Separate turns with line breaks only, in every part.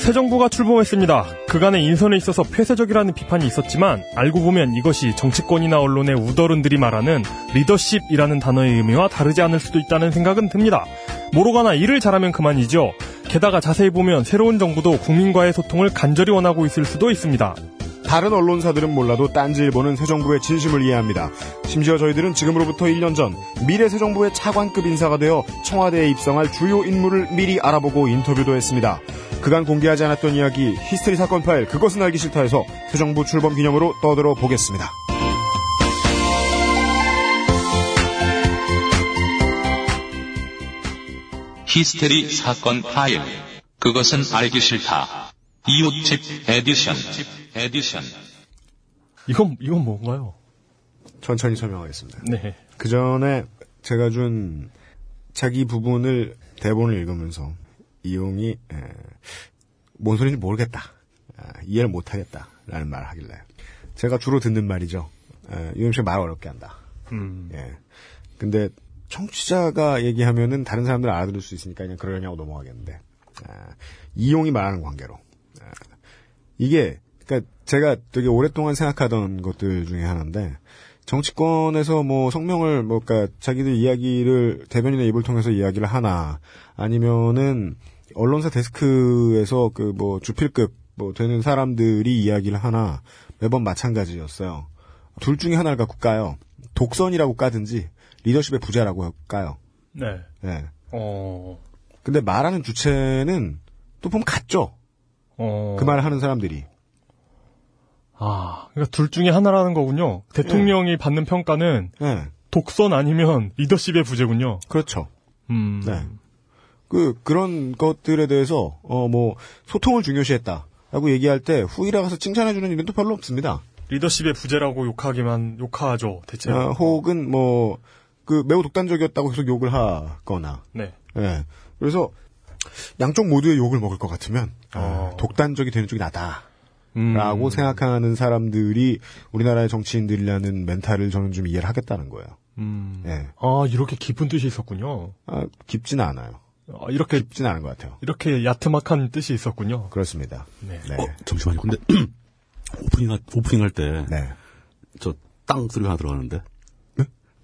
새 정부가 출범했습니다. 그간의 인선에 있어서 폐쇄적이라는 비판이 있었지만 알고 보면 이것이 정치권이나 언론의 우더른들이 말하는 리더십이라는 단어의 의미와 다르지 않을 수도 있다는 생각은 듭니다. 모로가나 일을 잘하면 그만이죠. 게다가 자세히 보면 새로운 정부도 국민과의 소통을 간절히 원하고 있을 수도 있습니다.
다른 언론사들은 몰라도 딴지일보는 새 정부의 진심을 이해합니다. 심지어 저희들은 지금으로부터 1년 전 미래 새 정부의 차관급 인사가 되어 청와대에 입성할 주요 인물을 미리 알아보고 인터뷰도 했습니다. 그간 공개하지 않았던 이야기 히스테리 사건 파일 그것은 알기 싫다에서 새 정부 출범 기념으로 떠들어 보겠습니다.
히스테리 사건 파일. 그것은 알기 싫다. 이웃집 에디션. 에디션.
이건 이건 뭔가요?
천천히 설명하겠습니다.
네.
그 전에 제가 준 자기 부분을 대본을 읽으면서 이용이 에, 뭔 소리인지 모르겠다. 아, 이해를 못하겠다. 라는 말을 하길래 제가 주로 듣는 말이죠. 에, 유엠 씨가 말 어렵게 한다.
음.
예. 근데 청취자가 얘기하면은 다른 사람들은 알아들을 수 있으니까 그냥 그러냐고 넘어가겠는데 아, 이용이 말하는 관계로 아, 이게 그러니까 제가 되게 오랫동안 생각하던 것들 중에 하나인데 정치권에서 뭐 성명을 뭐 그러니까 자기들 이야기를 대변인의 입을 통해서 이야기를 하나 아니면은 언론사 데스크에서 그 뭐 주필급 뭐 되는 사람들이 이야기를 하나 매번 마찬가지였어요. 둘 중에 하나를 갖고 까요. 독선이라고 까든지 리더십의 부자라고 까요.
네.
예.
어.
근데 말하는 주체는 또 보면 같죠.
어.
그 말을 하는 사람들이.
아, 그러니까 둘 중에 하나라는 거군요. 대통령이 받는 평가는
예.
독선 아니면 리더십의 부재군요.
그렇죠.
음.
네. 그 그런 것들에 대해서 어 뭐 소통을 중요시했다라고 얘기할 때 후일에 가서 칭찬해 주는 일은 또 별로 없습니다.
리더십의 부재라고 욕하기만 욕하죠. 대체.
어, 혹은 뭐 그 매우 독단적이었다고 계속 욕을 하거나.
네.
예. 그래서 양쪽 모두의 욕을 먹을 것 같으면 아,
어.
독단적이 되는 쪽이 나다.
음.
라고 생각하는 사람들이 우리나라의 정치인들이라는 멘탈을 저는 좀 이해를 하겠다는 거예요.
음.
예.
아, 이렇게 깊은 뜻이 있었군요.
아, 깊진 않아요.
아, 이렇게
깊진 않은 것 같아요.
이렇게 야트막한 뜻이 있었군요.
그렇습니다.
네.
네.
어, 잠시만요. 근데 오프닝 할, 오프닝 할 때
네.
저 땅 소리 하나 들어가는데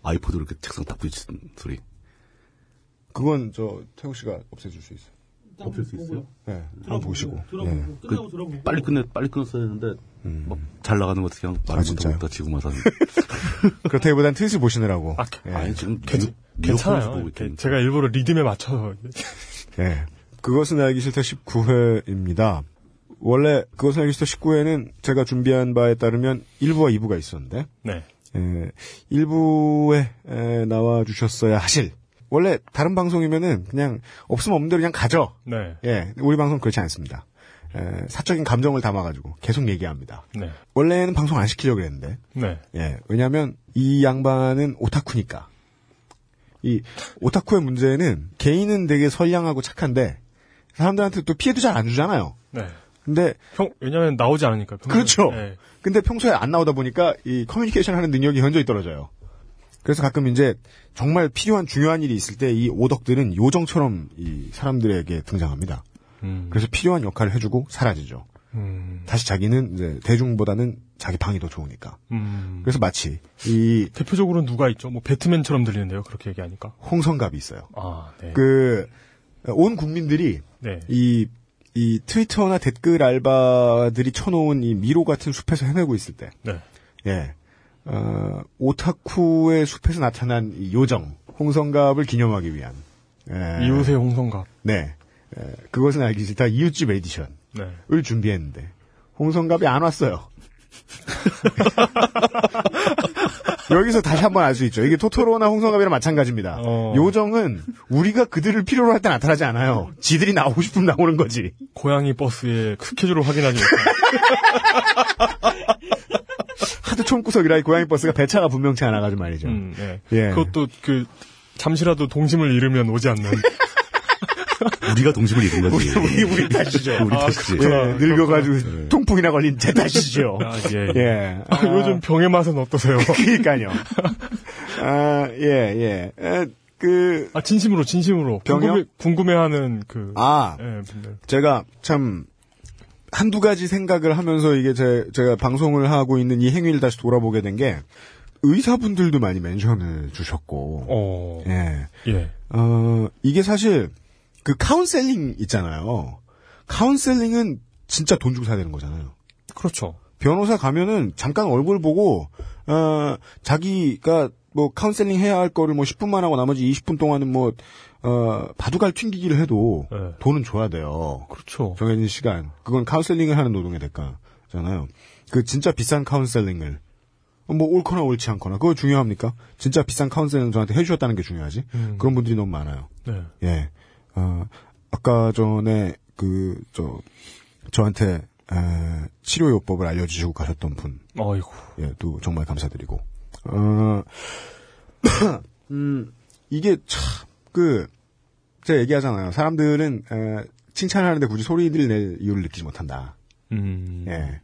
아이포드 이렇게 책상 딱 부딪히는 소리.
그건 저 태국 씨가 없애줄 수 있어요.
없앨 수 있어요?
네. 한번 보시고. 예.
그, 빨리 끝내 빨리 끊었어야 되는데 막 잘 나가는 것 같아 그냥
음. 아,
말을
진짜요?
못하고 있다 지구만 사는.
예. 그렇다기보단 트윗을 보시느라고.
아,
예.
아니 지금 뉴- 뉴욕 보고
괜찮아요.
있겠는데.
제가 일부러 리듬에 맞춰서
예. 그것은 알기 싫다 19회입니다. 원래 그것은 알기 싫다 19회는 제가 준비한 바에 따르면 1부와 2부가 있었는데
네.
예, 일부에 에, 나와 주셨어야 하실. 원래 다른 방송이면은 그냥 없으면 없는 대로 그냥 가죠.
네.
예, 우리 방송 그렇지 않습니다. 에, 사적인 감정을 담아가지고 계속 얘기합니다.
네.
원래는 방송 안 시키려고 그랬는데,
네.
예, 왜냐하면 이 양반은 오타쿠니까. 이 오타쿠의 문제는 개인은 되게 선량하고 착한데 사람들한테 또 피해도 잘 안 주잖아요.
네.
근데
평 왜냐면 나오지 않으니까. 평소에.
그렇죠.
네.
근데 평소에 안 나오다 보니까 이 커뮤니케이션 하는 능력이 현저히 떨어져요. 그래서 가끔 이제 정말 필요한 중요한 일이 있을 때 이 오덕들은 요정처럼 이 사람들에게 등장합니다.
음.
그래서 필요한 역할을 해주고 사라지죠.
음.
다시 자기는 이제 대중보다는 자기 방이 더 좋으니까.
음.
그래서 마치 이
대표적으로 는 누가 있죠? 뭐 배트맨처럼 들리는데요. 그렇게 얘기하니까.
홍성갑이 있어요.
아, 네.
그 온 국민들이
네.
이, 이 트위터나 댓글 알바들이 쳐놓은 이 미로 같은 숲에서 헤매고 있을 때
네.
예. 어, 오타쿠의 숲에서 나타난 이 요정, 홍성갑을 기념하기 위한. 예.
이웃의 홍성갑.
네. 예, 그것은 알기 싫다. 이웃집 에디션을
네.
준비했는데, 홍성갑이 안 왔어요. 여기서 다시 한번 알 수 있죠. 이게 토토로나 홍성갑이랑 마찬가지입니다.
어.
요정은 우리가 그들을 필요로 할 때 나타나지 않아요. 지들이 나오고 싶으면 나오는 거지.
고양이 버스의 스케줄을 확인하지 못합니다.
하도 촌구석이라 이 고양이 버스가 배차가 분명치 않아가지고 말이죠.
음, 네.
예.
그것도 그 잠시라도 동심을 잃으면 오지 않는.
우리가 동심을 잃은 거지.
우리, 우리 탓이죠.
우리 탓이지. 네.
예, 늙어가지고 통풍이나 걸린 제 탓이죠.
그렇죠. 네. 아, 예.
예.
아, 요즘 병의 맛은 어떠세요?
그니까요. 아, 예, 예. 에, 그,
아, 진심으로, 진심으로.
병이요?
궁금해, 궁금해하는 그,
아,
예, 분들.
제가 참, 한두 가지 생각을 하면서 이게 제, 제가 방송을 하고 있는 이 행위를 다시 돌아보게 된 게 의사분들도 많이 멘션을 주셨고,
어,
예.
예.
어, 이게 사실 그 카운셀링 있잖아요. 카운셀링은 진짜 돈 주고 사야 되는 거잖아요.
그렇죠.
변호사 가면은 잠깐 얼굴 보고 어 자기가 뭐 카운셀링 해야 할 거를 뭐 10분만 하고 나머지 20분 동안은 뭐, 뭐어 바둑알 튕기기를 해도
예.
돈은 줘야 돼요.
그렇죠.
정해진 시간. 그건 카운셀링을 하는 노동의 대가잖아요. 그 진짜 비싼 카운셀링을 뭐 옳거나 옳지 않거나 그거 중요합니까? 진짜 비싼 카운셀링 저한테 해주셨다는 게 중요하지. 그런 분들이 너무 많아요.
네.
예. 어, 아까 전에 그, 저, 저한테, 에, 치료요법을 알려주시고 가셨던 분,
아이고.
예, 또 정말 감사드리고. 어, 음, 이게 참, 그, 제가 얘기하잖아요. 사람들은, 에, 칭찬하는데 굳이 소리를 낼 이유를 느끼지 못한다.
음.
예.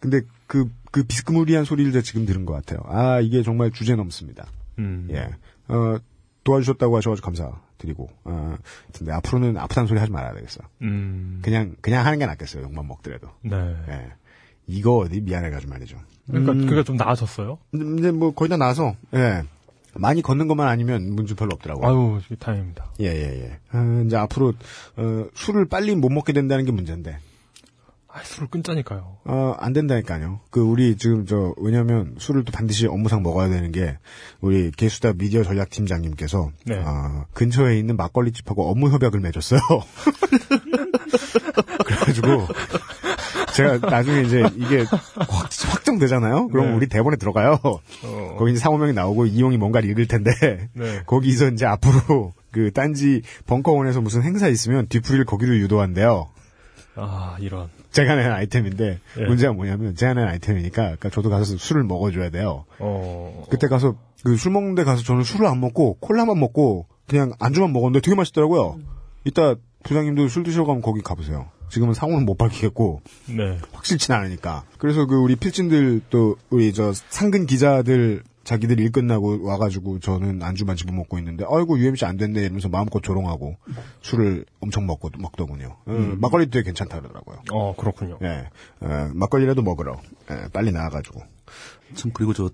근데 그, 그 비스무리한 소리를 제가 지금 들은 것 같아요. 아, 이게 정말 주제 넘습니다.
음.
예. 어, 도와주셨다고 하셔가지고 감사드리고, 어, 근데 앞으로는 아프다는 소리 하지 말아야 되겠어.
음.
그냥, 그냥 하는 게 낫겠어요. 욕만 먹더라도.
네.
예. 이거 어디 미안해가지고 말이죠.
그러니까 그게 좀 나아졌어요?
근데 이제 뭐 거의 다 나서, 예. 많이 걷는 것만 아니면 문제 별로 없더라고요.
아유, 다행입니다.
예, 예, 예. 아, 이제 앞으로, 어, 술을 빨리 못 먹게 된다는 게 문제인데,
아, 술을 끊자니까요.
어, 안 된다니까요. 그, 우리 지금 저, 왜냐면 술을 또 반드시 업무상 먹어야 되는 게, 우리 개수다 미디어 전략팀장님께서,
네.
어, 근처에 있는 막걸리집하고 업무 협약을 맺었어요. 그래가지고, 제가 나중에 이제 이게 확, 확정되잖아요? 그럼
네.
우리 대본에 들어가요.
어.
거기 이제 상호명이 나오고 이용이 뭔가를 읽을 텐데,
네.
거기서 이제 앞으로, 그, 딴지 벙커원에서 무슨 행사 있으면 뒤풀이를 거기로 유도한대요.
아, 이런.
제가 낸 아이템인데
예.
문제가 뭐냐면 제가 낸 아이템이니까 아까 저도 가서 술을 먹어줘야 돼요.
어.
그때 가서 그 술 먹는데 가서 저는 술을 안 먹고 콜라만 먹고 그냥 안주만 먹었는데 되게 맛있더라고요. 이따 부장님도 술 드시러 가면 거기 가보세요. 지금은 상호는 못 밝히겠고
네.
확실치 않으니까. 그래서 그 우리 필진들 또 우리 저 상근 기자들 자기들 일 끝나고 와가지고 저는 안주만 집어먹고 있는데 아이고 UMC 안 됐네 이러면서 마음껏 조롱하고 술을 엄청 먹고 먹더군요. 음, 막걸리도 되게 괜찮다 그러더라고요.
어, 그렇군요.
예, 어, 막걸리라도 먹으러 예, 빨리 나와가지고.
참 그리고 저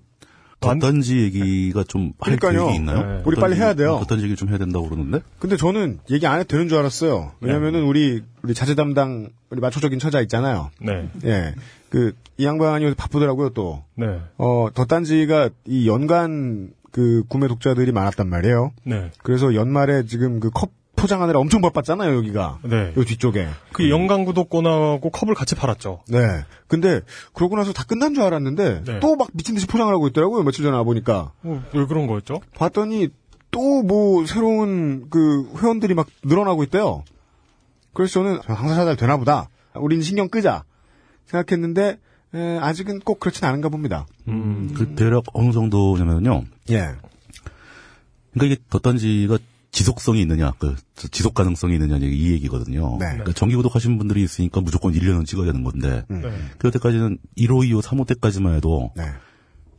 완-
덧단지 얘기가 좀 할
그러니까요.
계획이 있나요?
네.
우리 빨리 해야 돼요.
덧단지 얘기 좀 해야 된다고 그러는데
근데 저는 얘기 안 해도 되는 줄 알았어요. 왜냐면은 우리 우리 자제 담당 우리 마초적인 처자 있잖아요.
네.
예, 그 이 양반이 요새 바쁘더라고요 또.
네.
어, 덧단지가 이 연간 그 구매 독자들이 많았단 말이에요.
네.
그래서 연말에 지금 그 컵 포장하느라 엄청 바빴잖아요 여기가.
네.
요 뒤쪽에.
그 연간 구독권하고 컵을 같이 팔았죠.
네. 근데 그러고 나서 다 끝난 줄 알았는데
네.
또 막 미친 듯이 포장을 하고 있더라고요 며칠 전에 와 보니까.
어, 왜 그런 거였죠?
봤더니 또 뭐 새로운 그 회원들이 막 늘어나고 있대요. 그래서 저는 아, 항사 잘 되나 보다. 우린 신경 끄자 생각했는데 에, 아직은 꼭 그렇진 않은가 봅니다. 음.
그 대략 어느 정도냐면요.
예.
그러니까 이게 덧단지가 지속성이 있느냐, 그 지속 가능성이 있느냐 이 얘기거든요.
네.
그러니까 정기 구독하신 분들이 있으니까 무조건 1년은 찍어야 되는 건데
네.
그때까지는 1호, 2호, 3호 때까지만 해도
네.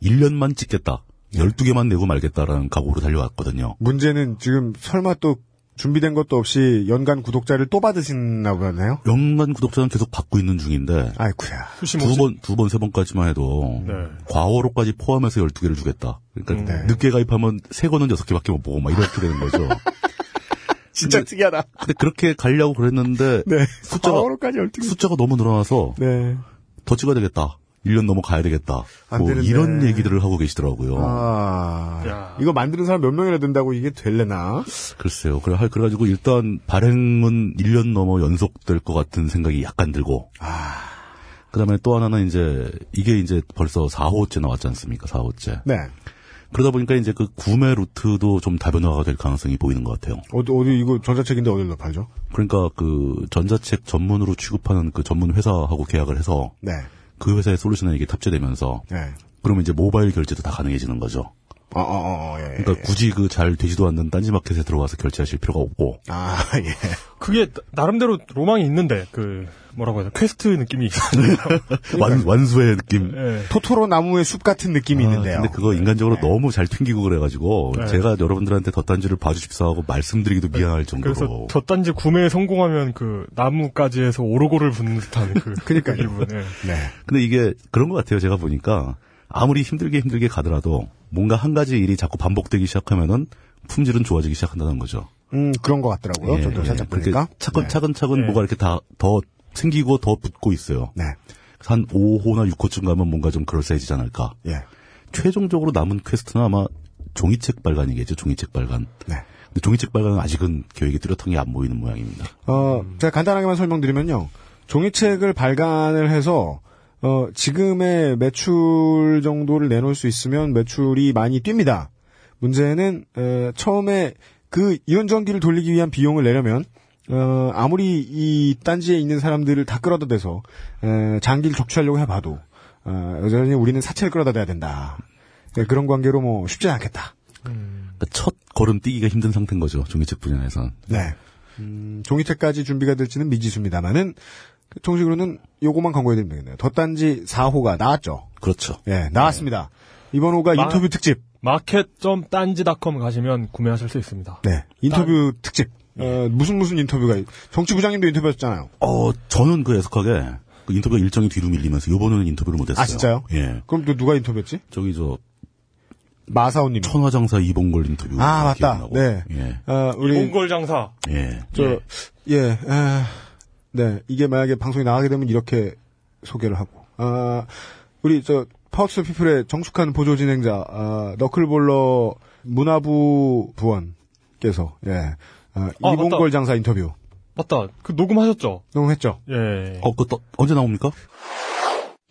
1년만 찍겠다. 12개만 내고 말겠다라는 각오로 달려왔거든요.
문제는 지금 설마 또 준비된 것도 없이 연간 구독자를 또 받으시나 보네요.
연간 구독자는 계속 받고 있는 중인데
아이쿠야.
수심
두
없이-
번, 두 번, 세 번까지만 해도
네.
과오로까지 포함해서 12개를 주겠다. 그러니까 늦게 가입하면 세 권은 여섯 개밖에 못 보고 막 이렇게 되는 거죠.
진짜 특이하다.
근데 그렇게 가려고 그랬는데
네.
숫자가
까지 얼티고.
숫자가 너무 늘어나서
네.
더 찍어야 되겠다. 1년 넘어 가야 되겠다.
안
뭐
되는데.
이런 얘기들을 하고 계시더라고요.
아.
야.
이거 만드는 사람 몇 명이나 된다고 이게 될래나?
글쎄요. 그래 하- 그래가지고 일단 발행은 1년 넘어 연속될 것 같은 생각이 약간 들고.
아.
그다음에 또 하나는 이제 이게 이제 벌써 4호째 나왔지 않습니까? 4호째.
네.
그러다 보니까 이제 그 구매 루트도 좀 다변화가 될 가능성이 보이는 것 같아요.
어디, 어디, 이거 전자책인데 어디로 팔죠?
그러니까 그 전자책 전문으로 취급하는 그 전문 회사하고 계약을 해서
네.
그 회사의 솔루션에 이게 탑재되면서
네.
그러면 이제 모바일 결제도 다 가능해지는 거죠.
어, 어, 어, 어, 예, 예.
그러니까 굳이 그 잘 되지도 않는 딴지마켓에 들어가서 결제하실 필요가 없고
아, 예.
그게 나- 나름대로 로망이 있는데 그 뭐라고 해야 되나 퀘스트 느낌이 있어요.
완, 완수의 느낌.
예.
토토로 나무의 숲 같은 느낌이
아,
있는데요. 예.
근데 그거 인간적으로 너무 잘 튕기고 그래가지고
네.
제가 여러분들한테 덧단지를 봐주십사 하고 말씀드리기도
예.
미안할
그래서
어.
정도로
덧단지 구매에 성공하면 그 나무까지 해서 오르골을 붙는 듯한 그
그러니까요.
기분. 예.
네.
근데 이게 그런 것 같아요. 제가 보니까 아무리 힘들게 힘들게 가더라도 뭔가 한 가지 일이 자꾸 반복되기 시작하면은 품질은 좋아지기 시작한다는 거죠.
음, 그런 것 같더라고요.
예,
저도
예.
살짝
그렇게
보니까.
차근
네.
차근 차근
예.
뭐가 이렇게 다 더 생기고 더 붙고 있어요.
네.
그래서 한 5호나 6호쯤 가면 뭔가 좀 그럴싸해지지 않을까.
예.
최종적으로 남은 퀘스트는 아마 종이책 발간이겠죠. 종이책 발간.
네.
근데 종이책 발간은 아직은 계획이 뚜렷한 게 안 보이는 모양입니다.
어, 제가 간단하게만 설명드리면요. 종이책을 발간을 해서, 어, 지금의 매출 정도를 내놓을 수 있으면 매출이 많이 뜁니다. 문제는, 어, 처음에 그 이온전기를 돌리기 위한 비용을 내려면, 어, 아무리 이 딴지에 있는 사람들을 다 끌어다 대서, 에, 장기를 적출하려고 해봐도, 어, 여전히 우리는 사채를 끌어다 대야 된다. 네, 그런 관계로 뭐 쉽지 않겠다.
그러니까 첫 걸음 뛰기가 힘든 상태인 거죠. 종이책 분야에선.
네. 음, 종이책까지 준비가 될지는 미지수입니다만은 정식으로는 요거만 광고해 드리면 되겠네요. 덧단지 4호가 나왔죠.
그렇죠.
예, 나왔습니다. 이번 호가
마-
인터뷰 특집.
마켓.딴지닷컴 가시면 구매하실 수 있습니다.
네. 인터뷰 특집. 어, 무슨 무슨 인터뷰가 있- 정치 부장님도 인터뷰하셨잖아요.
어, 저는 그 애석하게 그 인터뷰가 일정이 뒤로 밀리면서 요번에는 인터뷰를 못했어요.
아, 진짜요?
예.
그럼 또 누가 인터뷰했지?
저기 저
마사오님.
천화장사 이봉걸 인터뷰.
아, 맞다.
기억나고.
네.
예.
어, 우리
몽골 장사.
예.
저 예. 아, 네. 이게 만약에 방송에 나가게 되면 이렇게 소개를 하고. 아, 우리 저 파워스 피플의 정숙한 보조 진행자 아, 너클볼러 문화부 부원께서 예. 아,
아,
이봉걸
맞다.
장사 인터뷰
맞다. 그 녹음하셨죠?
너무 했죠.
예.
어, 그, 또, 언제 나옵니까?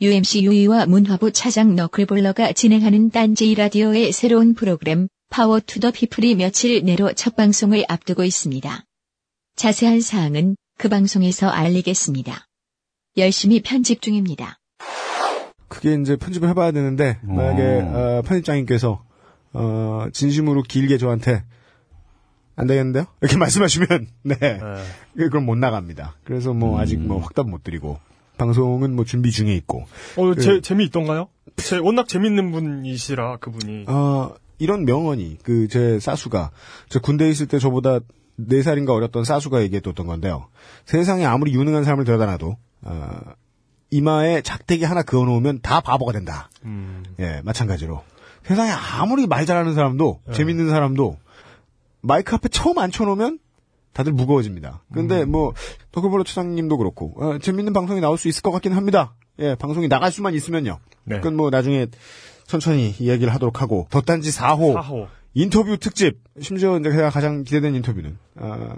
UMC 유이와 문화부 차장 너클볼러가 진행하는 딴지 라디오의 새로운 프로그램 파워 투 더 피플이 며칠 내로 첫 방송을 앞두고 있습니다. 자세한 사항은 그 방송에서 알리겠습니다. 열심히 편집 중입니다.
그게 이제 편집을 해봐야 되는데 만약에
어.
어, 편집장님께서 어, 진심으로 길게 저한테 안 되겠는데요? 이렇게 말씀하시면 네.
예.
예, 그럼 못 나갑니다. 그래서 뭐 아직 뭐 확답 못 드리고 방송은 뭐 준비 중에 있고
어, 제,
예.
재미있던가요? 제 워낙 재밌는 분이시라 그분이.
아 이런 명언이 그 제 사수가 저 군대 에 있을 때 저보다 네 살인가 어렸던 사수가 얘기했던 건데요. 세상에 아무리 유능한 사람을 데려다 놔도 아, 이마에 작대기 하나 그어놓으면 다 바보가 된다.
음.
예, 마찬가지로. 세상에 아무리 말 잘하는 사람도, 재밌는 사람도, 마이크 앞에 처음 앉혀놓으면 다들 무거워집니다. 근데
음.
뭐, 더글볼러 차장님도 그렇고, 어, 재밌는 방송이 나올 수 있을 것 같긴 합니다. 예, 방송이 나갈 수만 있으면요.
네.
그건 뭐 나중에 천천히 이야기를 하도록 하고, 덧단지 4호,
사호.
인터뷰 특집, 심지어 이제 제가 가장 기대된 인터뷰는, 아,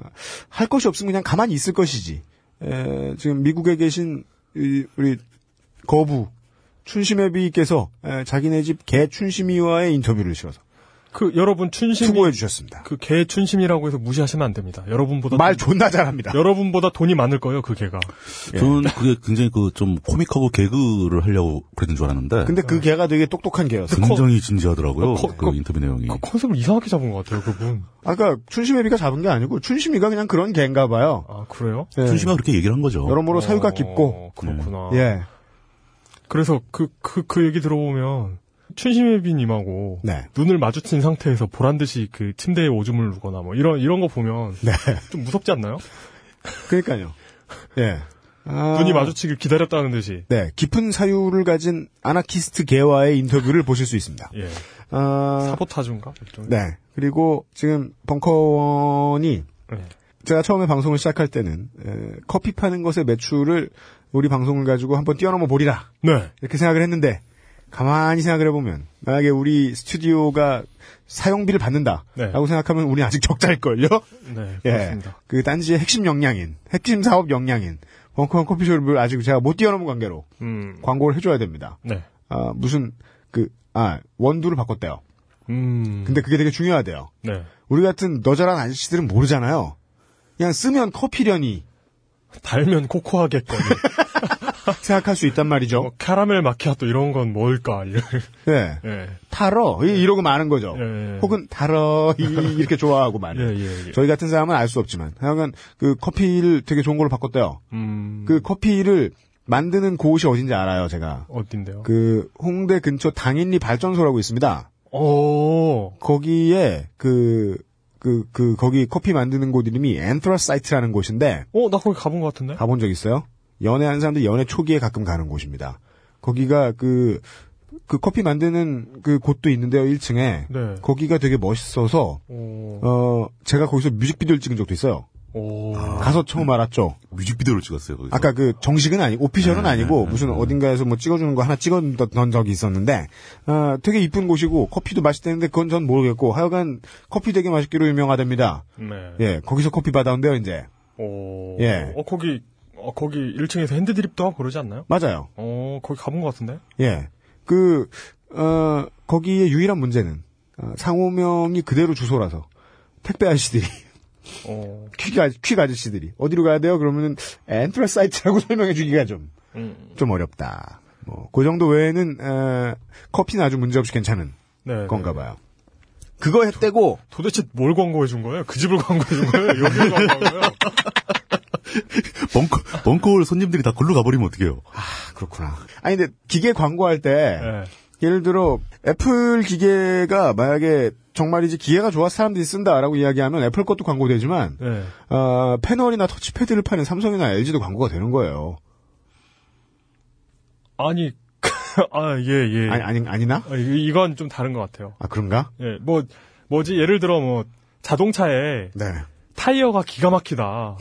할 것이 없으면 그냥 가만히 있을 것이지. 에, 지금 미국에 계신 이- 우리 거부 춘심애비께서 에, 자기네 집 개 춘심이와의 인터뷰를 실어서
그 여러분 춘심이
투고해 주셨습니다.
그 개 춘심이라고 해서 무시하시면 안 됩니다. 여러분보다
말
돈-
존나 잘합니다.
여러분보다 돈이 많을 거예요, 그 개가.
저는 그게 굉장히 그 좀 코믹하고 개그를 하려고 그랬는 줄 알았는데.
근데
어.
어, 그 개가 되게 똑똑한 개였어. 요
굉장히 진지하더라고요.
그
그,
코- 코-
인터뷰 내용이.
그 컨셉을 이상하게 잡은 것 같아요, 그분.
아까 춘심애비가 잡은 게 아니고 춘심이가 그냥 그런 개인가 봐요.
아, 그래요?
예.
춘심아 그렇게 얘기를 한 거죠.
여러모로
어,
사유가 깊고
그렇구나.
예.
그래서 그, 그, 그 얘기 들어보면, 춘심혜비님하고,
네.
눈을 마주친 상태에서 보란 듯이 그 침대에 오줌을 누거나 뭐 이런, 이런 거 보면,
네.
좀 무섭지 않나요?
그러니까요. 예. 아,
눈이 마주치길 기다렸다는 듯이.
네, 깊은 사유를 가진 아나키스트 개와의 인터뷰를 보실 수 있습니다.
예.
아,
사보타주인가? 일종의?
네. 그리고 지금 벙커원이
네.
제가 처음에 방송을 시작할 때는 에, 커피 파는 것의 매출을 우리 방송을 가지고 한번 뛰어넘어 보리라
네.
이렇게 생각을 했는데 가만히 생각을 해보면 만약에 우리 스튜디오가 사용비를 받는다라고
네.
생각하면 우리 아직 적자일걸요.
네.
예.
그렇습니다.
그 단지의 핵심 역량인 핵심 사업 역량인 벙커원 커피숍을 아직 제가 못 뛰어넘은 관계로
음.
광고를 해줘야 됩니다.
네.
아, 무슨 그 아 원두를 바꿨대요.
음.
근데 그게 되게 중요하대요.
네.
우리 같은 너절한 아저씨들은 모르잖아요. 그냥 쓰면 커피련이
달면 코코하겠거니.
생각할 수 있단 말이죠.
뭐 캐러멜 마키아또 이런 건 뭘까? 이런.
예.
예.
달어 이- 이러고 마는 거죠.
예, 예.
혹은 달어 이- 이렇게 좋아하고 네.
예,
마는.
예, 예.
저희 같은 사람은 알 수 없지만 하여간 그 커피를 되게 좋은 걸로 바꿨대요.
음.
그 커피를 만드는 곳이 어딘지 알아요, 제가.
어딘데요?
그 홍대 근처 당인리 발전소라고 있습니다.
오.
거기에 그, 그, 그, 거기 커피 만드는 곳 이름이 엔트라사이트라는 곳인데,
어, 나 거기 가본 것 같은데?
가본 적 있어요? 연애하는 사람들 연애 초기에 가끔 가는 곳입니다. 거기가 그, 그 커피 만드는 그 곳도 있는데요, 1층에.
네.
거기가 되게 멋있어서,
오.
어, 제가 거기서 뮤직비디오를 찍은 적도 있어요.
오.
가서 처음 알았죠.
뮤직비디오를 찍었어요. 거기서.
아까 그 정식은 아니고 오피셜은 아니고 무슨 어딘가에서 뭐 찍어주는 거 하나 찍었던 적이 있었는데 아, 되게 이쁜 곳이고 커피도 맛있대는데 그건 전 모르겠고 하여간 커피 되게 맛있기로 유명하답니다.
네.
예, 거기서 커피 받아온대요 이제.
오.
예.
어, 거기, 어, 거기 1층에서 핸드드립도 하고 그러지 않나요?
맞아요.
어, 거기 가본 것 같은데?
예, 그 어, 거기에 유일한 문제는 어, 상호명이 그대로 주소라서 택배 아저씨들이
어.
퀵, 아, 퀵 아저씨들이 어디로 가야 돼요? 그러면은 엔트라 사이트라고 설명해주기가 좀 좀
음.
어렵다. 뭐 그 정도 외에는 어, 커피는 아주 문제없이 괜찮은.
네.
건가
네.
봐요. 그거 했대고
도대체 뭘 광고해 준 거예요? 그 집을 광고해 준 거예요? 여기를 광고한 거예요?
그-
벙커, 벙커홀 손님들이 다 걸로 가버리면 어떡해요.
아, 그렇구나. 아니 근데 기계 광고할 때
네.
예를 들어 애플 기계가 만약에 정말이지 기계가 좋아서 사람들이 쓴다라고 이야기하면 애플 것도 광고되지만
네.
아, 패널이나 터치패드를 파는 삼성이나 LG도 광고가 되는 거예요.
아니, 아, 예, 예.
아니 아니 아니나?
아, 이- 이건 좀 다른 것 같아요.
아 그런가?
예, 뭐, 뭐지, 예를 들어 뭐, 자동차에
네.
타이어가 기가 막히다.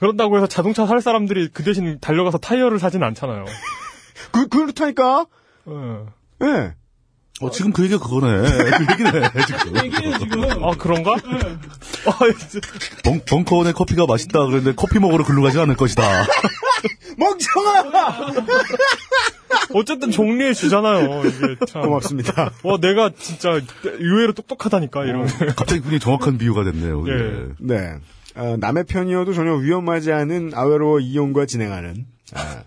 그런다고 해서 자동차 살 사람들이 그 대신 달려가서 타이어를 사진 않잖아요.
그 그렇다니까.
예.
예.
어, 지금 그 얘기가 그거네. 그 얘기네, 지금. 네.
아, 그런가? 아, 이제-
벙, 벙커원의 커피가 맛있다 그랬는데 커피 먹으러 글로 가지 않을 것이다.
멍청아!
어쨌든 정리해 주잖아요. 이게 참.
고맙습니다.
와, 내가 진짜 의외로 똑똑하다니까, 이런.
어,
갑자기 굉장히 정확한 비유가 됐네요. 그게.
예.
네. 아, 남의 편이어도 전혀 위험하지 않은 아외로워 이용과 진행하는 아,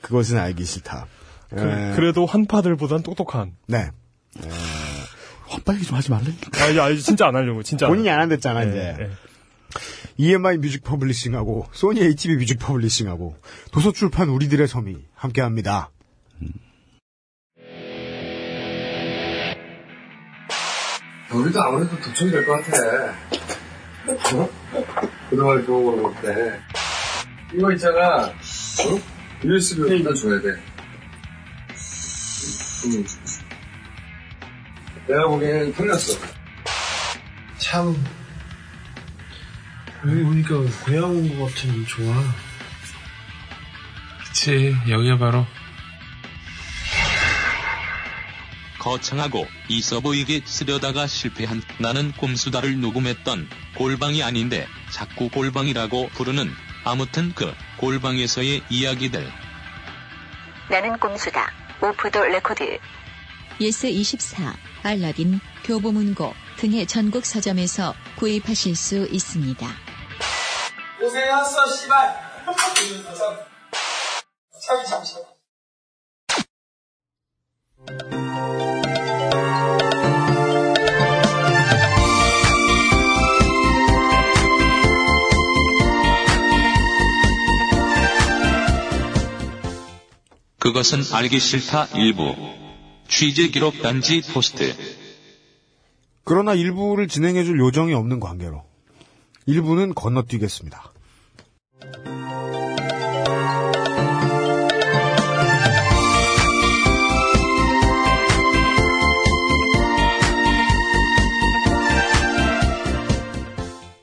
그것은 알기 싫다. 예.
그, 래도 한파들보단 똑똑한.
네.
환빨기 좀 하지 말래.
아, 야, 진짜 안 하려고, 진짜. 안
본인이
하려고.
안 한댔잖아, 이제.
예, 예.
EMI 뮤직 퍼블리싱하고, 소니 HB 뮤직 퍼블리싱하고, 도서출판 우리들의 섬이 함께 합니다.
우리도 아무래도 도청이 될 것 같아. 어? 그동안 좋은 거 못해. 이거 있잖아. 어? USB로 일단 줘야 돼. 음. 내가 보기에는 틀렸어.
참 여기 보니까 고향 온 것 같은 이 좋아.
그치 여기가 바로
거창하고 있어 보이게 쓰려다가 실패한 나는 꼼수다를 녹음했던 골방이 아닌데 자꾸 골방이라고 부르는 아무튼 그 골방에서의 이야기들
나는 꼼수다. 오프더 레코드.
예스24, 알라딘, 교보문고 등의 전국 서점에서 구입하실 수 있습니다.
고생했어, 씨발! 차기 잠시만.
그것은 알기 싫다 일부 취재 기록 단지 포스트
그러나 일부를 진행해줄 요정이 없는 관계로, 일부는 건너뛰겠습니다.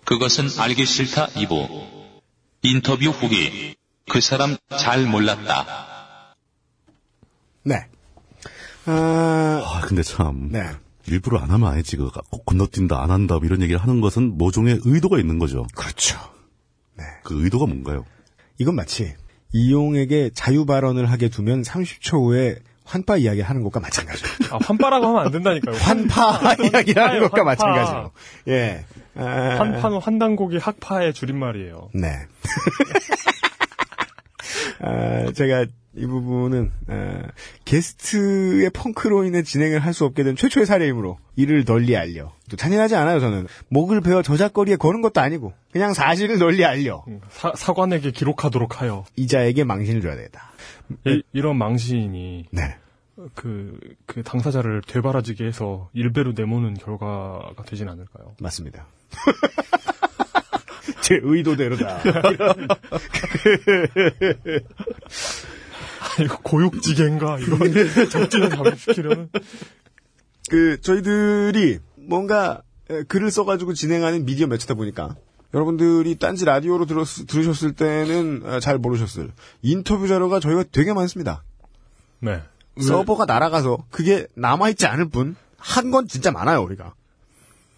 그것은 알기 싫다 2부 인터뷰 후기 그 사람 잘 몰랐다
네. 아,
아, 근데 참.
네.
일부러 안 하면 안 했지. 그거 꼭 건너뛴다, 안 한다, 뭐 이런 얘기를 하는 것은 모종의 의도가 있는 거죠.
그렇죠.
그 의도가 뭔가요?
이건 마치, 이용에게 자유 발언을 하게 두면 30초 후에 환파 이야기를 하는 것과 마찬가지로.
아, 환파라고 하면 안 된다니까요.
환파 이야기를
환파예요,
하는
환파.
것과 마찬가지로. 예. 아,
환파는 환단고기 학파의 줄임말이에요.
네. 아, 제가 이 부분은 에, 게스트의 펑크로 인해 진행을 할 수 없게 된 최초의 사례이므로 이를 널리 알려. 또 잔인하지 않아요 저는. 목을 베어 저작거리에 거는 것도 아니고 그냥 사실을 널리 알려.
사, 사관에게 기록하도록 하여
이자에게 망신을 줘야 되다.
이, 이런 망신이
네.
그, 그 당사자를 되바라지게 해서 일배로 내모는 결과가 되진 않을까요?
맞습니다. 제 의도대로다.
아, 이거 고육지겐가 이런 적지는 잡시키려는
그 저희들이 뭔가 에, 글을 써가지고 진행하는 미디어 매체다 보니까 여러분들이 딴지 라디오로 들었, 들으셨을 때는 에, 잘 모르셨을 인터뷰 자료가 저희가 되게 많습니다.
네.
서버가 날아가서 그게 남아있지 않을 뿐 한 건 진짜 많아요 우리가.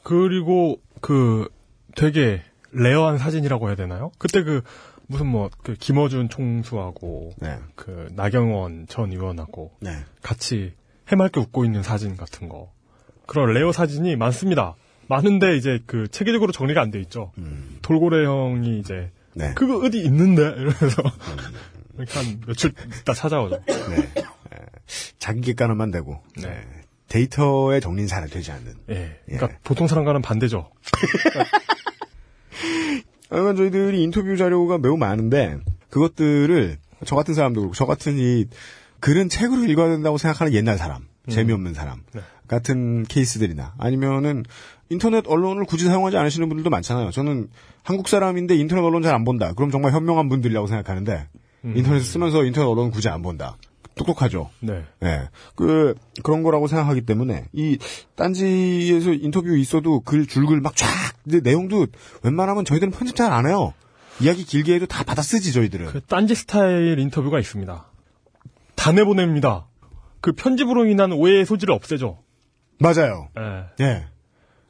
그리고 그 되게 레어한 사진이라고 해야 되나요? 그때 그 무슨 뭐 그 김어준 총수하고
네.
그 나경원 전 의원하고
네.
같이 해맑게 웃고 있는 사진 같은 거 그런 레어 사진이 많습니다. 많은데 이제 그 체계적으로 정리가 안 돼 있죠. 돌고래 형이 이제
네.
그거 어디 있는데 이러면서 이렇게 한 며칠 있다 찾아오죠.
자기 객관화만 되고
네.
에, 데이터의 정리는 잘 되지 않는.
예. 그러니까 보통 사람과는 반대죠.
하여간 저희들이 인터뷰 자료가 매우 많은데 그것들을 저 같은 사람도 그렇고 저 같은 이 글은 책으로 읽어야 된다고 생각하는 옛날 사람 재미없는 사람 같은 케이스들이나 아니면은 인터넷 언론을 굳이 사용하지 않으시는 분들도 많잖아요. 저는 한국 사람인데 인터넷 언론 잘 안 본다. 그럼 정말 현명한 분들이라고 생각하는데 인터넷 쓰면서 인터넷 언론 굳이 안 본다. 똑똑하죠.
네.
예. 그, 그런 거라고 생각하기 때문에, 이, 딴지에서 인터뷰 있어도 글, 줄글 막 쫙, 근데 내용도 웬만하면 저희들은 편집 잘 안 해요. 이야기 길게 해도 다 받아 쓰지, 저희들은.
그 딴지 스타일 인터뷰가 있습니다. 다 내보냅니다. 그 편집으로 인한 오해의 소지를 없애죠.
맞아요.
예.
예.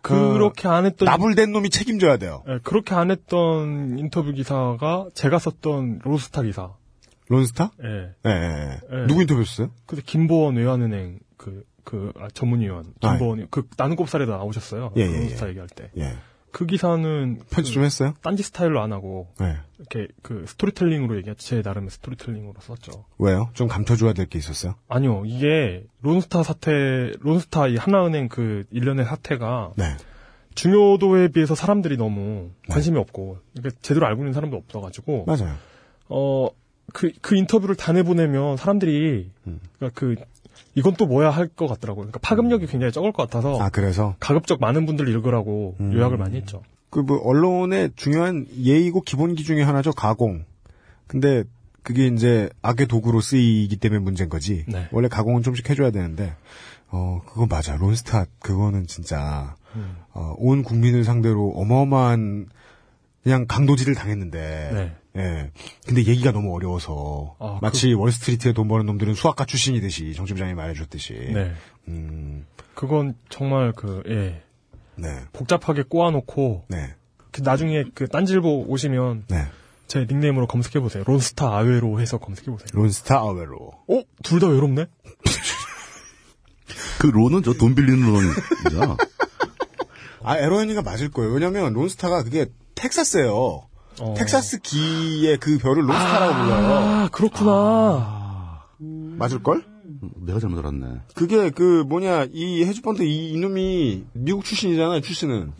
그렇게 안 했던
나불된 놈이 책임져야 돼요.
예, 그렇게 안 했던 인터뷰 기사가 제가 썼던 로스타 기사.
론스타?
예.
예, 예, 예.
예.
누구 인터뷰였어요?
근데 김보원 외환은행 그, 그, 아, 전문위원.
아, 예.
김보원, 그, 나는 곱살에도 나오셨어요.
예, 예,
로스타 얘기할 때.
예.
그 기사는
편집 좀 했어요?
딴지 스타일로 안 하고,
예.
이렇게 그 스토리텔링으로 얘기했죠. 제 나름의 스토리텔링으로 썼죠.
왜요? 좀 감춰줘야 될 게 있었어요?
아니요, 이게 론스타 사태, 론스타 이 하나은행 그 일련의 사태가
네.
중요도에 비해서 사람들이 너무 관심이 없고, 그러니까 제대로 알고 있는 사람도 없어가지고,
맞아요.
어, 그, 그 인터뷰를 다 내보내면 사람들이, 그러니까 그, 이건 또 뭐야 할 것 같더라고요. 그러니까 파급력이 굉장히 적을 것 같아서, 음.
아, 그래서?
가급적 많은 분들 읽으라고 요약을 많이 했죠.
그, 뭐, 언론의 중요한 예의고 기본기 중에 하나죠. 가공. 근데, 그게 이제 악의 도구로 쓰이기 때문에 문제인 거지.
네.
원래 가공은 좀씩 해줘야 되는데, 어, 그거 맞아. 론스타, 그거는 진짜,
음.
어, 온 국민을 상대로 어마어마한, 그냥 강도질을 당했는데,
네.
예. 근데 얘기가 너무 어려워서,
아,
마치 월스트리트에 돈 버는 놈들은 수학과 출신이듯이, 정팀장이 말해줬듯이.
네.
음,
그건 정말 그, 예,
네.
복잡하게 꼬아놓고,
네.
그 나중에 그 딴질보 오시면,
네.
제 닉네임으로 검색해보세요. 론스타 아외로 해서 검색해보세요.
론스타 아웨로.
어? 둘 다 외롭네?
그 론은 저 돈 빌리는 론이죠.
아, 에로엔이가 맞을 거예요. 왜냐면, 론스타가 그게 텍사스예요
어.
텍사스 기의 그 별을 론스타라고 불러요.
아, 그렇구나.
맞을걸?
내가 잘못 알았네.
그게 그 뭐냐, 이 해주펀드 이, 이놈이 미국 출신이잖아요, 출신은.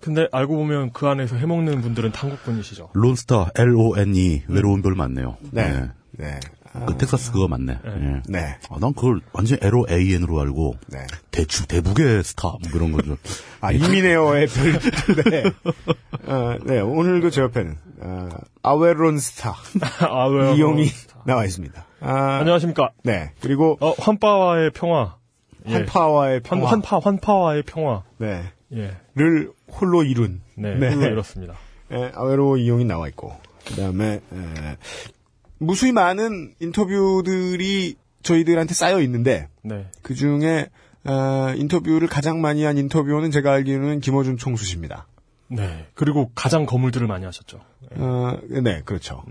근데 알고 보면 그 안에서 해먹는 분들은 한국분이시죠.
론스타, L-O-N-E. E. 외로운 별 맞네요.
네. 네.
그 텍사스 그거 맞네. 예.
네.
아, 난 그걸 완전 L-O-A-N으로 알고.
네.
대충 대북의 스타, 뭐 그런 거죠. 예,
아, 이민에어의 별. 네. 어, 네, 오늘 그 제 옆에는, 어, 아웨론스타.
아외로.
이용이 나와 있습니다. 아,
안녕하십니까.
네. 그리고,
어, 환파와의 평화. 예.
한파와의
환,
평화.
환파, 환파와의 평화.
네.
예.
를 홀로 이룬.
네. 물론 이렇습니다.
에, 예, 아웨로 이용이 나와 있고 그다음에 에, 무수히 많은 인터뷰들이 저희들한테 쌓여 있는데
네.
그 중에 어, 인터뷰를 가장 많이 한 인터뷰는 제가 알기로는 김어준 총수십니다.
네. 그리고 가장 거물들을 많이 하셨죠.
어, 네, 그렇죠.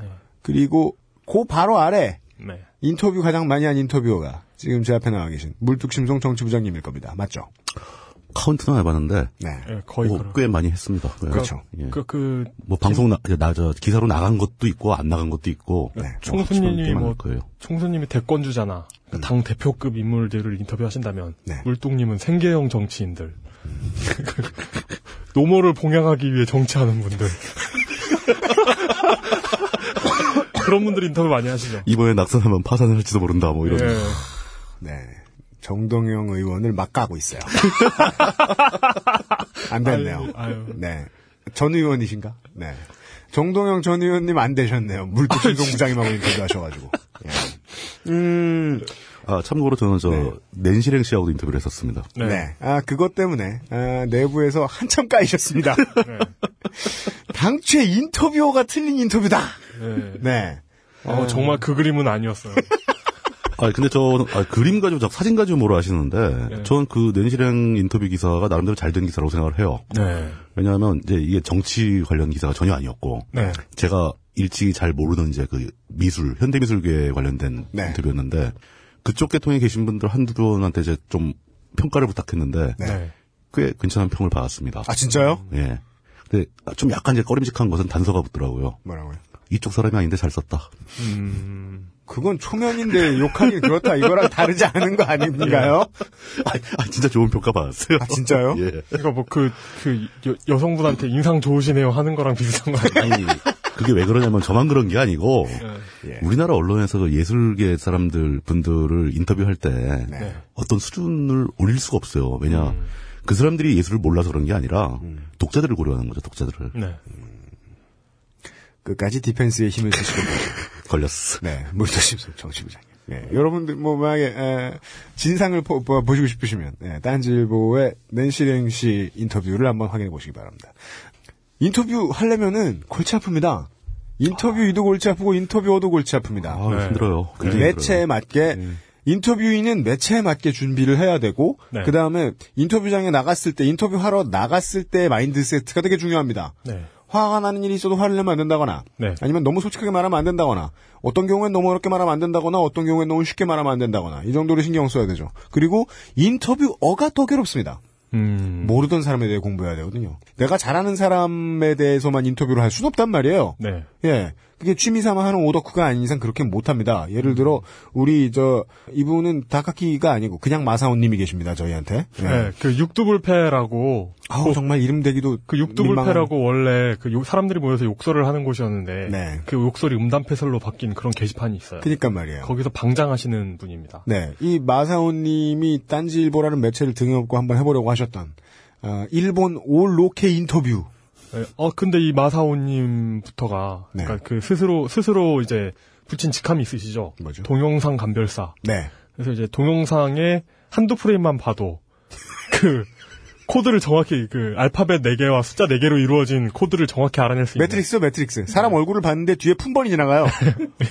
그리고 그 바로 아래
네.
인터뷰 가장 많이 한 인터뷰어가 지금 제 앞에 나와 계신 물뚝심송 정치부장님일 겁니다. 맞죠?
카운트는 해봤는데
네.
예, 거의
뭐
그런.
꽤 많이 했습니다. 예.
그렇죠.
예.
그, 그,
뭐 방송 나, 나, 저, 기사로 나간 것도 있고 안 나간 것도 있고
네.
총수님이
뭐,
뭐,
할 거예요.
총수님이 대권주잖아. 그당 대표급 인물들을 인터뷰하신다면,
네.
물뚱님은 생계형 정치인들. 노모를 봉양하기 위해 정치하는 분들. 그런 분들 인터뷰 많이 하시죠.
이번에 낙선하면 파산을 할지도 모른다 뭐 이런.
예.
네. 정동영 의원을 막 까고 있어요. 안 됐네요.
아유, 아유.
네. 전 의원이신가? 네. 정동영 전 의원님 안 되셨네요. 물뚝신동 부장님하고 인터뷰하셔가지고. 예. 음,
아 참고로 저는 저
네.
낸시랭 씨하고도 인터뷰를 했었습니다.
네.
네. 아, 그것 때문에, 아, 내부에서 한참 까이셨습니다.
네.
당초에 인터뷰어가 틀린 인터뷰다!
예.
네.
어, 정말 그 그림은 아니었어요.
아 근데 저 아, 그림 가지고 자 사진 가지고 뭐라 하시는데
네.
저는 그 낸시랭 인터뷰 기사가 나름대로 잘 된 기사라고 생각을 해요.
네.
왜냐하면 이제 이게 정치 관련 기사가 전혀 아니었고
네.
제가 일찍이 잘 모르는 이제 그 미술 현대 미술계에 관련된
네.
인터뷰였는데 그쪽 계통에 계신 분들 한두 분한테 이제 좀 평가를 부탁했는데
네.
네.
꽤 괜찮은 평을 받았습니다.
아, 진짜요?
예. 근데 좀 약간 이제 꺼림직한 것은 단서가 붙더라고요.
뭐라고요?
이쪽 사람이 아닌데 잘 썼다.
그건 초면인데 욕하기 그렇다. 이거랑 다르지 않은 거 아닌가요?
아, 아, 진짜 좋은 평가 받았어요.
아, 진짜요?
예.
그러니까 뭐 그, 그 여, 여성분한테 인상 좋으시네요 하는 거랑 비슷한 거 아니에요?
아니, 그게 왜 그러냐면 저만 그런 게 아니고
네.
예.
우리나라 언론에서 그 예술계 사람들 분들을 인터뷰할 때
네.
어떤 수준을 올릴 수가 없어요. 왜냐
음.
그 사람들이 예술을 몰라서 그런 게 아니라
음.
독자들을 고려하는 거죠. 독자들을
네.
끝까지 디펜스에 힘을 쓰시고
걸렸어.
네, 물도심 정치부장님. 예, 여러분들 뭐 만약에 에, 진상을 포- 보, 보시고 싶으시면 예, 딴지일보의 낸시랭 씨 인터뷰를 한번 확인해 보시기 바랍니다. 인터뷰 하려면은 골치 아픕니다. 인터뷰이도 골치 아프고 인터뷰어도 골치 아픕니다.
아
네.
힘들어요. 굉장히 힘들어요. 네.
매체에 맞게 인터뷰인은 매체에 맞게 준비를 해야 되고
네.
그 다음에 인터뷰장에 나갔을 때 인터뷰하러 나갔을 때 마인드 세트가 되게 중요합니다.
네.
화가 나는 일이 있어도 화를 내면 안 된다거나
네.
아니면 너무 솔직하게 말하면 안 된다거나 어떤 경우엔 너무 어렵게 말하면 안 된다거나 어떤 경우엔 너무 쉽게 말하면 안 된다거나 이 정도로 신경 써야 되죠. 그리고 인터뷰어가 더 괴롭습니다.
음.
모르던 사람에 대해 공부해야 되거든요. 내가 잘하는 사람에 대해서만 인터뷰를 할 수는 없단 말이에요.
네.
예. 그게 취미삼아 하는 오덕후가 아닌 이상 그렇게 못합니다. 예를 들어
음.
우리 저 이분은 다카키가 아니고 그냥 마사오님이 계십니다. 저희한테. 예.
네. 그 육두불패라고
아우 정말 이름 대기도
그
민망한-
육두불패라고 원래 그 욕- 사람들이 모여서 욕설을 하는 곳이었는데
네.
그 욕설이 음담패설로 바뀐 그런 게시판이 있어요.
그니까 말이에요.
거기서 방장하시는 분입니다.
네, 이 마사오님이 딴지일보라는 매체를 등에 업고 한번 해보려고 하셨던 어, 일본 올 로케 인터뷰.
네. 어 근데 이 마사오님부터가
네.
그러니까 그 스스로 스스로 이제 붙인 직함이 있으시죠.
뭐죠?
동영상 감별사.
네,
그래서 이제 동영상의 한두 프레임만 봐도 그 코드를 정확히 그 알파벳 4개와 숫자 4개로 이루어진 코드를 정확히 알아낼 수 있는
매트릭스, 매트릭스. 사람 얼굴을 봤는데 뒤에 품번이 지나가요.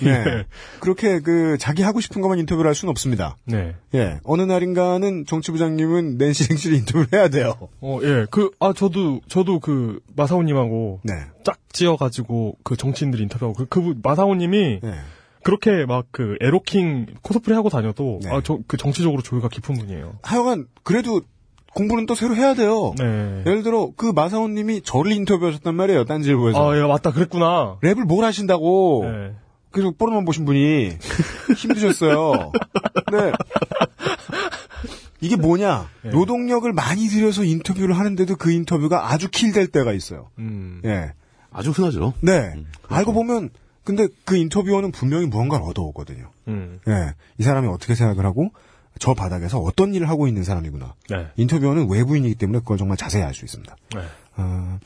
예.
네, 그렇게 그 자기 하고 싶은 것만 인터뷰를 할 수는 없습니다.
네.
예, 어느 날인가는 정치부장님은 낸시 행실 인터뷰를 해야 돼요.
어, 예. 그, 아, 저도, 저도 그, 마사오님하고
네,
짝 지어가지고 그 정치인들 인터뷰하고 그, 그분, 마사오님이
네,
그렇게 막 그 에로킹 코스프레 하고 다녀도
네.
아, 저, 그 정치적으로 조예가 깊은 분이에요.
하여간 그래도 공부는 또 새로 해야 돼요.
네.
예를 들어 그 마사오님이 저를 인터뷰하셨단 말이에요. 딴지일보에서. 어.
아, 예, 맞다. 그랬구나.
랩을 뭘 하신다고
네.
그래서 뽀로만 보신 분이 힘드셨어요. 근데 이게 뭐냐?
예.
노동력을 많이 들여서 인터뷰를 하는데도 그 인터뷰가 아주 킬될 때가 있어요.
음.
예.
아주 흔하죠.
네. 알고 보면 근데 그 인터뷰어는 분명히 무언가를 얻어오거든요.
음.
예. 이 사람이 어떻게 생각을 하고 저 바닥에서 어떤 일을 하고 있는 사람이구나.
네.
인터뷰어는 외부인이기 때문에 그걸 정말 자세히 알 수 있습니다.
네.
아,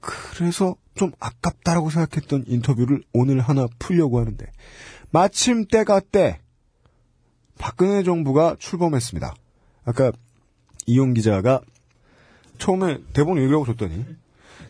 그래서 좀 아깝다라고 생각했던 인터뷰를 오늘 하나 풀려고 하는데 마침 때가 때 박근혜 정부가 출범했습니다. 아까 이용 기자가 처음에 대본 읽으라고 줬더니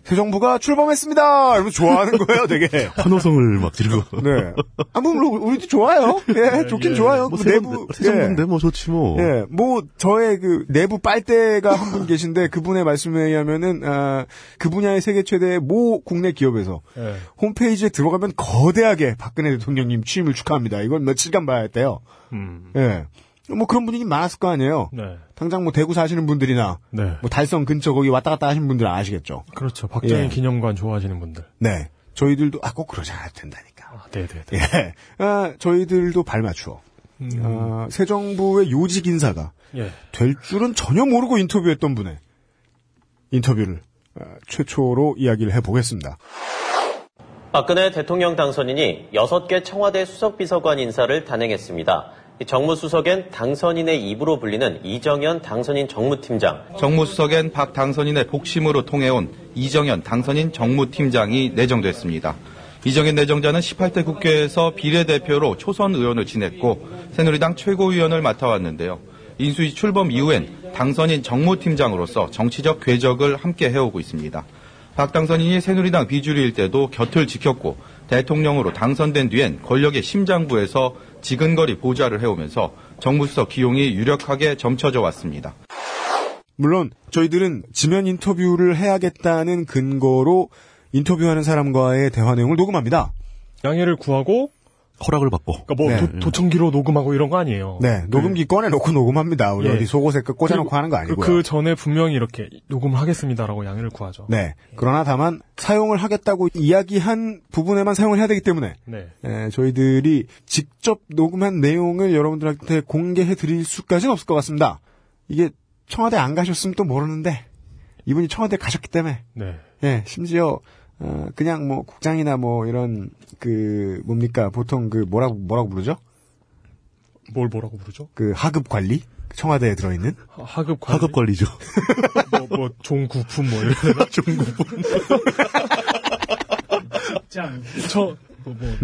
새 정부가 출범했습니다. 이러면서 좋아하는 거예요, 되게.
환호성을 막 들고.
네. 아, 뭐, 물론 우리도 좋아요. 예, 좋긴
예.
좋아요.
뭐
그
세정부,
예.
세정부인데 뭐 좋지 뭐.
예, 뭐 저의 그 내부 빨대가 한 분 계신데 그분의 말씀에 의하면은 아, 그 분야의 세계 최대의 모 국내 기업에서
예.
홈페이지에 들어가면 거대하게 박근혜 대통령님 취임을 축하합니다. 이건 며칠간 봐야 했대요.
음.
예, 뭐 그런 분위기 많았을 거 아니에요.
네.
당장 뭐 대구 사시는 분들이나
네.
뭐 달성 근처 거기 왔다 갔다 하시는 분들은 아시겠죠.
그렇죠. 박정희
예.
기념관 좋아하시는 분들.
네. 저희들도 아 꼭 그러지 않아도 된다니까.
아, 네, 네, 네.
예. 아, 저희들도 발맞추어.
음.
아, 새 정부의 요직 인사가
예.
될 줄은 전혀 모르고 인터뷰했던 분의 인터뷰를 아, 최초로 이야기를 해보겠습니다.
박근혜 대통령 당선인이 6개 청와대 수석비서관 인사를 단행했습니다. 이 정무수석엔 당선인의 입으로 불리는 이정현 당선인 정무팀장,
정무수석엔 박 당선인의 복심으로 통해온 이정현 당선인 정무팀장이 내정됐습니다. 이정현 내정자는 18대 국회에서 비례대표로 초선 의원을 지냈고 새누리당 최고위원을 맡아왔는데요. 인수위 출범 이후엔 당선인 정무팀장으로서 정치적 궤적을 함께 해오고 있습니다. 박 당선인이 새누리당 비주류일 때도 곁을 지켰고 대통령으로 당선된 뒤엔 권력의 심장부에서 지근거리 보좌를 해오면서 정무수석 기용이 유력하게 점쳐져 왔습니다.
물론 저희들은 지면 인터뷰를 해야겠다는 근거로 인터뷰하는 사람과의 대화 내용을 녹음합니다.
양해를 구하고
허락을 받고.
그러니까 뭐
네.
도, 청기로 녹음하고 이런 거 아니에요.
네, 녹음기 꺼내놓고 녹음합니다. 우리
어, 그 예.
어디 속옷에 그 꽂아놓고
그리고
하는 거
그,
아니고요.
그 전에 분명히 이렇게 녹음을 하겠습니다라고 양해를 구하죠.
네, 그러나 다만 사용을 하겠다고 이야기한 부분에만 사용을 해야 되기 때문에
네.
예, 저희들이 직접 녹음한 내용을 여러분들한테 공개해 드릴 수까지는 없을 것 같습니다. 이게 청와대 안 가셨으면 또 모르는데 이분이 청와대 가셨기 때문에
네.
예, 심지어 어, 그냥 뭐 국장이나 뭐 이런 그 뭡니까 보통 그 뭐라고 뭐라고 부르죠?
뭘 뭐라고 부르죠?
그 하급 관리 청와대에 들어있는
하- 하급 관리,
하급 관리죠.
뭐, 뭐 종구품 뭐 이런 종구품 저뭐정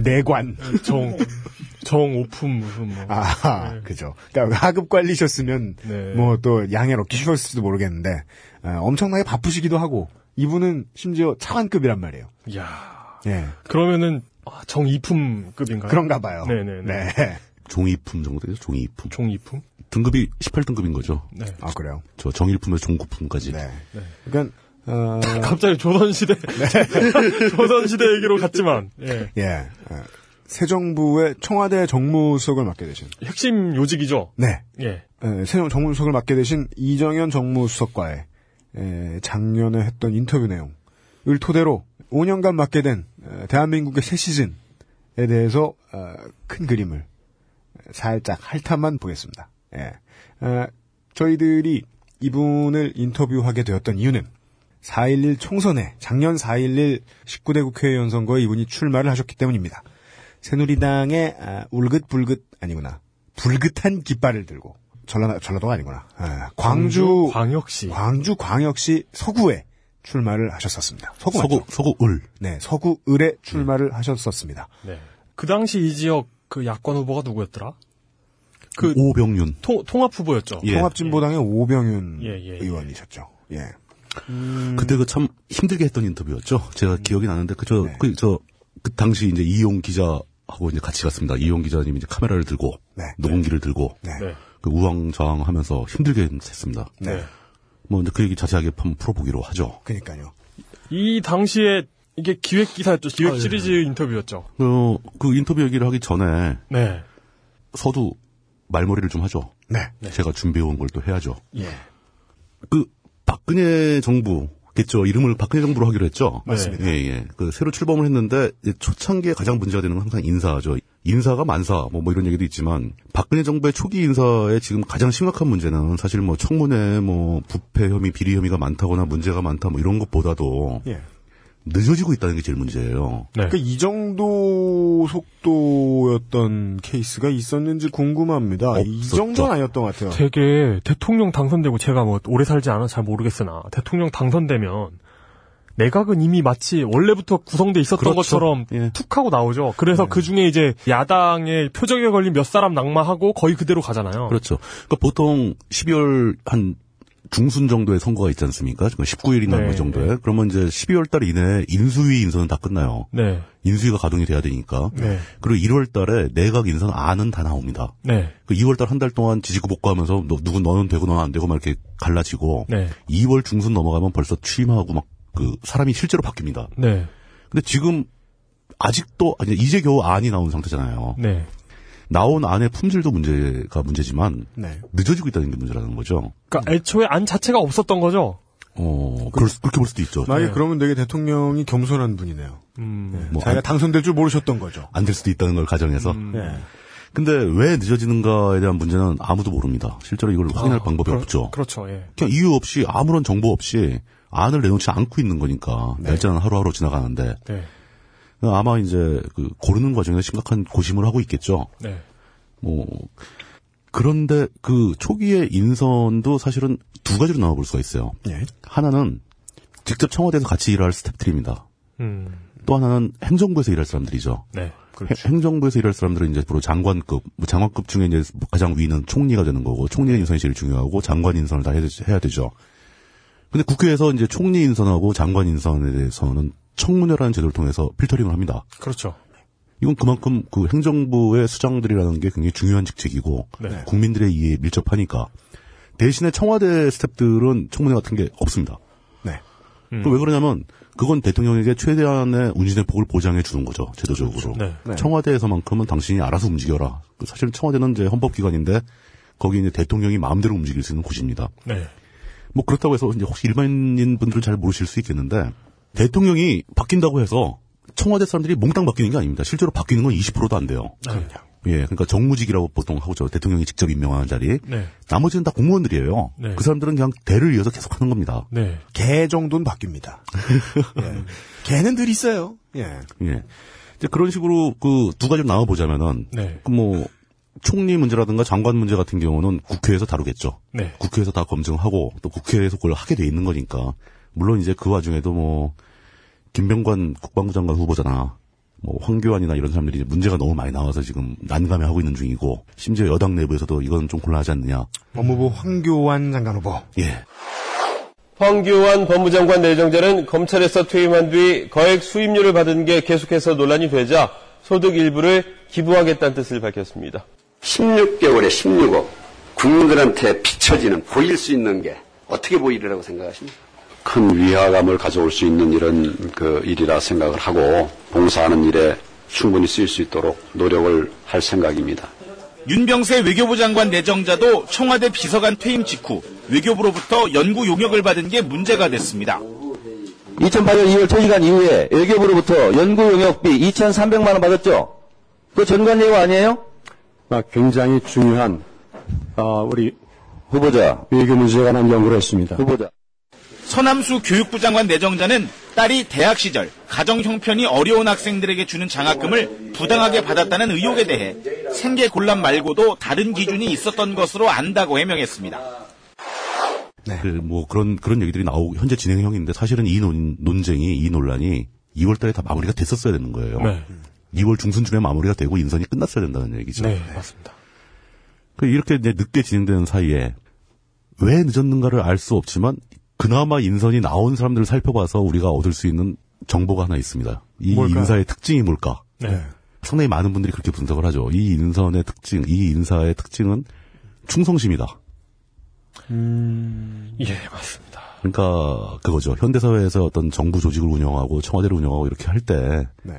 내관.
정오품 무슨 뭐
아, 그죠. 그러니까 하급 관리셨으면
네.
뭐 또 양해를 얻기 쉬웠을지도 모르겠는데 아, 엄청나게 바쁘시기도 하고 이분은 심지어 차관급이란 말이에요.
야
예,
그러면은 아, 정이품급인가요?
그런가 봐요.
네네네.
네.
종이품 정도 되죠. 종이품.
종이품?
등급이 18등급인 거죠.
네.
아 그래요.
저 정일품에서 종구품까지.
네. 그러니까 어,
갑자기 조선시대 조선시대 얘기로 갔지만 예.
예, 예. 새 정부의 청와대 정무수석을 맡게 되신.
핵심 요직이죠.
네.
예.
예, 새로운 정무수석을 맡게 되신 이정현 정무수석과의 예, 작년에 했던 인터뷰 내용을 토대로 5년간 맡게 된 예, 대한민국의 새 시즌에 대해서 어, 큰 그림을 살짝 핥아만 보겠습니다. 예. 아, 저희들이 이분을 인터뷰하게 되었던 이유는 4.11 총선에 작년 4.11 19대 국회의원 선거에 이분이 출마를 하셨기 때문입니다. 새누리당의 아, 울긋불긋 아니구나 불긋한 깃발을 들고 전라 전라도가 아니구나 아, 광주
광역시.
광주 광역시 서구에 출마를 하셨었습니다. 서구 음.
서구,
맞죠?
서구을.
네 서구 을에 출마를 하셨었습니다.
네. 그 당시 이 지역 그 야권 후보가 누구였더라? 그-
오병윤.
통, 통합 후보였죠.
예.
통합진보당의 오병윤
예, 예, 예.
의원이셨죠. 예. 음.
그때 그 참 힘들게 했던 인터뷰였죠. 제가 기억이 나는데 그 저 그 저
네.
그 당시 이제 이용 기자하고 이제 같이 갔습니다. 이용 기자님이 이제 카메라를 들고
네.
녹음기를 들고
네.
네.
그 우왕좌왕하면서 힘들게 했습니다.
네.
뭐 이제 그 얘기 자세하게 한번 풀어보기로 하죠.
그러니까요.
이 당시에 이게 기획 기사였죠. 기획
아, 예.
시리즈 인터뷰였죠.
어, 그 인터뷰 얘기를 하기 전에
네.
서두 말머리를 좀 하죠.
네.
제가 준비해온 걸 또 해야죠.
예.
그 박근혜 정부겠죠. 이름을 박근혜 정부로 하기로 했죠.
맞습니다.
예, 예. 그 새로 출범을 했는데 이제 초창기에 가장 문제가 되는 건 항상 인사죠. 인사가 만사 뭐, 뭐 이런 얘기도 있지만 박근혜 정부의 초기 인사에 지금 가장 심각한 문제는 사실 뭐 청문회 뭐 부패 혐의 비리 혐의가 많다거나 문제가 많다 뭐 이런 것보다도
예.
늦어지고 있다는 게 제일 문제예요.
네.
그러니까 이 정도 속도였던 케이스가 있었는지 궁금합니다. 이
없었죠.
정도는 아니었던 것 같아요.
되게 대통령 당선되고 제가 뭐 오래 살지 않아 잘 모르겠으나 대통령 당선되면 내각은 이미 마치 원래부터 구성돼 있었던
그렇죠.
것처럼
예. 네.
툭 하고 나오죠. 그래서 그 중에 이제 야당의 표적에 걸린 몇 사람 낙마하고 거의 그대로 가잖아요.
그렇죠. 그러니까 보통 12월 한 중순 정도에 선거가 있지 않습니까? 19일이나
네,
뭐 정도에. 그러면 이제 12월 달 이내에 인수위 인선은 다 끝나요.
네.
인수위가 가동이 돼야 되니까.
네.
그리고 1월 달에 내각 인선 안은 다 나옵니다.
네.
그 2월 달 한 달 동안 지지고 복구하면서 너, 누군 너는 되고 너는 안 되고 막 이렇게 갈라지고
네.
2월 중순 넘어가면 벌써 취임하고 막 그 사람이 실제로 바뀝니다.
네.
근데 지금 아직도 아니 이제 겨우 안이 나온 상태잖아요.
네.
나온 안의 품질도 문제가 문제지만
네.
늦어지고 있다는 게 문제라는 거죠.
그러니까 애초에 안 자체가 없었던 거죠.
어, 그럴 수- 그렇게 볼 수도 있죠.
만약에 그러면 되게 대통령이 겸손한 분이네요.
음.
네.
뭐
자기가 당선될 줄 모르셨던 거죠.
안 될 수도 있다는 걸 가정해서.
음.
네.
근데 왜 늦어지는가에 대한 문제는 아무도 모릅니다. 실제로 이걸 확인할 방법이
아, 그렇-
없죠.
그렇죠. 예.
그냥 이유 없이 아무런 정보 없이 안을 내놓지 않고 있는 거니까 날짜는 하루하루 지나가는데
네.
아마 이제 그 고르는 과정에서 심각한 고심을 하고 있겠죠.
네.
뭐 그런데 그 초기의 인선도 사실은 두 가지로 나눠볼 수가 있어요.
예.
하나는 직접 청와대에서 같이 일할 스태프들입니다.
음.
또 하나는 행정부에서 일할 사람들이죠.
네.
해- 행정부에서 일할 사람들은 이제 주로 장관급, 뭐 장관급 중에 이제 가장 위는 총리가 되는 거고, 총리의 인선이 제일 중요하고, 장관 인선을 다 해야, 되- 해야 되죠. 근데 국회에서 이제 총리 인선하고 장관 인선에 대해서는 청문회라는 제도를 통해서 필터링을 합니다.
그렇죠.
이건 그만큼 그 행정부의 수장들이라는 게 굉장히 중요한 직책이고,
네.
국민들의 이해에 밀접하니까, 대신에 청와대 스탭들은 청문회 같은 게 없습니다.
네.
음.
그럼 왜 그러냐면 그건 대통령에게 최대한의 운신의 폭을 보장해 주는 거죠 제도적으로.
네.
네.
청와대에서만큼은 당신이 알아서 움직여라. 그 사실 청와대는 이제 헌법기관인데 거기 이제 대통령이 마음대로 움직일 수 있는 곳입니다.
네.
뭐 그렇다고 해서 이제 혹시 일반인 분들은 잘 모르실 수 있겠는데 대통령이 바뀐다고 해서 청와대 사람들이 몽땅 바뀌는 게 아닙니다. 실제로 바뀌는 건 20%도 안 돼요. 예, 그러니까 정무직이라고 보통 하고죠. 대통령이 직접 임명하는 자리.
네.
나머지는 다 공무원들이에요.
네.
그 사람들은 그냥 대를 이어서 계속 하는 겁니다.
네.
개 정도는 바뀝니다. 예. 개는 늘 있어요. 예.
예. 이제 그런 식으로 그 두 가지로 나눠 보자면은
네.
그 뭐 총리 문제라든가 장관 문제 같은 경우는 국회에서 다루겠죠.
네.
국회에서 다 검증하고 또 국회에서 그걸 하게 돼 있는 거니까 물론 이제 그 와중에도 뭐 김병관 국방부 장관 후보잖아. 뭐 황교안이나 이런 사람들이 이제 문제가 너무 많이 나와서 지금 난감해 하고 있는 중이고 심지어 여당 내부에서도 이건 좀 곤란하지 않느냐.
법무부 황교안 장관 후보.
예.
황교안 법무장관 내정자는 검찰에서 퇴임한 뒤 거액 수임료를 받은 게 계속해서 논란이 되자 소득 일부를 기부하겠다는 뜻을 밝혔습니다.
16개월에 16억 국민들한테 비춰지는 보일 수 있는 게 어떻게 보이리라고 생각하십니까? 큰 위화감을 가져올 수 있는 이런 그 일이라 생각을 하고 봉사하는 일에 충분히 쓰일 수 있도록 노력을 할 생각입니다.
윤병세 외교부 장관 내정자도 청와대 비서관 퇴임 직후 외교부로부터 연구 용역을 받은 게 문제가 됐습니다.
2008년 2월 퇴직한 이후에 외교부로부터 연구 용역비 2,300만 원 받았죠? 그 전관 예우 아니에요?
아, 굉장히 중요한 어, 우리
후보자
외교 문제에 관한 연구를 했습니다.
후보자
서남수 교육부 장관 내정자는 딸이 대학 시절 가정 형편이 어려운 학생들에게 주는 장학금을 부당하게 받았다는 의혹에 대해 생계 곤란 말고도 다른 기준이 있었던 것으로 안다고 해명했습니다.
네.
그 뭐 그런 그런 얘기들이 나오고 현재 진행형인데 사실은 이 논, 논쟁이 이 논란이 2월달에 다 마무리가 됐었어야 되는 거예요.
네.
2월 중순쯤에 마무리가 되고 인선이 끝났어야 된다는 얘기죠.
네. 맞습니다.
그 이렇게 이제 늦게 진행되는 사이에 왜 늦었는가를 알 수 없지만 그나마 인선이 나온 사람들을 살펴봐서 우리가 얻을 수 있는 정보가 하나 있습니다. 이
뭘까요?
인사의 특징이 뭘까?
네.
상당히 많은 분들이 그렇게 분석을 하죠. 이 인선의 특징, 이 인사의 특징은 충성심이다.
예, 맞습니다.
그러니까 그거죠. 현대 사회에서 어떤 정부 조직을 운영하고 청와대를 운영하고 이렇게 할 때
네.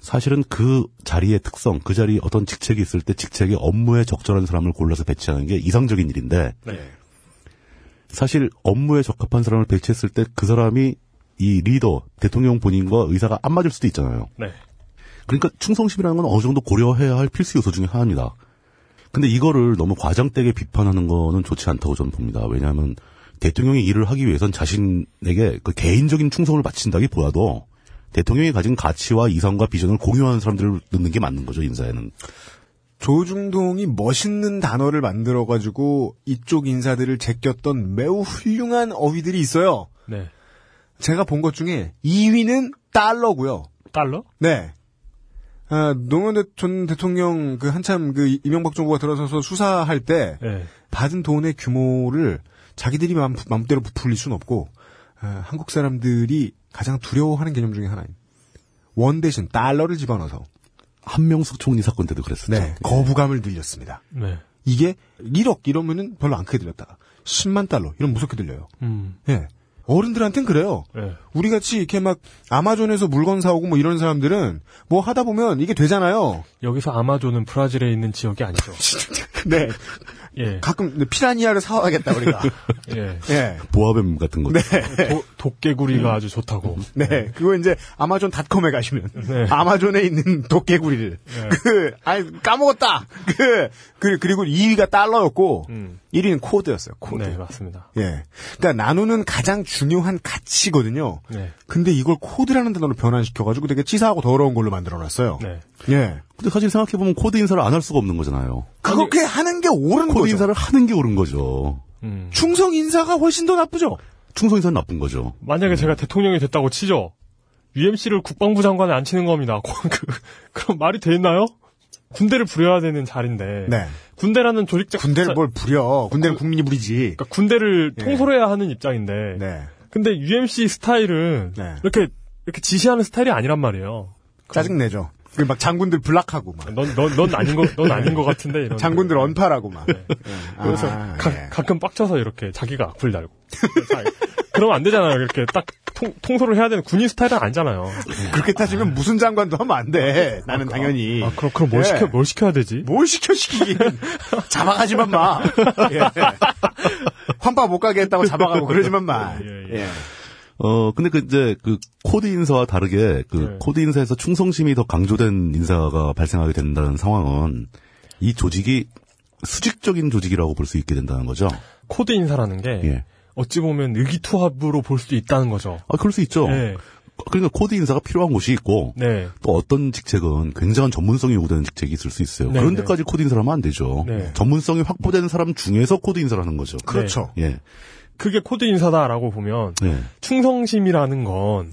사실은 그 자리의 특성, 그 자리 어떤 직책이 있을 때 직책의 업무에 적절한 사람을 골라서 배치하는 게 이상적인 일인데
네.
사실 업무에 적합한 사람을 배치했을 때 그 사람이 이 리더 대통령 본인과 의사가 안 맞을 수도 있잖아요.
네.
그러니까 충성심이라는 건 어느 정도 고려해야 할 필수 요소 중에 하나입니다. 근데 이거를 너무 과장되게 비판하는 거는 좋지 않다고 저는 봅니다. 왜냐하면 대통령이 일을 하기 위해선 자신에게 그 개인적인 충성을 바친다기보다도 대통령이 가진 가치와 이상과 비전을 공유하는 사람들을 넣는 게 맞는 거죠 인사에는.
조중동이 멋있는 단어를 만들어가지고 이쪽 인사들을 제꼈던 매우 훌륭한 어휘들이 있어요.
네.
제가 본 것 중에 2위는 달러고요.
달러?
네. 아, 노무현 대- 전 대통령 그 한참 그 이명박 정부가 들어서서 수사할 때
네.
받은 돈의 규모를 자기들이 마음, 마음대로 부풀릴 순 없고 아, 한국 사람들이 가장 두려워하는 개념 중에 하나인 원 대신 달러를 집어넣어서
한명숙 총리 사건 때도 그랬었죠.
네, 거부감을 늘렸습니다.
네.
이게 1억 이러면은 별로 안 크게 들렸다가 10만 달러 이런 무섭게 들려요.
음.
예. 어른들한텐 그래요. 우리 같이 이렇게 막 아마존에서 물건 사오고 뭐 이런 사람들은 뭐 하다 보면 이게 되잖아요.
여기서 아마존은 브라질에 있는 지역이 아니죠.
네.
예.
가끔 피라니아를 사와야겠다 우리가.
예.
예.
보아뱀 같은 거.
네.
도, 깨구리가 아주 좋다고.
네, 그거 이제 아마존닷컴에 가시면 아마존에 있는 도깨구리를 그 아니 까먹었다 그, 그 그리고 2위가 달러였고 1위는 코드였어요. 코드.
네, 맞습니다.
예, 그러니까 나누는 가장 중요한 가치거든요.
네.
근데 이걸 코드라는 단어로 변환시켜가지고 되게 치사하고 더러운 걸로 만들어놨어요.
네.
예.
근데 사실 생각해보면 코드 인사를 안 할 수가 없는 거잖아요.
그렇게 하는 게 옳은
코드
거죠.
인사를 하는 게 옳은 거죠.
충성 인사가 훨씬 더 나쁘죠.
충성 인사는 나쁜 거죠.
만약에 제가 대통령이 됐다고 치죠. UMC를 국방부 장관에 안 치는 겁니다. 그, 그럼 말이 되나요? 군대를 부려야 되는 자리인데.
네.
군대라는 조직적
군대를 뭘 예. 부려? 군대는 국민이 부리지.
그- 그러니까 군대를 통솔해야 하는 입장인데.
네.
근데 UMC 스타일은 이렇게 이렇게 지시하는 스타일이 아니란 말이에요.
짜증 내죠. 그 막 장군들 블락하고 막.
넌 넌 넌 아닌 거넌 아닌 것 같은데 이런.
장군들 언팔하고 막.
네. 그래서
아,
가, 가끔 빡쳐서 이렇게 자기가 악플 달고. 자, 그러면 안 되잖아요. 이렇게 딱 통, 통솔을 해야 되는 군인 스타일은 아니잖아요.
그렇게 따지면 무슨 장관도 하면 안 돼. 나는 당연히.
아, 그럼, 그럼 뭘
예.
시켜, 뭘 시켜야 되지?
뭘 시켜 시키긴. 잡아가지만 마. 예. 환빠 못 가게 했다고 잡아가고 그러지만 마. 예.
어, 근데 그 이제 그 코드 인사와 다르게 그
네.
코드 인사에서 충성심이 더 강조된 인사가 발생하게 된다는 상황은 이 조직이 수직적인 조직이라고 볼 수 있게 된다는 거죠.
코드 인사라는 게
예.
어찌 보면 의기투합으로 볼 수도 있다는 거죠.
아, 그럴 수 있죠.
예.
그러니까 코드 인사가 필요한 곳이 있고
네.
또 어떤 직책은 굉장한 전문성이 요구되는 직책이 있을 수 있어요.
네,
그런
네.
데까지 코드 인사를 하면 안 되죠.
네.
전문성이 확보된 사람 중에서 코드 인사를 하는 거죠.
그렇죠.
예.
그게 코드 인사다라고 보면
예.
충성심이라는 건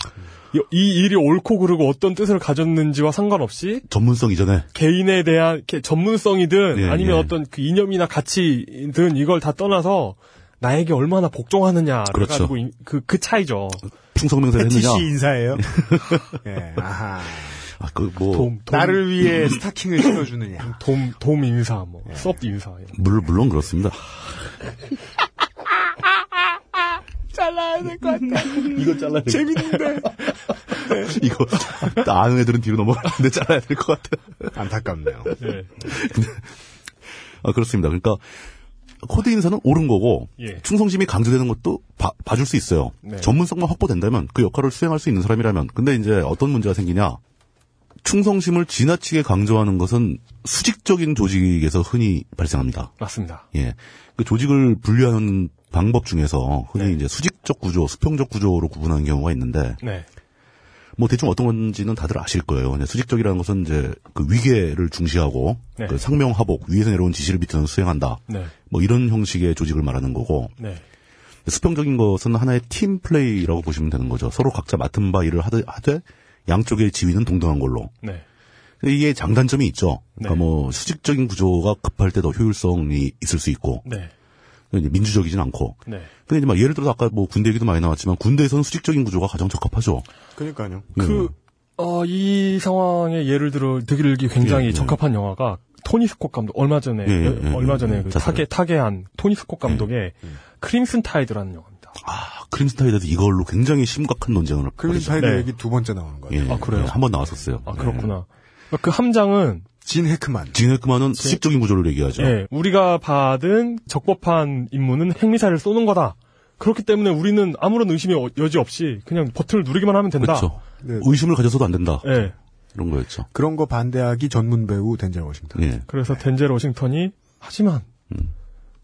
이- 이 일이 옳고 그르고 어떤 뜻을 가졌는지와 상관없이
전문성 이전에
개인에 대한 이렇게 전문성이든
예,
아니면
예.
어떤 그 이념이나 가치든 이걸 다 떠나서 나에게 얼마나 복종하느냐 를
그렇죠.
가지고 인- 그, 그 차이죠. 음,
충성맹세를
네,
했느냐.
패티시 인사예요. 네.
아, 그 뭐.
예. 나를 위해 스타킹을 신어주느냐.
돔, 돔 인사, 뭐,
예.
서브 인사. 이런.
물론, 물론 그렇습니다.
잘라야 될 것 같아.
이거 잘라야 될
재밌는데. 네.
이거 나 아는 애들은 뒤로 넘어가는데 잘라야 될 것 같아.
안타깝네요.
예.
아, 그렇습니다. 그러니까 코드 인사는 옳은 거고
예.
충성심이 강조되는 것도 봐, 줄수 있어요.
네.
전문성만 확보된다면 그 역할을 수행할 수 있는 사람이라면. 근데 이제 어떤 문제가 생기냐? 충성심을 지나치게 강조하는 것은 수직적인 조직에서 흔히 발생합니다.
맞습니다.
예. 그 조직을 분류하는 방법 중에서 흔히
네.
이제 수직적 구조, 수평적 구조로 구분하는 경우가 있는데
네.
뭐 대충 어떤 건지는 다들 아실 거예요. 근데 수직적이라는 것은 이제 그 위계를 중시하고
네.
그 상명하복 위에서 내려온 지시를 비트는 수행한다.
네.
뭐 이런 형식의 조직을 말하는 거고
네.
수평적인 것은 하나의 팀 플레이라고 보시면 되는 거죠. 서로 각자 맡은 바 일을 하되, 하되 양쪽의 지위는 동등한 걸로.
네.
근데 이게 장단점이 있죠. 그러니까 뭐 수직적인 구조가 급할 때 더 효율성이 있을 수 있고
네.
이제 민주적이진 않고.
네.
근데 이제 막 예를 들어서 아까 뭐 군대 얘기도 많이 나왔지만 군대에서는 수직적인 구조가 가장 적합하죠. 네.
그러니까요.
그, 어, 이 상황에 예를 들어 드릴기 굉장히 적합한 영화가 토니 스콧 감독 얼마 전에
예, 예,
어, 얼마
예,
전에
예,
그
자살.
타계 타계한 토니 스콧 감독의 크림슨 타이드라는 영화입니다.
아, 크림스타이드도 이걸로 굉장히 심각한 논쟁을
크림스타이드
벌이죠.
얘기 두 번째 나오는 네. 거예요.
예,
아, 그래요?
한번 나왔었어요. 예.
아 그렇구나. 그 함장은
진 해크만.
진핵그만은 수직적인 구조를 얘기하죠.
예, 우리가 받은 적법한 임무는 핵미사를 쏘는 거다. 그렇기 때문에 우리는 아무런 의심의 어- 여지 없이 그냥 버튼을 누르기만 하면 된다.
그렇죠.
네.
의심을 가져서도 안 된다.
예.
이런 거였죠.
그런 거 반대하기 전문 배우 덴젤 워싱턴.
예.
그래서 덴젤 워싱턴이 하지만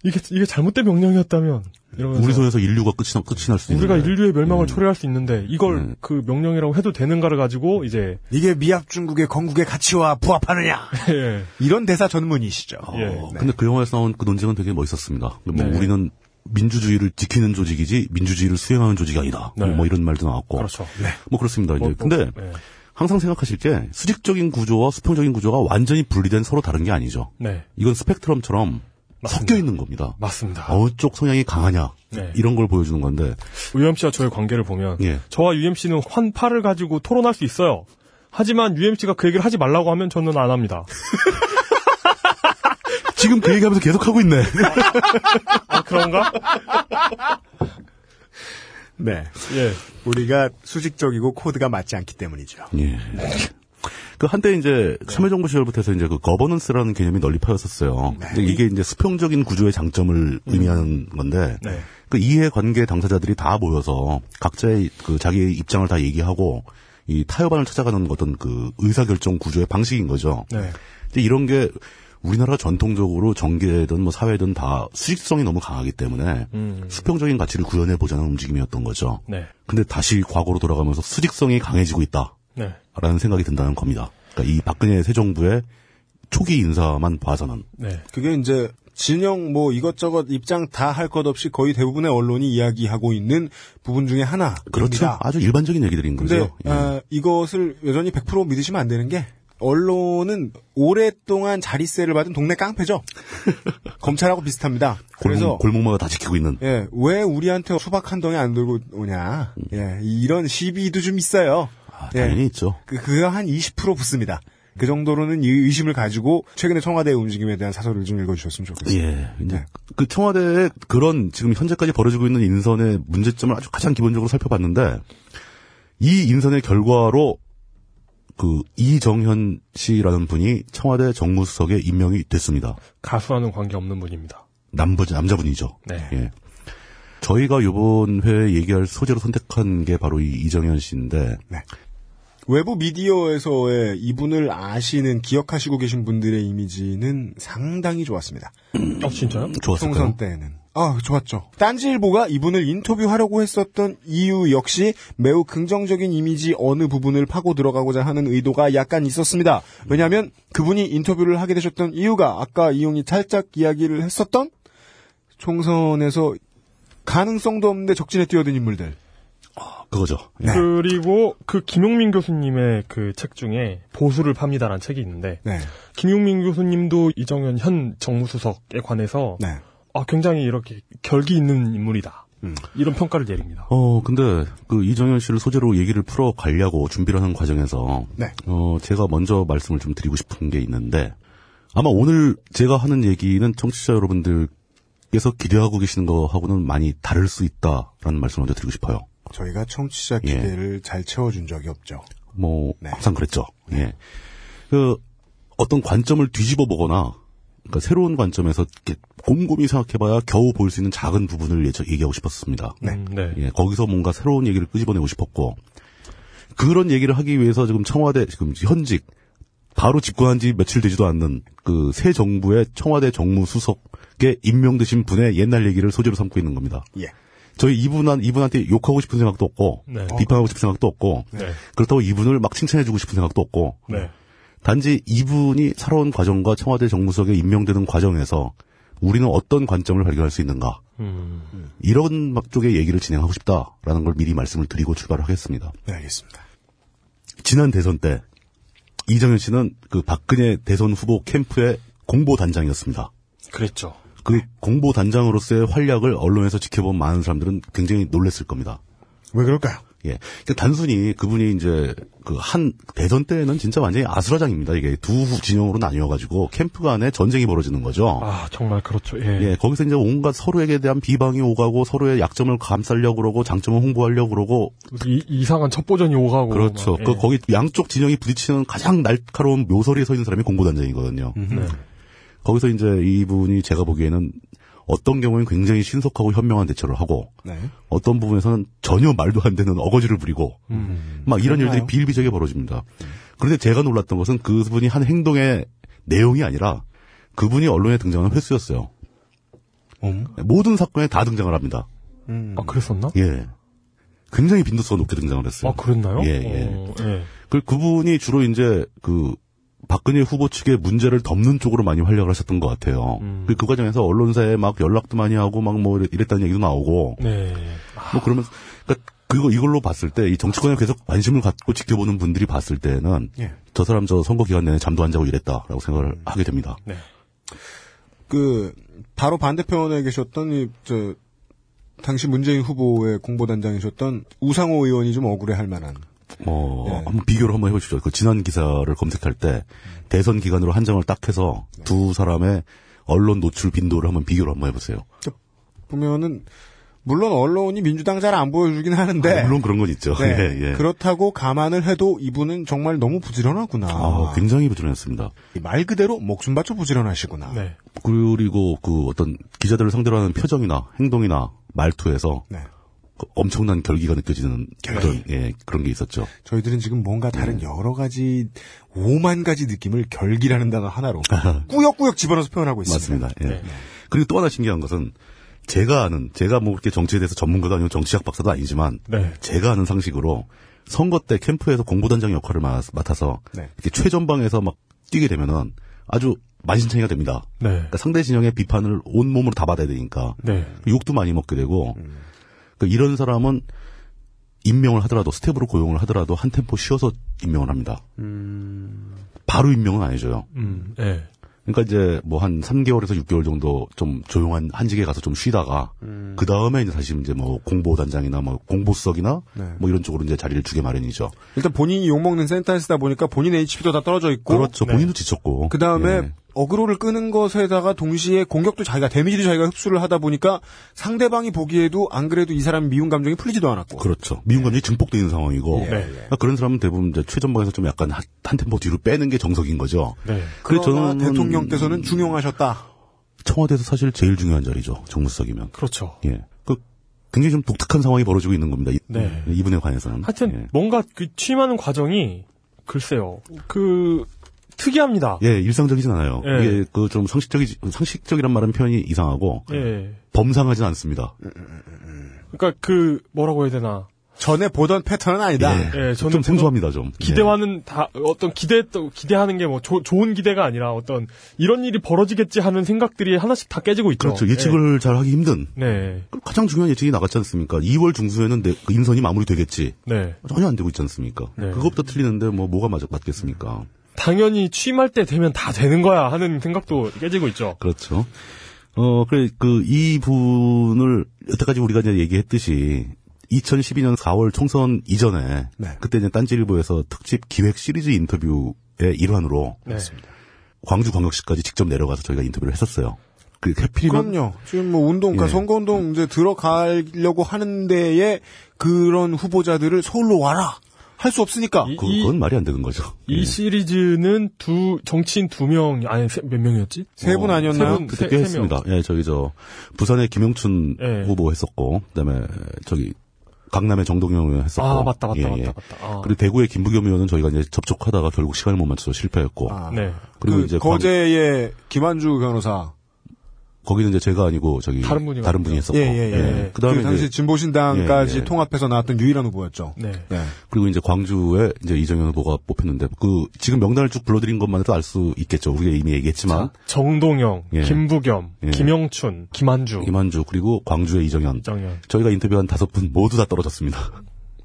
이게 이게 잘못된 명령이었다면 이러면서
음. 우리 음. 손에서 인류가 끝이, 나- 끝이 날 수도 있는
우리가
거예요.
인류의 멸망을 초래할 수 있는데 이걸
음.
그 명령이라고 해도 되는가를 가지고 이제
이게 미합 중국의 건국의 가치와 부합하느냐.
예.
이런 대사 전문이시죠.
어,
네.
근데 그 영화에서 나온 그 논쟁은 되게 멋있었습니다. 뭐
네.
우리는 민주주의를 지키는 조직이지 민주주의를 수행하는 조직이 아니다.
네.
뭐 이런 말도 나왔고.
그렇죠.
뭐 그렇습니다. 이제 근데
네.
항상 생각하실 게 수직적인 구조와 수평적인 구조가 완전히 분리된 서로 다른 게 아니죠.
네.
이건 스펙트럼처럼 섞여 있는 겁니다. 아,
맞습니다.
어느 쪽 성향이 강하냐
네.
이런 걸 보여주는 건데
UMC와 저의 관계를 보면
예.
저와 UMC는 환파를 가지고 토론할 수 있어요. 하지만 UMC가 그 얘기를 하지 말라고 하면 저는 안 합니다.
지금 그 얘기하면서 계속 하고 있네.
아, 그런가?
네.
예.
우리가 수직적이고 코드가 맞지 않기 때문이죠.
예. 그 한때 이제 참여정부 시절부터 해서 이제 그 거버넌스라는 개념이 널리 퍼졌었어요.
네.
근데 이게 이제 수평적인 구조의 장점을 의미하는 건데
음. 네.
그 이해 관계 당사자들이 다 모여서 각자의 그 자기의 입장을 다 얘기하고 이 타협안을 찾아가는 어떤 그 의사결정 구조의 방식인 거죠.
네.
근데 이런 게 우리나라가 전통적으로 정계든 뭐 사회든 다 수직성이 너무 강하기 때문에
음.
수평적인 가치를 구현해 보자는 움직임이었던 거죠.
네.
근데 다시 과거로 돌아가면서 수직성이 강해지고 있다.
네.
라는 생각이 든다는 겁니다. 그러니까 이 박근혜 새 정부의 초기 인사만 봐서는
네.
그게 이제 진영 뭐 이것저것 입장 다 할 것 없이 거의 대부분의 언론이 이야기하고 있는 부분 중에 하나.
그렇죠. 아주 일반적인 얘기들인
근데
거죠. 예.
아, 이것을 여전히 100% 믿으시면 안 되는 게 언론은 오랫동안 자리세를 받은 동네 깡패죠. 검찰하고 비슷합니다. 그래서
골목, 골목마다 다 지키고 있는
예, 왜 우리한테 수박 한 덩이 안 들고 오냐. 예, 이런 시비도 좀 있어요.
아, 당연히
예,
있죠.
그, 그거 한 20% 붙습니다. 그 정도로는 이 의심을 가지고 최근에 청와대의 움직임에 대한 사설을 좀 읽어주셨으면 좋겠습니다.
예. 이제 그 청와대의 그런 지금 현재까지 벌어지고 있는 인선의 문제점을 아주 가장 기본적으로 살펴봤는데 이 인선의 결과로 그 이정현 씨라는 분이 청와대 정무수석에 임명이 됐습니다.
가수와는 관계없는 분입니다.
남부 남자분이죠.
네.
예. 저희가 요번 회에 얘기할 소재로 선택한 게 바로 이 이정현 씨인데
네. 외부 미디어에서의 이분을 아시는, 기억하시고 계신 분들의 이미지는 상당히 좋았습니다.
어, 진짜요?
총선 때는. 아, 좋았죠. 딴지일보가 이분을 인터뷰하려고 했었던 이유 역시 매우 긍정적인 이미지 어느 부분을 파고 들어가고자 하는 의도가 약간 있었습니다. 왜냐하면 그분이 인터뷰를 하게 되셨던 이유가 아까 이용이 살짝 이야기를 했었던 총선에서 가능성도 없는데 적진에 뛰어든 인물들.
그거죠. 예.
네.
그리고 그 김용민 교수님의 그 책 중에 보수를 팝니다라는 책이 있는데
네.
김용민 교수님도 이정현 현 정무수석에 관해서
네.
아, 굉장히 이렇게 결기 있는 인물이다. 이런 평가를 내립니다.
음. 어 근데 그 이정현 씨를 소재로 얘기를 풀어 가려고 준비를 하는 과정에서
네.
어 제가 먼저 말씀을 좀 드리고 싶은 게 있는데 아마 오늘 제가 하는 얘기는 청취자 여러분들께서 기대하고 계시는 거하고는 많이 다를 수 있다라는 말씀을 먼저 드리고 싶어요.
저희가 청취자
예.
기대를 잘 채워준 적이 없죠.
뭐 항상 그랬죠. 예. 그 어떤 관점을 뒤집어 보거나 그러니까 새로운 관점에서 이렇게 곰곰이 생각해봐야 겨우 볼 수 있는 작은 부분을 예저- 얘기하고 싶었습니다.
음, 네.
예, 거기서 뭔가 새로운 얘기를 끄집어내고 싶었고 그런 얘기를 하기 위해서 지금 청와대 지금 현직 바로 집권한 지 며칠 되지도 않는 그 새 정부의 청와대 정무수석에 임명되신 분의 옛날 얘기를 소재로 삼고 있는 겁니다.
예.
저희 이분한 이분한테 욕하고 싶은 생각도 없고
네.
비판하고 싶은 생각도 없고
네.
그렇다고 이분을 막 칭찬해주고 싶은 생각도 없고
네.
단지 이분이 살아온 과정과 청와대 정무석에 임명되는 과정에서 우리는 어떤 관점을 발견할 수 있는가 이런 막 쪽의 얘기를 진행하고 싶다라는 걸 미리 말씀을 드리고 출발을 하겠습니다.
네, 알겠습니다.
지난 대선 때 이정현 씨는 그 박근혜 대선 후보 캠프의 공보 단장이었습니다.
그랬죠.
그 공보 단장으로서의 활약을 언론에서 지켜본 많은 사람들은 굉장히 놀랐을 겁니다.
왜 그럴까요?
예. 그러니까 단순히 그분이 이제 그 한 대선 때는 진짜 완전히 아수라장입니다. 이게 두 후- 진영으로 나뉘어가지고 캠프 간에 전쟁이 벌어지는 거죠.
아, 정말 그렇죠. 예.
예, 거기서 이제 온갖 서로에게 대한 비방이 오가고 서로의 약점을 감싸려고 그러고 장점을 홍보하려고 그러고
이, 상한 첩보전이 오가고.
그렇죠.
막, 예.
그 거기 양쪽 진영이 부딪히는 가장 날카로운 묘설에 서 있는 사람이 공보단장이거든요.
네.
거기서 이제 이분이 제가 보기에는 어떤 경우에는 굉장히 신속하고 현명한 대처를 하고
네.
어떤 부분에서는 전혀 말도 안 되는 어거지를 부리고
음.
막 이런
그런가요? 네.
일들이 비일비재하게 벌어집니다. 그런데 제가 놀랐던 것은 그분이 한 행동의 내용이 아니라 그분이 언론에 등장하는 횟수였어요.
음.
모든 사건에 다 등장을 합니다.
아, 그랬었나?
예. 굉장히 빈도수가 높게 등장을 했어요.
아, 그랬나요?
예, 예.
어, 예.
그 그분이 주로 이제 그 박근혜 후보 측의 문제를 덮는 쪽으로 많이 활약을 하셨던 것 같아요.
음.
그, 그 과정에서 언론사에 막 연락도 많이 하고 막 뭐 이랬다는 얘기도 나오고
네.
아.
뭐 그러면서 그러니까 그거 이걸로 봤을 때 이 정치권에 계속 관심을 갖고 지켜보는 분들이 봤을 때는
예. 음.
저 사람 저 선거 기간 내내 잠도 안 자고 이랬다라고 생각을 하게 됩니다.
네.
그 바로 반대편에 계셨던 이, 저 당시 문재인 후보의 공보단장이셨던 우상호 의원이 좀 억울해할 만한.
어,
예.
한번 비교를 한번 해보시죠. 그 지난 기사를 검색할 때
음.
대선 기간으로 한 장을 딱 해서
네.
두 사람의 언론 노출 빈도를 한번 비교를 한번 해보세요.
보면은 물론 언론이 민주당 잘 안 보여주긴 하는데.
아, 물론 그런 건 있죠.
네.
예, 예.
그렇다고 감안을 해도 이분은 정말 너무 부지런하구나.
아, 굉장히 부지런했습니다.
말 그대로 목숨 바쳐 부지런하시구나.
그리고 그 어떤 기자들을 상대로 하는 표정이나 행동이나 말투에서
네.
그 엄청난 결기가 느껴지는 그런, 예, 그런 게 있었죠.
저희들은 지금 뭔가 다른 여러 가지 오만 가지 느낌을 결기라는 단어 하나로 꾸역꾸역 집어넣어서 표현하고 있습니다. 네.
맞습니다. 예. 그리고 또 하나 신기한 것은 제가 아는 제가 뭐 그렇게 정치에 대해서 전문가가 아니고 정치학 박사도 아니지만
네.
제가 아는 상식으로 선거 때 캠프에서 공보단장 역할을 마- 맡아서
네.
이렇게 최전방에서 막 뛰게 되면은 아주 만신창이가 됩니다.
네.
그러니까 상대 진영의 비판을 온 몸으로 다 받아야 되니까
네.
욕도 많이 먹게 되고
음.
그러니까 이런 사람은 임명을 하더라도 스텝으로 고용을 하더라도 한 템포 쉬어서 임명을 합니다.
음.
바로 임명은 안 해줘요.
음, 예.
그러니까 이제 뭐 한 3개월에서 6개월 정도 좀 조용한 한직에 가서 좀 쉬다가 그 다음에 이제 사실 이제 뭐 공보단장이나 뭐 공보수석이나
네.
뭐 이런 쪽으로 이제 자리를 주게 마련이죠.
일단 본인이 욕먹는 센터에서다 보니까 본인 HP도 다 떨어져 있고.
그렇죠. 본인도 지쳤고.
네. 그 다음에
예.
어그로를 끄는 것에다가 동시에 공격도 자기가 데미지도 자기가 흡수를 하다 보니까 상대방이 보기에도 안 그래도 이 사람 미운 감정이 풀리지도 않았고
그렇죠. 미운 감정이 증폭돼 있는 상황이고
예, 예.
그러니까 그런 사람은 대부분 이제 최전방에서 좀 약간 한, 한 템포 뒤로 빼는 게 정석인 거죠.
네,
그러나
그래서 저는 음.
대통령께서는 중용하셨다.
청와대에서 사실 제일 중요한 자리죠. 정무수석이면.
그렇죠.
예. 그 굉장히 좀 독특한 상황이 벌어지고 있는 겁니다. 이,
네.
분에 관해서는.
하여튼 뭔가 그 취임하는 과정이 글쎄요. 그 특이합니다.
예, 일상적이진 않아요.
예.
이게 그 좀 상식적이 상식적이란 말은 표현이 이상하고
예.
범상하진 않습니다.
그러니까 그 뭐라고 해야 되나?
전에 보던 패턴은 아니다.
예, 저는
좀 생소합니다 좀. 예.
기대와는 다 어떤 기대했던 기대하는 게 뭐 좋은 기대가 아니라 어떤 이런 일이 벌어지겠지 하는 생각들이 하나씩 다 깨지고 있죠.
그렇죠.
예.
예측을 잘 하기 힘든.
네.
그리고 가장 중요한 예측이 나갔지 않습니까? 2월 중순에는 내, 그 인선이 마무리되겠지.
네.
전혀 안 되고 있지 않습니까?
네.
그것부터 틀리는데 뭐 뭐가 맞, 맞겠습니까?
당연히 취임할 때 되면 다 되는 거야 하는 생각도 깨지고 있죠.
그렇죠. 어, 그래, 그, 이 분을, 여태까지 우리가 이제 얘기했듯이, 2012년 4월 총선 이전에, 그때 이제 딴지일보에서 특집 기획 시리즈 인터뷰의 일환으로,
네.
광주 광역시까지 직접 내려가서 저희가 인터뷰를 했었어요. 그, 해필이면.
그럼요. 지금 뭐 운동, 그러니까
예.
선거운동 이제 들어가려고 하는데에 그런 후보자들을 서울로 와라 할 수 없으니까.
이- 이-
그건 말이 안 되는 거죠. 예.
이 시리즈는 두 정치인 두 명 아니 세- 몇 명이었지?
세 분
어,
아니었나요?
세 분,
그때
세-
꽤
세
했습니다. 예, 저기 저, 부산의 김용춘
예.
후보 했었고, 그 다음에 저기, 강남의 정동영 의원 했었고.
아, 맞다, 맞다,
예,
맞다,
예.
맞다. 아.
그리고 대구의 김부겸 의원은 저희가 이제 접촉하다가 결국 시간을 못 맞춰서 실패했고.
네.
그리고 이제 광-
거제의 김한주 변호사.
거기는 이제 제가 아니고 저기
다른 분이
했었고.
예, 예, 예.
그다음에
그 당시
이제-
진보신당까지
예, 예.
통합해서 나왔던 유일한 후보였죠. 예.
네.
그리고 이제 광주에 이제 이정현 후보가 뽑혔는데 그 지금 명단을 쭉 불러드린 것만 해도 알 수 있겠죠. 우리가 이미 얘기했지만
정동영,
예.
김부겸,
예.
김영춘, 김한주.
김한주 그리고 광주의 이정현.
이정현.
저희가 인터뷰한 다섯 분 모두 다 떨어졌습니다.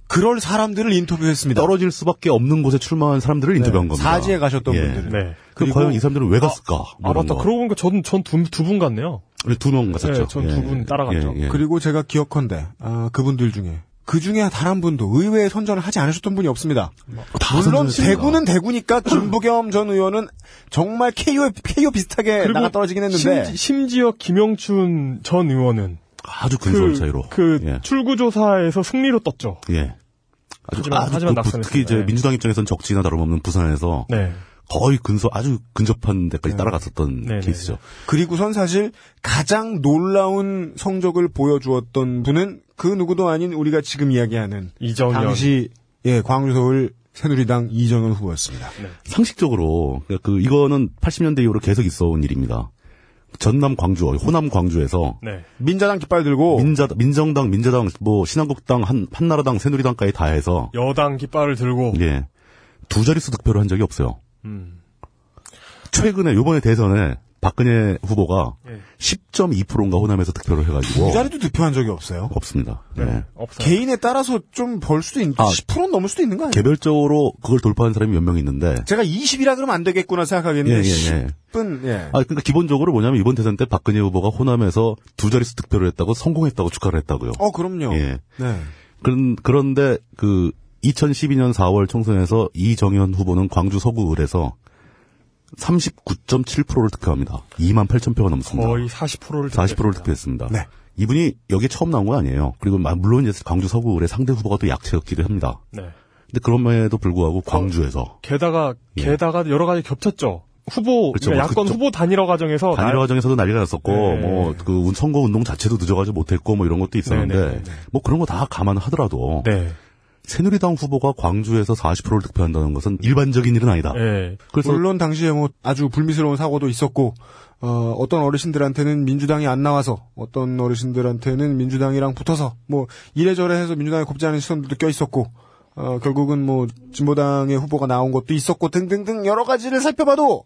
그럴 사람들을 인터뷰했습니다.
네. 떨어질 수밖에 없는 곳에 출마한 사람들을 인터뷰한 겁니다.
사지에 가셨던
예.
분들은.
네.
그
그리고-
과연 이 사람들은 왜 갔을까?
아 맞다. 그러고 보니까 저는 전두두 분 같네요.
두명 갔었죠.
예, 전두
예.
분 따라갔죠.
예, 예.
그리고 제가 기억컨대 아, 그분들 중에 그 중에 단 한 분도 의외의 선전을 하지 않으셨던 분이 없습니다.
다
물론
선전했습니다.
대구는 대구니까 김부겸 전 의원은 정말 KO에 KO 비슷하게
그리고
나가 떨어지긴 했는데
심지, 심지어 김영춘 전 의원은
아주
그, 그 출구조사에서 승리로 떴죠.
예. 아주,
하지만-
아주
하지만
그-
낙선했습니다.
특히 이제
예.
민주당 입장에선 적지나 다름없는 부산에서
네.
거의 근소 아주 근접한 데까지 따라갔었던
네.
케이스죠.
그리고선 사실 가장 놀라운 성적을 보여주었던 분은 그 누구도 아닌 우리가 지금 이야기하는
이정현.
당시 예 광주서울 새누리당 이정현 후보였습니다.
상식적으로 그 이거는 80년대 이후로 계속 있어온 일입니다. 전남 광주, 호남 광주에서
네.
민자당 깃발 들고
민자 민정당, 민자당, 뭐 신한국당, 한 한나라당, 새누리당까지 다 해서
여당 깃발을 들고
예. 두 자릿수 득표를 한 적이 없어요.
음.
최근에 요번에 대선에 박근혜 후보가 10.2%인가 호남에서 득표를 해가지고
예. 두 네. 자리도 득표한 적이 없어요.
없습니다.
네,
예.
개인에 따라서 좀 벌 수도 있는
아.
10%는 넘을 수도 있는 거 아니에요?
개별적으로 그걸 돌파한 사람이 몇 명 있는데
제가 20이라 그러면 안 되겠구나 생각하겠는데
예, 예, 예.
10분 예.
아, 그러니까 기본적으로 뭐냐면 이번 대선 때 박근혜 후보가 호남에서 두 자릿수 득표를 했다고 성공했다고 축하를 했다고요.
어 그럼요.
예.
네.
그런 그런데 그 2012년 4월 총선에서 이정현 후보는 광주 서구 을에서 39.7%를 득표합니다. 2만 8천 표가 넘습니다.
거의 네. 40%를
40%를 득표했습니다. 이분이 여기에 처음 나온 건 아니에요. 그리고 마- 물론 이제 광주 서구의 상대 후보가 또 약체였기도 합니다.
네.
근데 그럼에도 불구하고
어,
광주에서
게다가 게다가 여러 가지 겹쳤죠. 후보
예. 그렇죠.
그러니까 야권
그쪽-
후보 단일화 과정에서
단일화
나-
과정에서도 난리가 났었고
네.
뭐 그 선거 운동 자체도 늦어가지고 못했고 뭐 이런 것도 있었는데
네, 네, 네,
뭐 그런 거 다 감안하더라도 새누리당 후보가 광주에서 40%를 득표한다는 것은 일반적인 일은 아니다.
예.
그래서-
물론 당시에 뭐 아주 불미스러운 사고도 있었고 어, 어떤 어르신들한테는 민주당이 안 나와서 어떤 어르신들한테는 민주당이랑 붙어서 뭐 이래저래 해서 민주당에 곱지 않은 시선들도 껴 있었고 어, 결국은 뭐 진보당의 후보가 나온 것도 있었고 등등등 여러 가지를 살펴봐도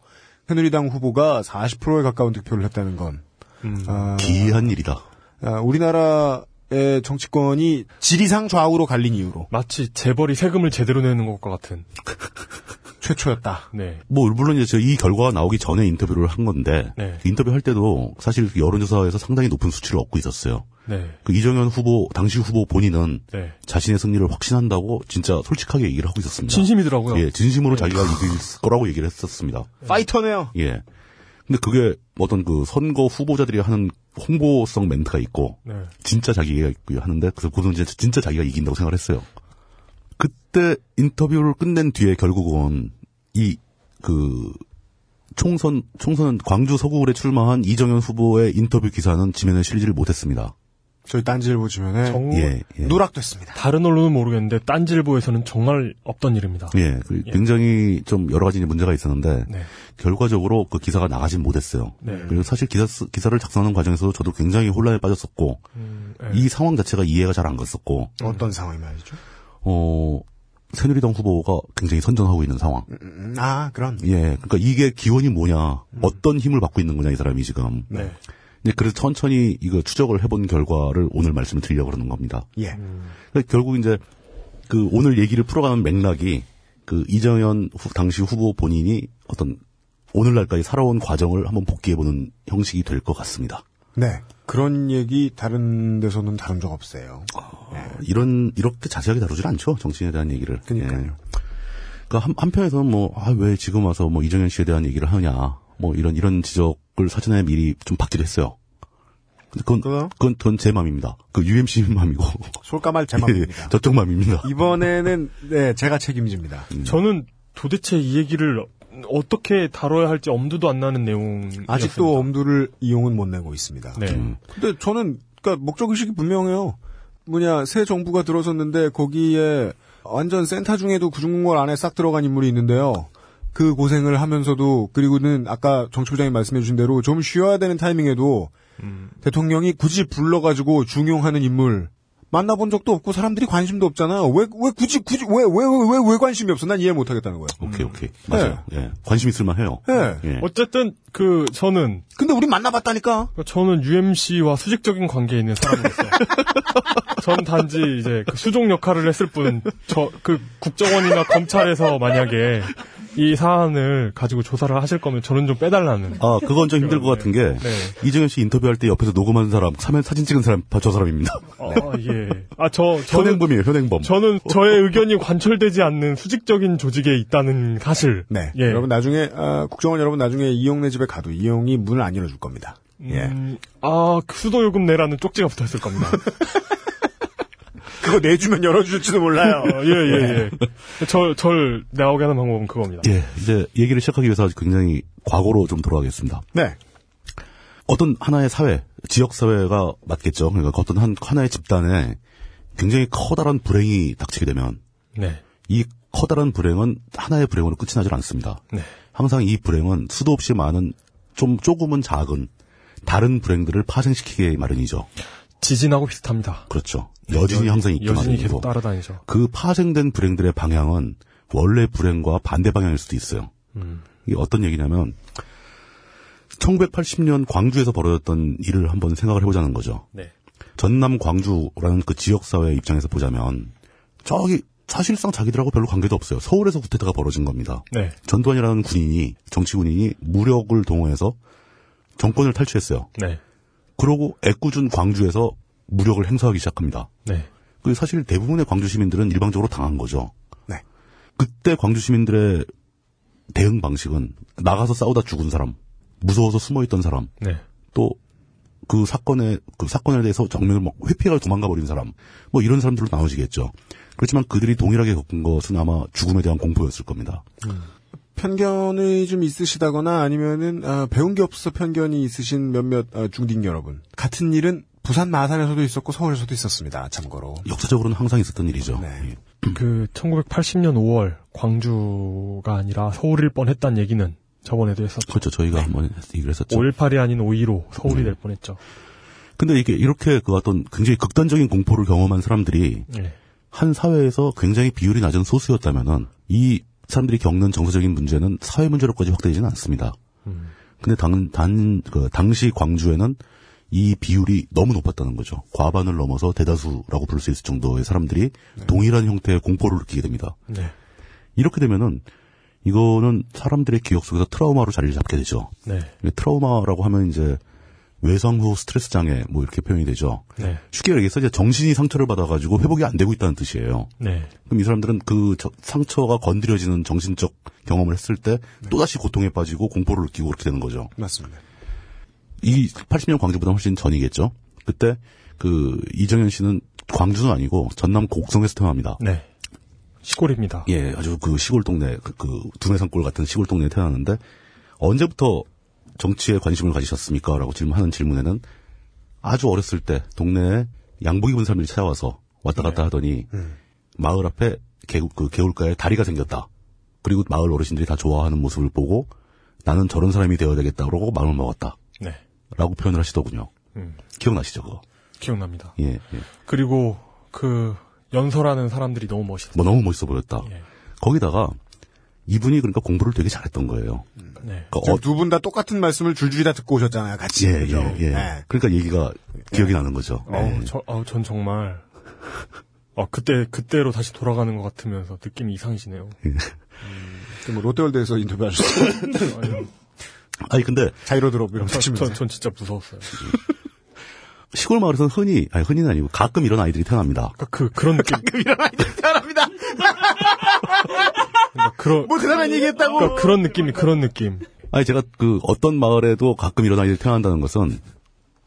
새누리당 후보가 40%에 가까운 득표를 했다는 건
음.
아,
기이한 일이다.
아, 우리나라의 정치권이 지리상 좌우로 갈린 이유로
마치 재벌이 세금을 제대로 내는 것과 같은
최초였다.
네.
뭐 물론 이제 이 결과가 나오기 전에 인터뷰를 한 건데
네.
인터뷰 할 때도 사실 그 여론조사에서 상당히 높은 수치를 얻고 있었어요.
네.
그 이정현 후보 당시 후보 본인은
네.
자신의 승리를 확신한다고 진짜 솔직하게 얘기를 하고 있었습니다.
진심이더라고요.
예, 진심으로 자기가 이길 거라고 얘기를 했었습니다.
네. 파이터네요.
예. 근데 그게 어떤 그 선거 후보자들이 하는 홍보성 멘트가 있고
네.
진짜 자기가 있고 하는데 그래서 그건 이제 진짜 자기가 이긴다고 생각을 했어요. 그때 인터뷰를 끝낸 뒤에 결국은 이 그 총선 총선 광주 서구울에 출마한 이정현 후보의 인터뷰 기사는 지면에 실리지를 못했습니다.
저희 딴지일보 지면에
예, 예.
누락됐습니다.
다른 언론은 모르겠는데 딴지일보에서는 정말 없던 일입니다.
예, 그 굉장히 좀 여러 가지 문제가 있었는데
네.
결과적으로 그 기사가 나가진 못했어요.
네.
그리고 사실 기사 쓰- 기사를 작성하는 과정에서도 저도 굉장히 혼란에 빠졌었고 이 상황 자체가 이해가 잘 안 갔었고
어떤 상황이 말이죠?
어 새누리당 후보가 굉장히 선전하고 있는 상황.
음, 아 그런
예, 그러니까 이게 기원이 뭐냐, 어떤 힘을 받고 있는 거냐 이 사람이 지금.
네.
근데 그래서 천천히 이거 추적을 해본 결과를 오늘 말씀을 드리려고 그러는 겁니다.
예.
그러니까 결국 이제 그 오늘 얘기를 풀어가는 맥락이 그 이정현 후- 당시 후보 본인이 어떤 오늘날까지 살아온 과정을 한번 복귀해보는 형식이 될 것 같습니다.
네. 그런 얘기 다른 데서는 다룬 적 없어요.
이런 이렇게 자세하게 다루질 않죠 정치인에 대한 얘기를. 예. 그러니까요. 한, 한편에서는 뭐왜 지금 와서 뭐 이정현 씨에 대한 얘기를 하냐 뭐 이런 이런 지적을 사전에 미리 좀 받기도 했어요. 근데 그건 그건, 그건 제 맘입니다. 그 UMC 맘이고
솔까말 제 맘입니다.
예, 저쪽 맘입니다.
이번에는 네 제가 책임집니다.
저는 도대체 이 얘기를 어떻게 다뤄야 할지 엄두도 안 나는 내용.
아직도 엄두를 이용은 못 내고 있습니다.
네.
음.
근데 저는 그러니까 목적 의식이 분명해요. 뭐냐 새 정부가 들어섰는데 거기에 완전 센터 중에도 구중공월 안에 싹 들어간 인물이 있는데요. 그 고생을 하면서도 그리고는 아까 정치부장이 말씀해주신 대로 좀 쉬어야 되는 타이밍에도
음.
대통령이 굳이 불러가지고 중용하는 인물 만나본 적도 없고 사람들이 관심도 없잖아요. 왜 왜 굳이 굳이 왜 왜 왜 왜 관심이 없어? 난 이해 못하겠다는 거예요.
오케이 오케이 맞아요. 예, 관심 있을만 해요.
예.
예.
어쨌든 그 저는
근데 우리 만나봤다니까.
저는 UMC와 수직적인 관계에 있는 사람으로서 전 단지 이제 그 수종 역할을 했을 뿐 저 그 국정원이나 검찰에서 만약에 이 사안을 가지고 조사를 하실 거면 저는 좀 빼달라는.
아 그건 좀 힘들 것 같은 게
네.
이정현 씨 인터뷰할 때 옆에서 녹음한 사람, 사면 사진 찍은 사람 다 저 사람입니다.
어.
아, 예. 아, 저, 저는,
현행범이에요 현행범.
저는 저의 의견이 관철되지 않는 수직적인 조직에 있다는 사실.
네.
예.
여러분 나중에 아, 국정원 여러분 나중에 이용래 집에 가도 이용이 문을 안 열어줄 겁니다. 예.
음, 아, 그 수도 요금 내라는 쪽지가 붙어 있을 겁니다.
그거 내주면 열어줄지도 몰라요. 네.
예, 예, 예. 절, 절 나오게 하는 방법은 그겁니다.
예, 이제 얘기를 시작하기 위해서 아주 굉장히 과거로 좀 돌아가겠습니다.
네.
어떤 하나의 사회, 지역 사회가 맞겠죠. 그러니까 그 어떤 한 하나의 집단에 굉장히 커다란 불행이 닥치게 되면
예.
네.
이 커다란 불행은 하나의 불행으로 끝이 나질 않습니다.
네.
항상 이 불행은 수도 없이 많은 좀 조금은 작은 다른 불행들을 파생시키게 마련이죠.
지진하고 비슷합니다.
그렇죠. 여진이 항상 있기
여진이
마련이고
계속
뭐.
따라다니죠.
그 파생된 불행들의 방향은 원래 불행과 반대 방향일 수도 있어요.
음.
이게 어떤 얘기냐면 1980년 광주에서 벌어졌던 일을 한번 생각을 해보자는 거죠.
네.
전남 광주라는 그 지역 사회 입장에서 보자면 저기 사실상 자기들하고 별로 관계도 없어요. 서울에서 구태타가 벌어진 겁니다.
네.
전두환이라는 군인이 정치 군인이 무력을 동원해서 정권을 탈취했어요.
네.
그러고 애꿎은 광주에서 무력을 행사하기 시작합니다.
네.
그 사실 대부분의 광주 시민들은 일방적으로 당한 거죠.
네.
그때 광주 시민들의 대응 방식은 나가서 싸우다 죽은 사람, 무서워서 숨어 있던 사람,
네.
또 그 사건에 그 사건에 대해서 정면을 막 회피하고 도망가 버린 사람 뭐 이런 사람들로 나오시겠죠. 그렇지만 그들이 동일하게 겪은 것은 아마 죽음에 대한 공포였을 겁니다.
편견이 좀 있으시다거나 아니면은 아, 배운 게 없어서 편견이 있으신 몇몇 아, 중딩 여러분 같은 일은 부산 마산에서도 있었고 서울에서도 있었습니다. 참고로
역사적으로는 항상 있었던 일이죠. 예.
음.
그 1980년 5월 광주가 아니라 서울일 뻔했다는 얘기는 저번에도 했었죠.
아,
그렇죠. 저희가 한번 얘기를 했었죠.
5.18이 아닌 5.15
음.
서울이
네.
될 뻔했죠.
근데 이게 이렇게 그 어떤 굉장히 극단적인 공포를 경험한 사람들이
네.
한 사회에서 굉장히 비율이 낮은 소수였다면은 이 사람들이 겪는 정서적인 문제는 사회 문제로까지 확대되지는 않습니다. 근데 당, 단, 그 당시 광주에는 이 비율이 너무 높았다는 거죠. 과반을 넘어서 대다수라고 부를 수 있을 정도의 사람들이 동일한 형태의 공포를 느끼게 됩니다.
네.
이렇게 되면은 이거는 사람들의 기억 속에서 트라우마로 자리를 잡게 되죠.
네.
이 트라우마라고 하면 이제 외상 후 스트레스 장애 뭐 이렇게 표현이 되죠.
네.
쉽게 얘기해서 이제 정신이 상처를 받아가지고 회복이 안 되고 있다는 뜻이에요.
네.
그럼 이 사람들은 그 저- 상처가 건드려지는 정신적 경험을 했을 때 또다시 고통에 빠지고 공포를 느끼고 그렇게 되는 거죠.
맞습니다.
이 80년 광주보다 훨씬 전이겠죠. 그때 그 이정현 씨는 광주는 아니고 전남 곡성에서 태어납니다.
네. 시골입니다.
예, 아주 그 시골 동네 그, 그 두메산골 같은 시골 동네에 태어났는데 언제부터 정치에 관심을 가지셨습니까?라고 질문하는 질문에는 아주 어렸을 때 동네에 양복 입은 사람들이 찾아와서 왔다 갔다 하더니 마을 앞에 개, 그 개울가에 다리가 생겼다. 그리고 마을 어르신들이 다 좋아하는 모습을 보고 나는 저런 사람이 되어야 되겠다 그러고 마음을 먹었다.
네.
라고 표현을 하시더군요.
음.
기억나시죠, 그거?
기억납니다.
예, 예.
그리고 그 연설하는 사람들이 너무 멋있어요.
뭐 너무 멋있어 보였다. 거기다가 이분이 그러니까 공부를 되게 잘했던 거예요.
네.
그러니까 어-
두 분 다 똑같은 말씀을 줄줄이 다 듣고 오셨잖아요. 같이.
예, 예,
그죠? 예.
예.
네.
그러니까 얘기가 기억이 나는 거죠. 예.
어우, 저, 어우, 전 정말 아, 그때 그때로 다시 돌아가는 것 같으면서 느낌이 이상이시네요.
예, 뭐 롯데월드에서 인터뷰하셨어요.
아니 근데
자이로드롭 이런 거
전,
치면서.
전, 전 진짜 무서웠어요.
시골 마을에서는 흔히 아니 흔히는 아니고 가끔 이런 아이들이 태어납니다.
그 그런 느낌.
잘합니다.
그러니까 그런
뭐 그날은 얘기했다고.
그러니까 그런 느낌이 그런 느낌.
아니 제가 그 어떤 마을에도 가끔 이런 아이들이 태어난다는 것은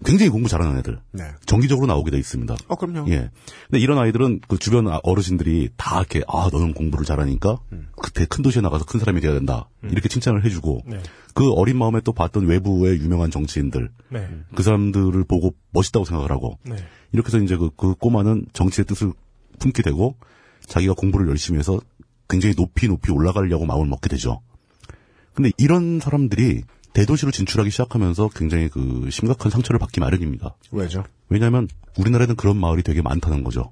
굉장히 공부 잘하는 애들
네.
정기적으로 나오게 돼 있습니다.
어, 그럼요.
예. 근데 이런 아이들은 그 주변 아- 어르신들이 다 이렇게 아 너는 공부를 잘하니까
음.
그때 큰 도시에 나가서 큰 사람이 돼야 된다 이렇게 칭찬을 해주고
네.
그 어린 마음에 또 봤던 외부의 유명한 정치인들
네.
그 사람들을 보고 멋있다고 생각을 하고
네.
이렇게 해서 이제 그, 그 꼬마는 정치의 뜻을 품게 되고 자기가 공부를 열심히 해서 굉장히 높이 높이 올라가려고 마음을 먹게 되죠. 근데 이런 사람들이 대도시로 진출하기 시작하면서 굉장히 그 심각한 상처를 받기 마련입니다.
왜죠?
왜냐하면 우리나라에는 그런 마을이 되게 많다는 거죠.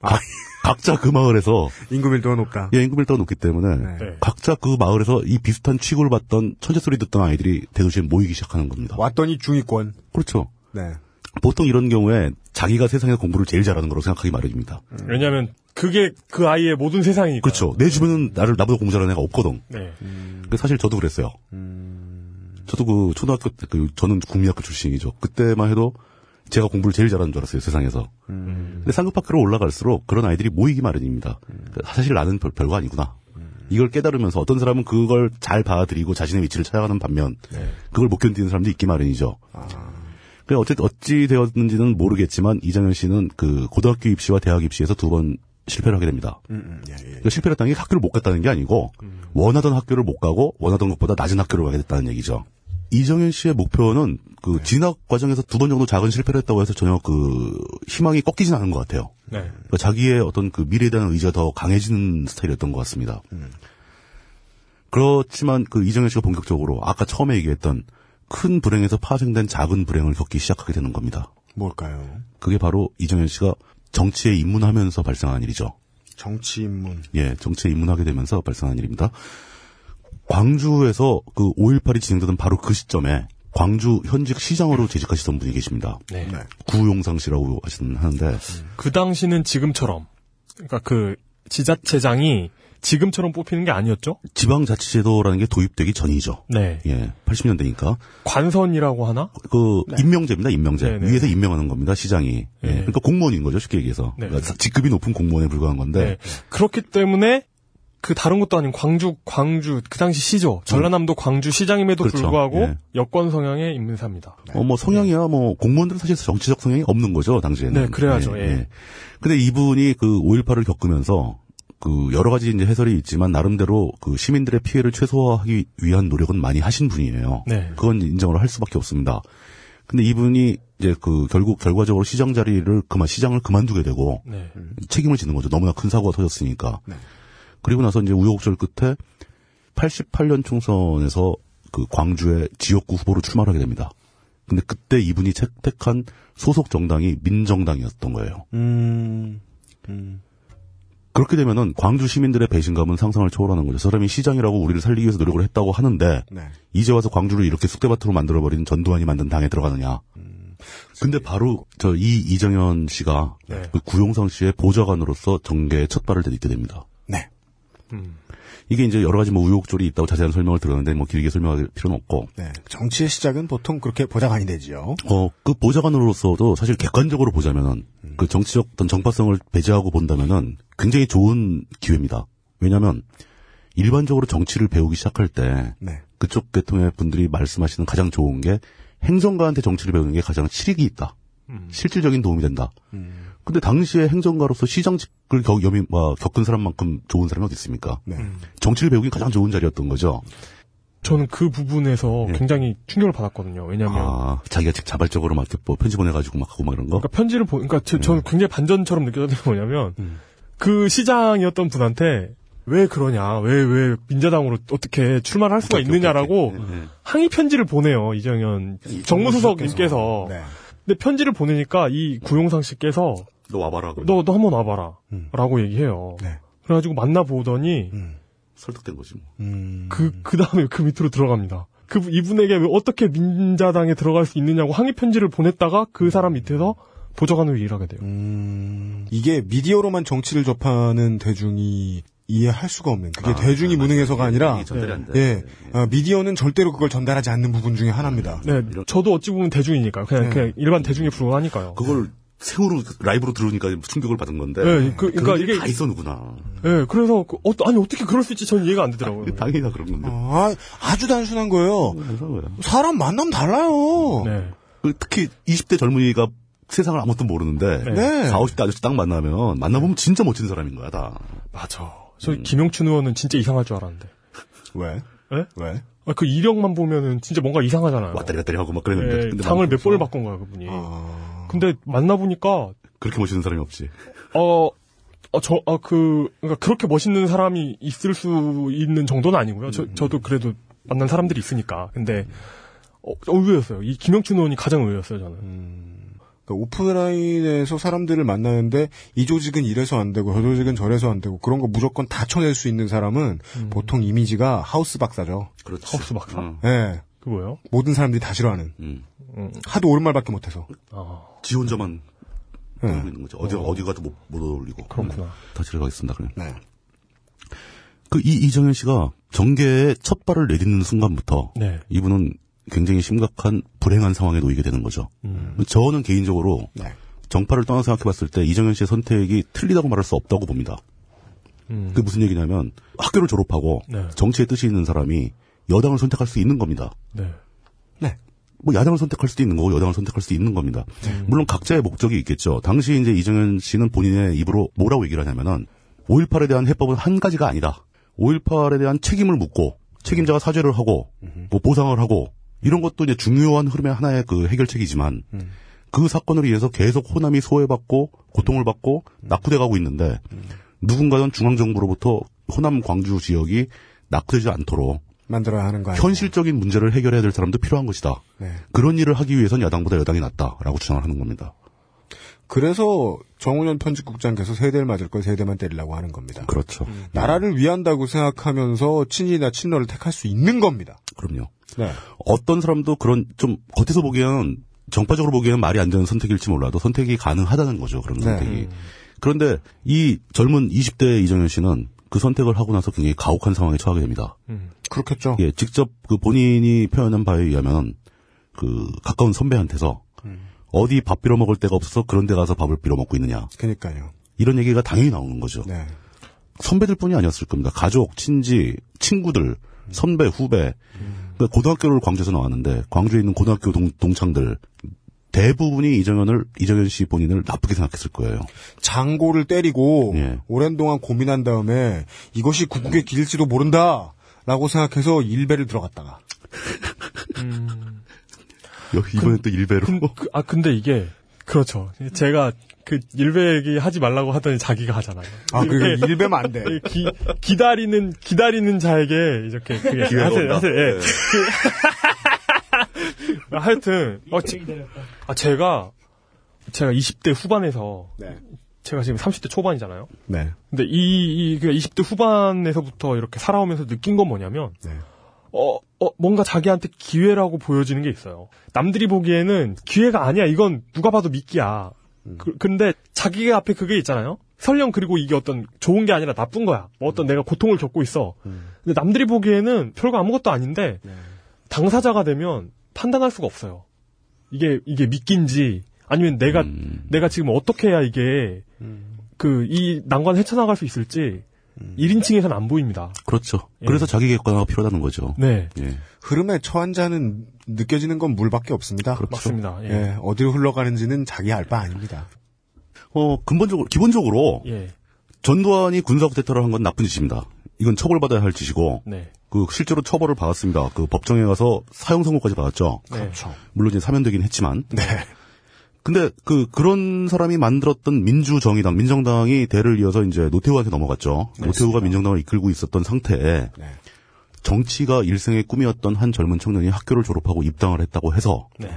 각, 각자 그 마을에서
인구 밀도가 높다.
예, 임금 밀도가 높기 때문에 각자 그 마을에서 이 비슷한 취급을 받던 천재 소리 듣던 아이들이 대도시에 모이기 시작하는 겁니다.
왔더니 중위권.
그렇죠.
네.
보통 이런 경우에 자기가 세상에서 공부를 제일 잘하는 거라고 생각하기 마련입니다.
음.
왜냐하면 그게 그 아이의 모든 세상이.
그렇죠. 내 주변은 나를 나보다 공부 잘하는 애가 없거든.
네.
그 사실 저도 그랬어요. 저도 그 초등학교 때, 그 저는 국민학교 출신이죠. 그때만 해도 제가 공부를 제일 잘하는 줄 알았어요, 세상에서. 근데 상급학교로 올라갈수록 그런 아이들이 모이기 마련입니다. 그러니까 사실 나는 별, 별거 아니구나. 이걸 깨달으면서 어떤 사람은 그걸 잘 받아들이고 자신의 위치를 찾아가는 반면 그걸 못 견디는 사람도 있기 마련이죠. 그 어쨌 어찌 되었는지는 모르겠지만 이장현 씨는 그 고등학교 입시와 대학 입시에서 두 번 실패를 하게 됩니다. 그러니까 실패했다는 게 학교를 못 갔다는 게 아니고 원하던 학교를 못 가고 원하던 것보다 낮은 학교를 가게 됐다는 얘기죠. 이정현 씨의 목표는 그 진학 과정에서 두 번 정도 작은 실패를 했다고 해서 전혀 그 희망이 꺾이진 않은 것 같아요.
네.
그러니까 자기의 어떤 그 미래에 대한 의지가 더 강해지는 스타일이었던 것 같습니다. 그렇지만 그 이정현 씨가 본격적으로 아까 처음에 얘기했던 큰 불행에서 파생된 작은 불행을 겪기 시작하게 되는 겁니다.
뭘까요?
그게 바로 이정현 씨가 정치에 입문하면서 발생한 일이죠.
정치 인문.
예, 정치에 입문하게 되면서 발생한 일입니다. 광주에서 그 5.18이 진행되던 바로 그 시점에 광주 현직 시장으로 재직하시던 분이 계십니다.
네.
구용상 씨라고 하시는 하는데
그 당시는 지금처럼 그러니까 그 지자체장이 지금처럼 뽑히는 게 아니었죠?
지방자치제도라는 게 도입되기 전이죠.
네.
예, 80년대니까
관선이라고 하나?
그 임명제입니다. 임명제
네, 네.
위에서 임명하는 겁니다. 시장이 예, 그러니까 공무원인 거죠. 쉽게 얘기해서
네.
그러니까 직급이 높은 공무원에 불과한 건데
그렇기 때문에 그 다른 것도 아닌 광주 광주 그 당시 시죠 전라남도 광주 시장임에도
음. 그렇죠.
불구하고
예.
여권 성향의 인사입니다.
어, 뭐 성향이야 뭐 공무원들은 사실 정치적 성향이 없는 거죠 당시에는.
네, 그래야죠, 예.
근데 이분이 그 5.18을 겪으면서 그 여러 가지 이제 해설이 있지만 나름대로 그 시민들의 피해를 최소화하기 위한 노력은 많이 하신 분이에요.
네.
그건 인정을 할 수밖에 없습니다. 근데 이분이 이제 그 결국 결과적으로 시장 자리를 그만 시장을 그만두게 되고
네.
책임을 지는 거죠. 너무나 큰 사고가 터졌으니까. 그리고 나서 이제 우여곡절 끝에 88년 총선에서 그 광주의 지역구 후보로 출마하게 됩니다. 근데 그때 이분이 채택한 소속 정당이 민정당이었던 거예요.
음, 음.
그렇게 되면은 광주 시민들의 배신감은 상상을 초월하는 거죠. 사람이 시장이라고 우리를 살리기 위해서 노력을 했다고 하는데
네.
이제 와서 광주를 이렇게 쑥대밭으로 만들어버린 전두환이 만든 당에 들어가느냐. 근데 바로 저 이 이정현 씨가
음, 네.
그 구용상 씨의 보좌관으로서 정계에 첫 발을 디딛게 됩니다.
네.
이게 이제 여러 가지 뭐 우여곡절이 있다고 자세한 설명을 들었는데 뭐 길게 설명할 필요는 없고
네. 정치의 시작은 보통 그렇게 보좌관이 되지요.
어 그 보좌관으로서도 사실 객관적으로 보자면은 그 정치적 어떤 정파성을 배제하고 본다면은 굉장히 좋은 기회입니다. 왜냐하면 일반적으로 정치를 배우기 시작할 때
네.
그쪽 계통의 분들이 말씀하시는 가장 좋은 게 행정가한테 정치를 배우는 게 가장 실익이 있다. 실질적인 도움이 된다. 근데 당시에 행정가로서 시장직을 겪, 여민- 와, 겪은 사람만큼 좋은 사람이 어디 있습니까? 정치를 배우기 가장 좋은 자리였던 거죠.
저는 그 부분에서 굉장히 충격을 받았거든요. 왜냐하면
예. 아, 자기가 직 자발적으로 막 이렇게 뭐 편집원해가지고 막 하고 막 이런 거?
그러니까 편지를 보, 그러니까 제- 저는 굉장히 반전처럼 느껴졌던 게 뭐냐면 그 시장이었던 분한테 왜 그러냐, 왜 왜 민자당으로 어떻게 출마할 를 수가 있느냐라고 항의 편지를 보내요 네, 이정현 정무수석님께서. 네. 근데 편지를 보내니까 이 구용상 씨께서
너 와봐라.
너 너 한번 와봐라라고 얘기해요. 그래가지고 만나보더니
설득된 거지 뭐.
음.
그, 그 다음에 그 밑으로 들어갑니다. 그, 이분에게 왜 어떻게 민자당에 들어갈 수 있느냐고 항의 편지를 보냈다가 그 사람 밑에서 보좌관으로 일하게 돼요.
이게 미디어로만 정치를 접하는 대중이 이해할 수가 없는 그게 대중이 무능해서가 아니라
전달이 안 돼.
예 아, 미디어는 절대로 그걸 전달하지 않는 부분 중에 하나입니다.
네, 저도 어찌 보면 대중이니까요. 그냥,
네.
그냥 일반 대중에 불과하니까요.
그걸 생으로 라이브로 들으니까 충격을 받은 건데.
네, 그- 그러니까
그런 일이
이게-
다 있어 누구나.
예, 그래서, 그, 어, 아니, 어떻게 그럴 수 있지? 저는 이해가 안 되더라고요.
당연히 다 그런
어.
건데.
아, 아주 단순한 거예요. 사람 만나면 달라요.
네,
그 특히 20대 젊은이가 세상을 아무것도 모르는데
네.
40, 50대 아저씨 딱 만나면 만나보면 진짜 멋진 사람인 거야 다.
맞아. 저
음.
김용춘 의원은 진짜 이상할 줄 알았는데.
왜?
예?
왜?
아, 그 이력만 보면은 진짜 뭔가 이상하잖아요.
왔다리 갔다리 하고 막 그랬는데.
예,
근데 아.
당을 몇
만나면서
번을 바꾼 거야, 그분이. 근데 만나보니까
그렇게 멋있는 사람이 없지.
어, 어, 저, 어, 그, 그러니까 그렇게 멋있는 사람이 있을 수 있는 정도는 아니고요.
음.
저, 저도 그래도 만난 사람들이 있으니까. 근데, 어, 의외였어요. 이 김영춘 의원이 가장 의외였어요, 저는.
음.
그러니까 오프라인에서 사람들을 만나는데 이 조직은 이래서 안 되고 저 조직은 저래서 안 되고 그런 거 무조건 다 쳐낼 수 있는 사람은 보통 이미지가 하우스 박사죠.
그렇지. 어.
하우스 박사.
예.
그 뭐예요?
모든 사람들이 다 싫어하는. 하도 옳은 말밖에 못해서.
지 혼자만
네.
그러고 있는 거죠. 어디 어디 가도 못, 못 어울리고.
그렇구나. 네.
다시 들어가겠습니다. 그럼. 그 이 이정현 씨가 정계에 첫 발을 내딛는 순간부터
네.
이분은 굉장히 심각한 불행한 상황에 놓이게 되는 거죠.
음.
저는 개인적으로
네.
정파를 떠나 생각해봤을 때 이정현 씨의 선택이 틀리다고 말할 수 없다고 봅니다. 그게 무슨 얘기냐면 학교를 졸업하고
음. 네.
정치에 뜻이 있는 사람이 여당을 선택할 수 있는 겁니다.
네.
뭐 야당을 선택할 수도 있는 거고 여당을 선택할 수도 있는 겁니다. 물론 각자의 목적이 있겠죠. 당시 이제 이정현 씨는 본인의 입으로 뭐라고 얘기를 하냐면은 5.18에 대한 해법은 한 가지가 아니다. 5.18에 대한 책임을 묻고 책임자가 사죄를 하고 뭐 보상을 하고 이런 것도 이제 중요한 흐름의 하나의 그 해결책이지만 그 사건으로 인해서 계속 호남이 소외받고 고통을 받고 낙후돼 가고 있는데 누군가는 중앙정부로부터 호남 광주 지역이 낙후되지 않도록
만들어야 하는 거 아니에요?
현실적인 문제를 해결해야 될 사람도 필요한 것이다.
네.
그런 일을 하기 위해선 야당보다 여당이 낫다라고 주장을 하는 겁니다.
그래서 정훈현 편집국장께서 세대를 맞을 걸 세대만 때리려고 하는 겁니다.
그렇죠.
나라를 위한다고 생각하면서 친이나 친노를 택할 수 있는 겁니다.
그럼요.
네.
어떤 사람도 그런 좀 겉에서 보기엔 정파적으로 보기에는 말이 안 되는 선택일지 몰라도 선택이 가능하다는 거죠. 그런
네.
선택이. 그런데 이 젊은 20대 이정현 씨는 그 선택을 하고 나서 굉장히 가혹한 상황에 처하게 됩니다.
그렇겠죠.
예, 직접 그 본인이 표현한 바에 의하면 그 가까운 선배한테서 어디 밥 빌어 먹을 데가 없어서 그런 데 가서 밥을 빌어 먹고 있느냐.
그러니까요. 네.
이런 얘기가 당연히 나오는 거죠. 선배들뿐이 아니었을 겁니다. 가족, 친지, 친구들, 선배, 후배. 그러니까 고등학교를 광주에서 나왔는데 광주에 있는 고등학교 동, 동창들 대부분이 이정현을 이정현 씨 본인을 나쁘게 생각했을 거예요.
장고를 때리고 오랜 동안 고민한 다음에 이것이 국국의 길일지도 모른다라고 생각해서 일배를 들어갔다가
여기 이번엔 또 일배로.
그- 아 근데 이게 그렇죠. 제가 그 일배 얘기 하지 말라고 하더니 자기가 하잖아요.
아, 그리고
이렇게
일배면 안 돼.
기, 기다리는 기다리는 자에게 이렇게 그게
기회가
하여튼,
온다. 네.
하여튼, 예. 그- 하여튼 어, 제, 아, 제가 제가 20대 후반에서 제가 지금 30대 초반이잖아요.
네.
근데 이, 이, 그 20대 후반에서부터 이렇게 살아오면서 느낀 건 뭐냐면, 어, 어, 뭔가 자기한테 기회라고 보여지는 게 있어요. 남들이 보기에는 기회가 아니야. 이건 누가 봐도 미끼야. 그, 근데 자기가 앞에 그게 있잖아요. 설령 그리고 이게 어떤 좋은 게 아니라 나쁜 거야. 뭐 어떤 내가 고통을 겪고 있어. 근데 남들이 보기에는 별거 아무것도 아닌데, 당사자가 되면 판단할 수가 없어요. 이게, 이게 미끼인지, 아니면 내가, 내가 지금 어떻게 해야 이게, 그, 이 난관 헤쳐나갈 수 있을지,
음.
1인칭에선 안 보입니다.
그렇죠.
예.
그래서 자기 객관화가 필요하다는 거죠.
네.
예.
흐름에 처한 자는 느껴지는 건 물밖에 없습니다.
맞습니다.
그렇죠.
예.
예, 어디로 흘러가는지는 자기 알 바 아닙니다.
어, 근본적으로, 기본적으로
예.
전두환이 군사국 대터를 한 건 나쁜 짓입니다. 이건 처벌받아야 할 짓이고,
네.
그 실제로 처벌을 받았습니다. 그 법정에 가서 사형 선고까지 받았죠.
네. 그렇죠. 네.
물론 이제 사면되긴 했지만. 근데 그 그런 사람이 만들었던 민주정의당, 민정당이 대를 이어서 이제 노태우한테 넘어갔죠. 노태우가 민정당을 이끌고 있었던 상태에
네.
정치가 일생의 꿈이었던 한 젊은 청년이 학교를 졸업하고 입당을 했다고 해서
네.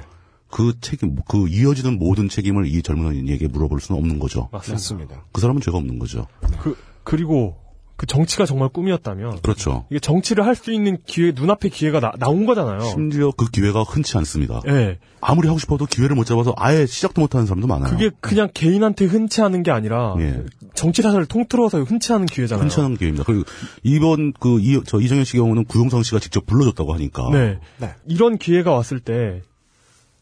그 책임, 그 이어지는 모든 책임을 이 젊은이에게 물어볼 수는 없는 거죠.
맞습니다. 맞습니다.
그 사람은 죄가 없는 거죠.
그, 그리고, 그 정치가 정말 꿈이었다면,
그렇죠.
이게 정치를 할 수 있는 기회, 눈앞에 기회가 나, 나온 거잖아요.
심지어 그 기회가 흔치 않습니다.
네. 예.
아무리 하고 싶어도 기회를 못 잡아서 아예 시작도 못 하는 사람도 많아요.
그게 그냥 개인한테 흔치 않은 게 아니라,
예.
정치 사사를 통틀어서 흔치 않은 기회잖아요.
흔치 않은 기회입니다. 그리고 이번 그 이 저 이정현 씨 경우는 구용성 씨가 직접 불러줬다고 하니까
네. 이런 기회가 왔을 때,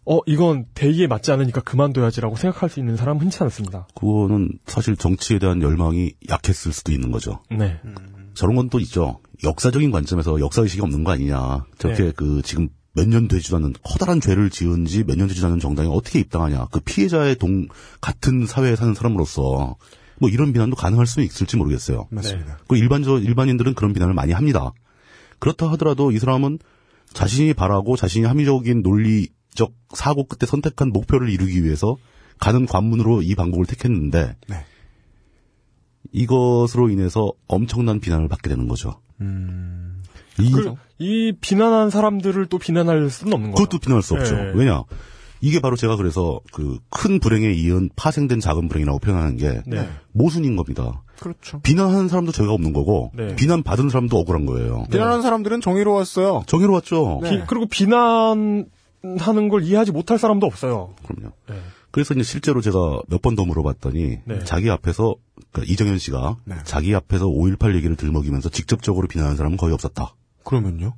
어, 이건 대의에 맞지 않으니까 그만둬야지라고 생각할 수 있는 사람은 흔치 않습니다.
그거는 사실 정치에 대한 열망이 약했을 수도 있는 거죠.
네.
음. 저런 건 또 있죠. 역사적인 관점에서 역사의식이 없는 거 아니냐. 저렇게
네.
그 지금 몇 년 되지도 않는 커다란 죄를 지은 지 몇 년 되지도 않은 정당에 어떻게 입당하냐. 그 피해자의 동, 같은 사회에 사는 사람으로서 뭐 이런 비난도 가능할 수 있을지 모르겠어요.
맞습니다.
그 일반적, 일반인들은 그런 비난을 많이 합니다. 그렇다 하더라도 이 사람은 자신이 바라고 자신이 합리적인 논리적 사고 끝에 선택한 목표를 이루기 위해서 가는 관문으로 이 방법을 택했는데
네.
이것으로 인해서 엄청난 비난을 받게 되는 거죠. 이,
그, 이 비난한 사람들을 또 비난할 수는 없는 거예요.
그것도 비난할 수 없죠.
예.
왜냐? 이게 바로 제가 그래서 그 큰 불행에 이은 파생된 작은 불행이라고 표현하는 게
네.
모순인 겁니다.
그렇죠.
비난하는 사람도 죄가 없는 거고
네.
비난 받은 사람도 억울한 거예요.
비난하는 사람들은 정의로웠어요.
정의로웠죠.
네.
비- 그리고 비난하는 걸 이해하지 못할 사람도 없어요.
그럼요. 그래서 이제 실제로 제가 몇 번 더 물어봤더니
네.
자기 앞에서 그러니까 이정현 씨가
네.
자기 앞에서 5.18 얘기를 들먹이면서 직접적으로 비난하는 사람은 거의 없었다.
그러면요?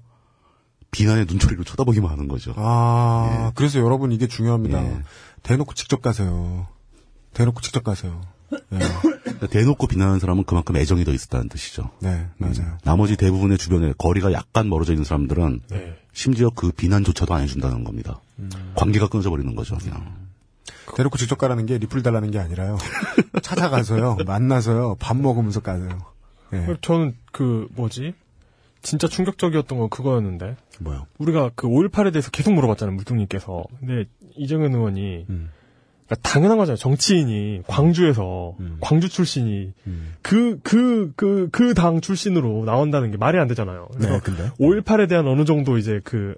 비난의 눈초리로 쳐다보기만 하는 거죠.
아, 그래서 여러분 이게 중요합니다. 대놓고 직접 가세요. 대놓고 직접 가세요.
그러니까 대놓고 비난하는 사람은 그만큼 애정이 더 있었다는 뜻이죠.
네, 맞아요.
나머지 대부분의 주변에 거리가 약간 멀어져 있는 사람들은
네.
심지어 그 비난조차도 안 해준다는 겁니다.
음.
관계가 끊어져 버리는 거죠. 그냥
음. 대놓고 직접 가라는 게 리플 달라는 게 아니라요. 찾아가서요, 만나서요, 밥 먹으면서 가세요. 예.
저는 그 뭐지? 진짜 충격적이었던 건 그거였는데.
뭐요?
우리가 그 5.18에 대해서 계속 물어봤잖아요, 물동님께서. 근데 이정현 의원이
음.
그러니까 당연한 거잖아요. 정치인이 광주에서
음.
광주 출신이 그 그 그 그 당 출신으로 나온다는 게 말이 안 되잖아요. 그래서
네, 근데?
5.18에 대한 어느 정도 이제 그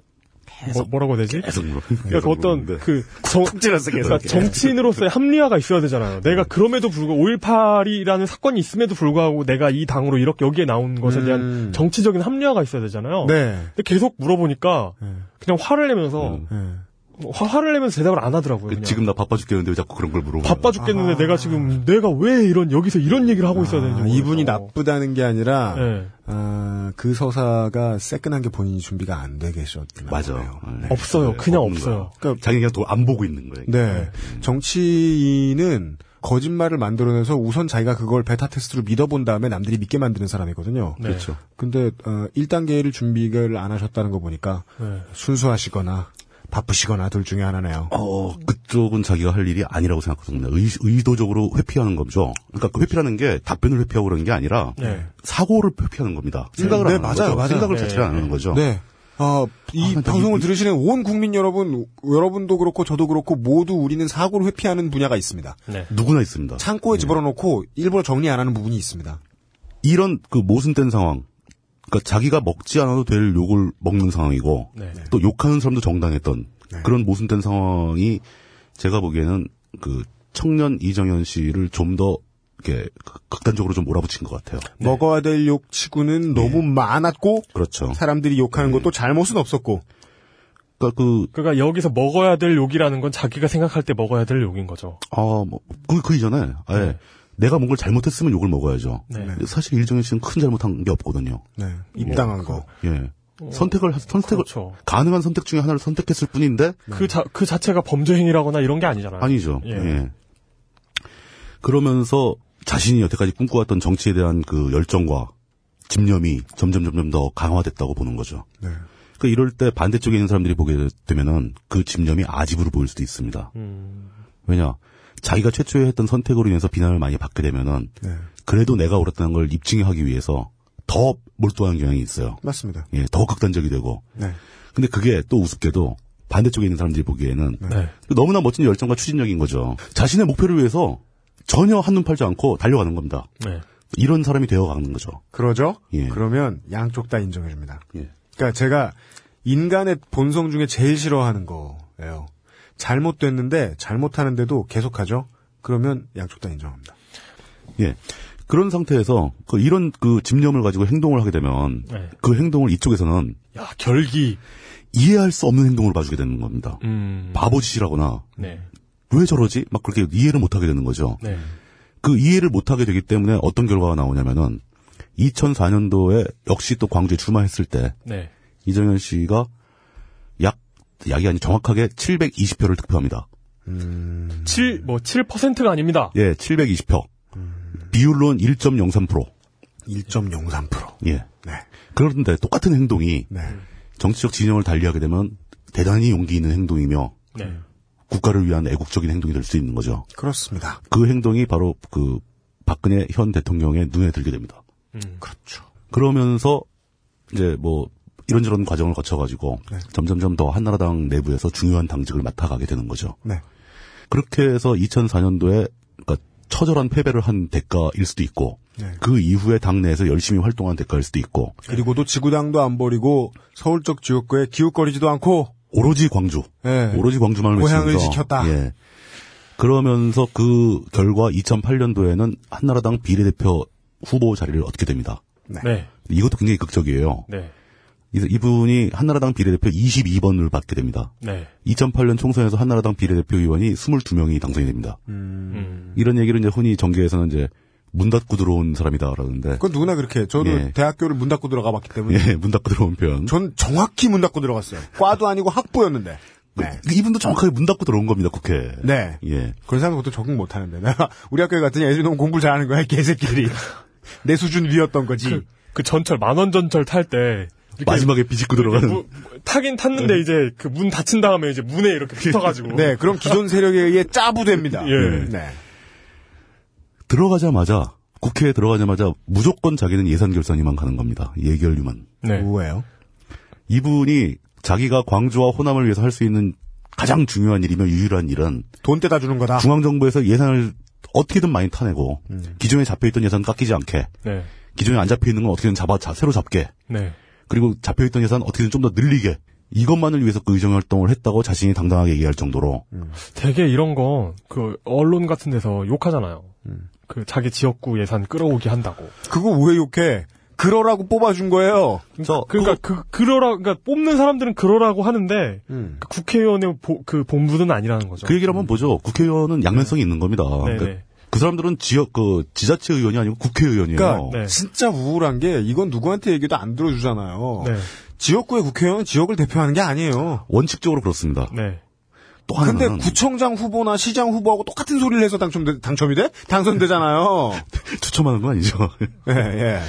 뭐, 라고 해야 되지? 그러니까 그 어떤 그 정, 그러니까 정치인으로서의 합리화가 있어야 되잖아요.
네.
내가 그럼에도 불구하고 5.18이라는 사건이 있음에도 불구하고 내가 이 당으로 이렇게 여기에 나온 것에
음.
대한 정치적인 합리화가 있어야 되잖아요.
네. 음.
근데 계속 물어보니까 그냥 화를 내면서 화- 화를 내면서 대답을 안 하더라고요. 그냥.
지금 나 바빠 죽겠는데 왜 자꾸 그런 걸 물어봐?
바빠 죽겠는데 내가 지금 내가 왜 이런 여기서 이런 얘기를 하고 있어야 되는지
아, 이분이 나쁘다는 게 아니라
네.
아, 그 서사가 새끈한 게 본인이 준비가 안 돼 계셨구나. 맞아.
없어요. 그냥 없어요.
네. 그러니까
네. 자기 그냥 도- 안 보고 있는 거예요.
네. 정치인은 거짓말을 만들어내서 우선 자기가 그걸 베타 테스트로 믿어본 다음에 남들이 믿게 만드는 사람이거든요.
네. 그렇죠.
근데 어, 1단계를 준비를 안 하셨다는 거 보니까
네.
순수하시거나 바쁘시거나 둘 중에 하나네요.
어, 그쪽은 자기가 할 일이 아니라고 생각합니다. 의, 의도적으로 회피하는 거죠. 그러니까 그 회피라는 게 답변을 회피하고 그런 게 아니라
네.
사고를 회피하는 겁니다. 생각을
네,
안 하는
맞아요,
거죠.
맞아요.
생각을
네.
자체를 안 하는 거죠.
네. 아, 이 방송을 들으시는 온 국민 여러분, 여러분도 그렇고 저도 그렇고 모두 우리는 사고를 회피하는 분야가 있습니다.
음. 누구나 있습니다.
창고에 집어넣고 일부러 정리 안 하는 부분이 있습니다.
이런 그 모순된 상황. 그러니까 자기가 먹지 않아도 될 욕을 먹는 상황이고
네.
또 욕하는 사람도 정당했던
네.
그런 모순된 상황이 제가 보기에는 그 청년 이정현 씨를 좀 더 이렇게 극- 극단적으로 좀 몰아붙인 것 같아요.
먹어야 될 욕 치고는
네.
너무 많았고
그렇죠.
사람들이 욕하는 것도 잘못은 없었고.
그러니까 그
그러니까 여기서 먹어야 될 욕이라는 건 자기가 생각할 때 먹어야 될 욕인 거죠.
아, 뭐, 그, 그 이전에, 아예, 내가 뭔가를 잘못했으면 욕을 먹어야죠.
네.
사실 일정현 씨는 큰 잘못한 게 없거든요.
네. 입당한 거.
예. 선택을, 하- 선택을, 가능한 선택 중에 하나를 선택했을 뿐인데,
그 자, 그 자체가 범죄 행위라거나 이런 게 아니잖아요.
아니죠.
예.
예. 그러면서 자신이 여태까지 꿈꿔왔던 정치에 대한 그 열정과 집념이 점점 점점 더 강화됐다고 보는 거죠.
네.
그러니까 이럴 때 반대쪽에 있는 사람들이 보게 되면은 그 집념이 아집으로 보일 수도 있습니다.
음.
왜냐 자기가 최초에 했던 선택으로 인해서 비난을 많이 받게 되면은
네.
그래도 내가 옳았다는 걸 입증하기 위해서 더 몰두하는 경향이 있어요.
맞습니다.
예, 더 극단적이 되고.
네.
근데 그게 또 우습게도 반대쪽에 있는 사람들이 보기에는
네.
너무나 멋진 열정과 추진력인 거죠. 자신의 목표를 위해서 전혀 한눈 팔지 않고 달려가는 겁니다.
네.
이런 사람이 되어가는 거죠.
그러죠?
예.
그러면 양쪽 다 인정해줍니다.
예.
그러니까 제가 인간의 본성 중에 제일 싫어하는 거예요. 잘못됐는데 잘못하는데도 계속하죠. 그러면 양쪽 다 인정합니다.
예. 그런 상태에서 그 이런 그 집념을 가지고 행동을 하게 되면
네.
그 행동을 이쪽에서는
야 결기
이해할 수 없는 행동을 봐주게 되는 겁니다.
음.
바보짓이라거나
음.
네.
왜 저러지? 막 그렇게 이해를 못하게 되는 거죠.
네.
그 이해를 못하게 되기 때문에 어떤 결과가 나오냐면은 2004년도에 역시 또 광주에 출마했을 때
네.
이정현 씨가 약 약이 아니 정확하게 720표를 득표합니다.
7, 뭐, 7%가 아닙니다.
예, 720표. 비율론 1.03%.
1.03%.
예. 그런데 똑같은 행동이
네.
정치적 진영을 달리하게 되면 대단히 용기 있는 행동이며
네.
국가를 위한 애국적인 행동이 될 수 있는 거죠.
그렇습니다.
그 행동이 바로 그 박근혜 현 대통령의 눈에 들게 됩니다. 그렇죠. 그러면서 이제 뭐 이런저런 과정을 거쳐가지고
네.
점점점 더 한나라당 내부에서 중요한 당직을 맡아가게 되는 거죠.
네.
그렇게 해서 2004년도에 그러니까 처절한 패배를 한 대가일 수도 있고
네.
그 이후에 당내에서 열심히 활동한 대가일 수도 있고
그리고도 지구당도 안 버리고 서울 쪽 지역구에 기웃거리지도 않고
오로지 광주,
네.
오로지 광주만을 외치면서
고향을 지켰다.
예. 그러면서 그 결과 2008년도에는 한나라당 비례대표 후보 자리를 얻게 됩니다.
네.
네.
이것도 굉장히 극적이에요.
네.
이- 이분이 한나라당 비례대표 22번을 받게 됩니다.
네.
2008년 총선에서 한나라당 비례대표 의원이 22명이 당선이 됩니다.
음.
이런 얘기를 이제 흔히 정계에서는 이제 문 닫고 들어온 사람이다 라는데.
그건 누구나 그렇게 저도
예.
대학교를 문 닫고 들어가 봤기
그-
때문에
예, 문 닫고 들어온 표현.
전 정확히 문 닫고 들어갔어요. 과도 아니고 학부였는데. 네.
그 이분도 정확하게 문 닫고 들어온 겁니다, 국회.
네.
예.
그런 사람은 보통 적응 못 하는데. 내가 우리 학교에 갔더니 애들이 너무 공부 를 잘하는 거야, 이 개새끼들이. 내 수준 위였던 거지.
그, 그 전철, 만원 전철 탈 때. 이렇게
마지막에 비집고
이렇게
들어가는.
문- 타긴 탔는데 이제 그 문 닫힌 다음에 이제 문에 이렇게 붙어가지고.
네, 그럼 기존 세력에 의해 짜부됩니다.
예.
네.
들어가자마자, 국회에 들어가자마자 무조건 자기는 예산 결산이만 가는 겁니다. 예결위만.
네.
뭐예요?
이분이 자기가 광주와 호남을 위해서 할 수 있는 가장 중요한 일이며 유일한 일은
돈 떼다 주는 거다.
중앙정부에서 예산을 어떻게든 많이 타내고
음.
기존에 잡혀있던 예산 깎이지 않게
네.
기존에 안 잡혀있는 건 어떻게든 잡아 자- 새로 잡게
네.
그리고 잡혀있던 예산 어떻게든 좀 더 늘리게 이것만을 위해서 그 의정 활동을 했다고 자신이 당당하게 얘기할 정도로
음.
되게 이런 거, 그, 언론 음. 같은 데서 욕하잖아요. 그, 자기 지역구 예산 끌어오기 한다고.
그거 왜 욕해? 그러라고 뽑아준 거예요.
저 그러니까 그 그러라 그러니까 뽑는 사람들은 그러라고 하는데 그 국회의원의 보- 그 본부는 아니라는 거죠.
그 얘기를 한번 보죠. 국회의원은 양면성이 있는 겁니다.
네네.
그러니까 그 사람들은 지역 그 지자체 의원이 아니고 국회의원이에요.
그러니까 진짜 우울한 게 이건 누구한테 얘기도 안 들어주잖아요.
네.
지역구의 국회의원은 지역을 대표하는 게 아니에요.
원칙적으로 그렇습니다.
네.
또
근데
하나는
구청장 후보나 시장 후보하고 똑같은 소리를 해서 당첨 당첨이 돼? 당선되잖아요.
추첨하는 거 아니죠?
예, 예.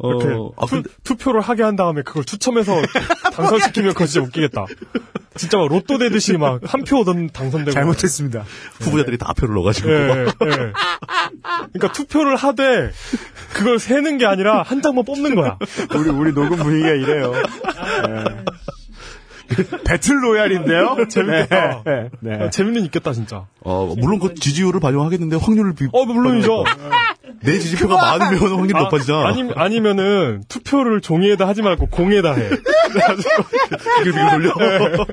이렇게
아,
네. 투, 투표를 하게 한 다음에 그걸 추첨해서 당선시키면 그거 진짜 웃기겠다. 진짜 막 로또 되듯이 막 한 표 얻은 당선되고.
잘못했습니다.
후보자들이 다 표를
네.
넣어가지고.
예, 예. 그러니까 투표를 하되 그걸 세는 게 아니라 한 장만 뽑는 거야.
그 우리 우리 녹음 분위기가 이래요. 예. 그 배틀 로얄인데요?
재밌겠다.
네, 네, 네.
아, 재밌는 있겠다 진짜.
어, 물론 그 지지율을 반영하겠는데 확률을 비.
어, 물론이죠.
내 지지표가 많으면 확률이
아,
높아지잖아.
아니, 아니면은 투표를 종이에다 하지 말고 공에다 해. 그래가지고
비글비글 돌려.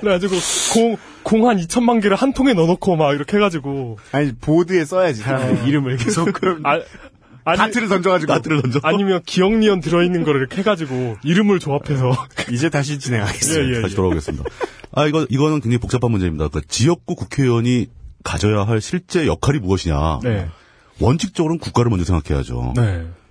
그래가지고 공, 공 한 2천만 개를 한 통에 넣어놓고 막 이렇게 해가지고.
아니, 보드에 써야지, 사람들 이름을 계속. 그럼.
아,
다트를 던져가지고.
다트를 던져.
아니면 기억니은 들어있는 거를 이렇게 해가지고 이름을 조합해서.
이제 다시 진행하겠습니다.
예, 예, 예.
다시 돌아오겠습니다. 아, 이거, 이거는 굉장히 복잡한 문제입니다. 그 지역구 국회의원이 가져야 할 실제 역할이 무엇이냐.
네.
원칙적으로는 국가를 먼저 생각해야죠.
네.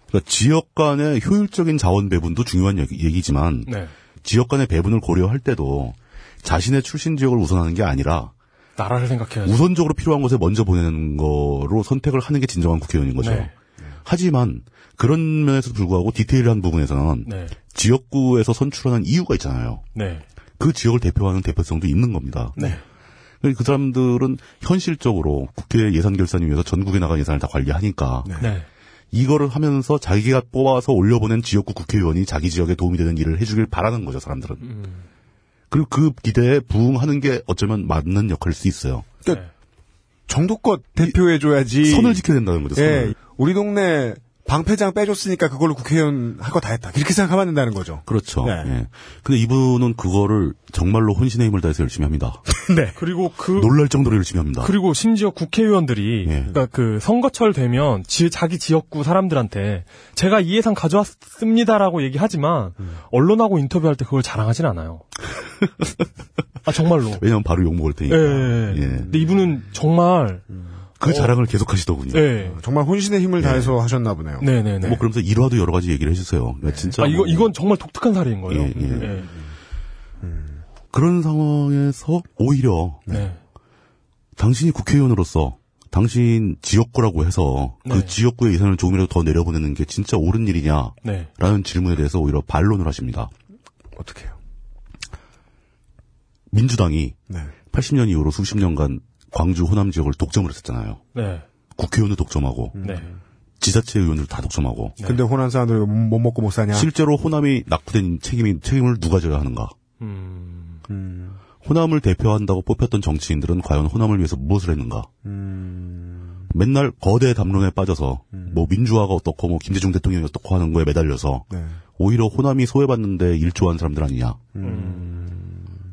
그러니까 지역 간의 효율적인 자원 배분도 중요한 얘기- 얘기지만
네.
지역 간의 배분을 고려할 때도 자신의 출신 지역을 우선하는 게 아니라
나라를 생각해야지.
우선적으로 필요한 곳에 먼저 보내는 거로 선택을 하는 게 진정한 국회의원인 거죠.
네.
하지만 그런 면에서도 불구하고 디테일한 부분에서는
네.
지역구에서 선출하는 이유가 있잖아요.
네.
그 지역을 대표하는 대표성도 있는 겁니다.
네.
그 사람들은 현실적으로 국회 예산 결산을 위해서 전국에 나간 예산을 다 관리하니까
네.
이거를 하면서 자기가 뽑아서 올려보낸 지역구 국회의원이 자기 지역에 도움이 되는 일을 해주길 바라는 거죠, 사람들은.
음.
그리고 그 기대에 부응하는 게 어쩌면 맞는 역할일 수 있어요.
그러니까 정도껏 대표해줘야지.
선을 지켜야 된다는 거죠,
예.
선을.
우리 동네 방패장 빼줬으니까 그걸로 국회의원 할 거 다 했다. 이렇게 생각하면 안 된다는 거죠.
그렇죠.
네.
예. 근데 이분은 그거를 정말로 혼신의 힘을 다해서 열심히 합니다.
네.
그리고 그
놀랄 정도로 열심히 합니다.
그리고 심지어 국회의원들이 그러니까 그 선거철 되면 지- 자기 지역구 사람들한테 제가 이 예산 가져왔습니다라고 얘기하지만 언론하고 인터뷰할 때 그걸 자랑하진 않아요. 아 정말로.
왜냐면 하 바로 욕먹을
예.
테니까.
예. 어.
예.
근데 이분은 정말
그 자랑을 계속 하시더군요.
네.
정말 혼신의 힘을 다해서 하셨나 보네요.
네네네.
뭐 그러면서 일화도 여러 가지 얘기를 해주세요. 그러니까 진짜
아 이거
뭐
이건 정말 독특한 사례인 거예요.
예, 예.
예.
그런 상황에서 오히려
네.
당신이 국회의원으로서 당신 지역구라고 해서
네.
그 지역구의 예산을 조금이라도 더 내려보내는 게 진짜 옳은 일이냐라는
네.
질문에 대해서 오히려 반론을 하십니다.
어떻게요?
민주당이
네.
80년 이후로 수십 년간 광주 호남 지역을 독점을 했었잖아요.
네.
국회의원도 독점하고
네.
지자체 의원들도 다 독점하고
근데 호남 사람들 못 먹고 못 사냐?
네. 실제로 호남이 낙후된 책임이 책임을 누가 져야 하는가? 호남을 대표한다고 뽑혔던 정치인들은 과연 호남을 위해서 무엇을 했는가? 맨날 거대 담론에 빠져서 뭐 민주화가 어떻고 뭐 김대중 대통령이 어떻고 하는 거에 매달려서
네.
오히려 호남이 소외받는데 일조한 사람들 아니냐?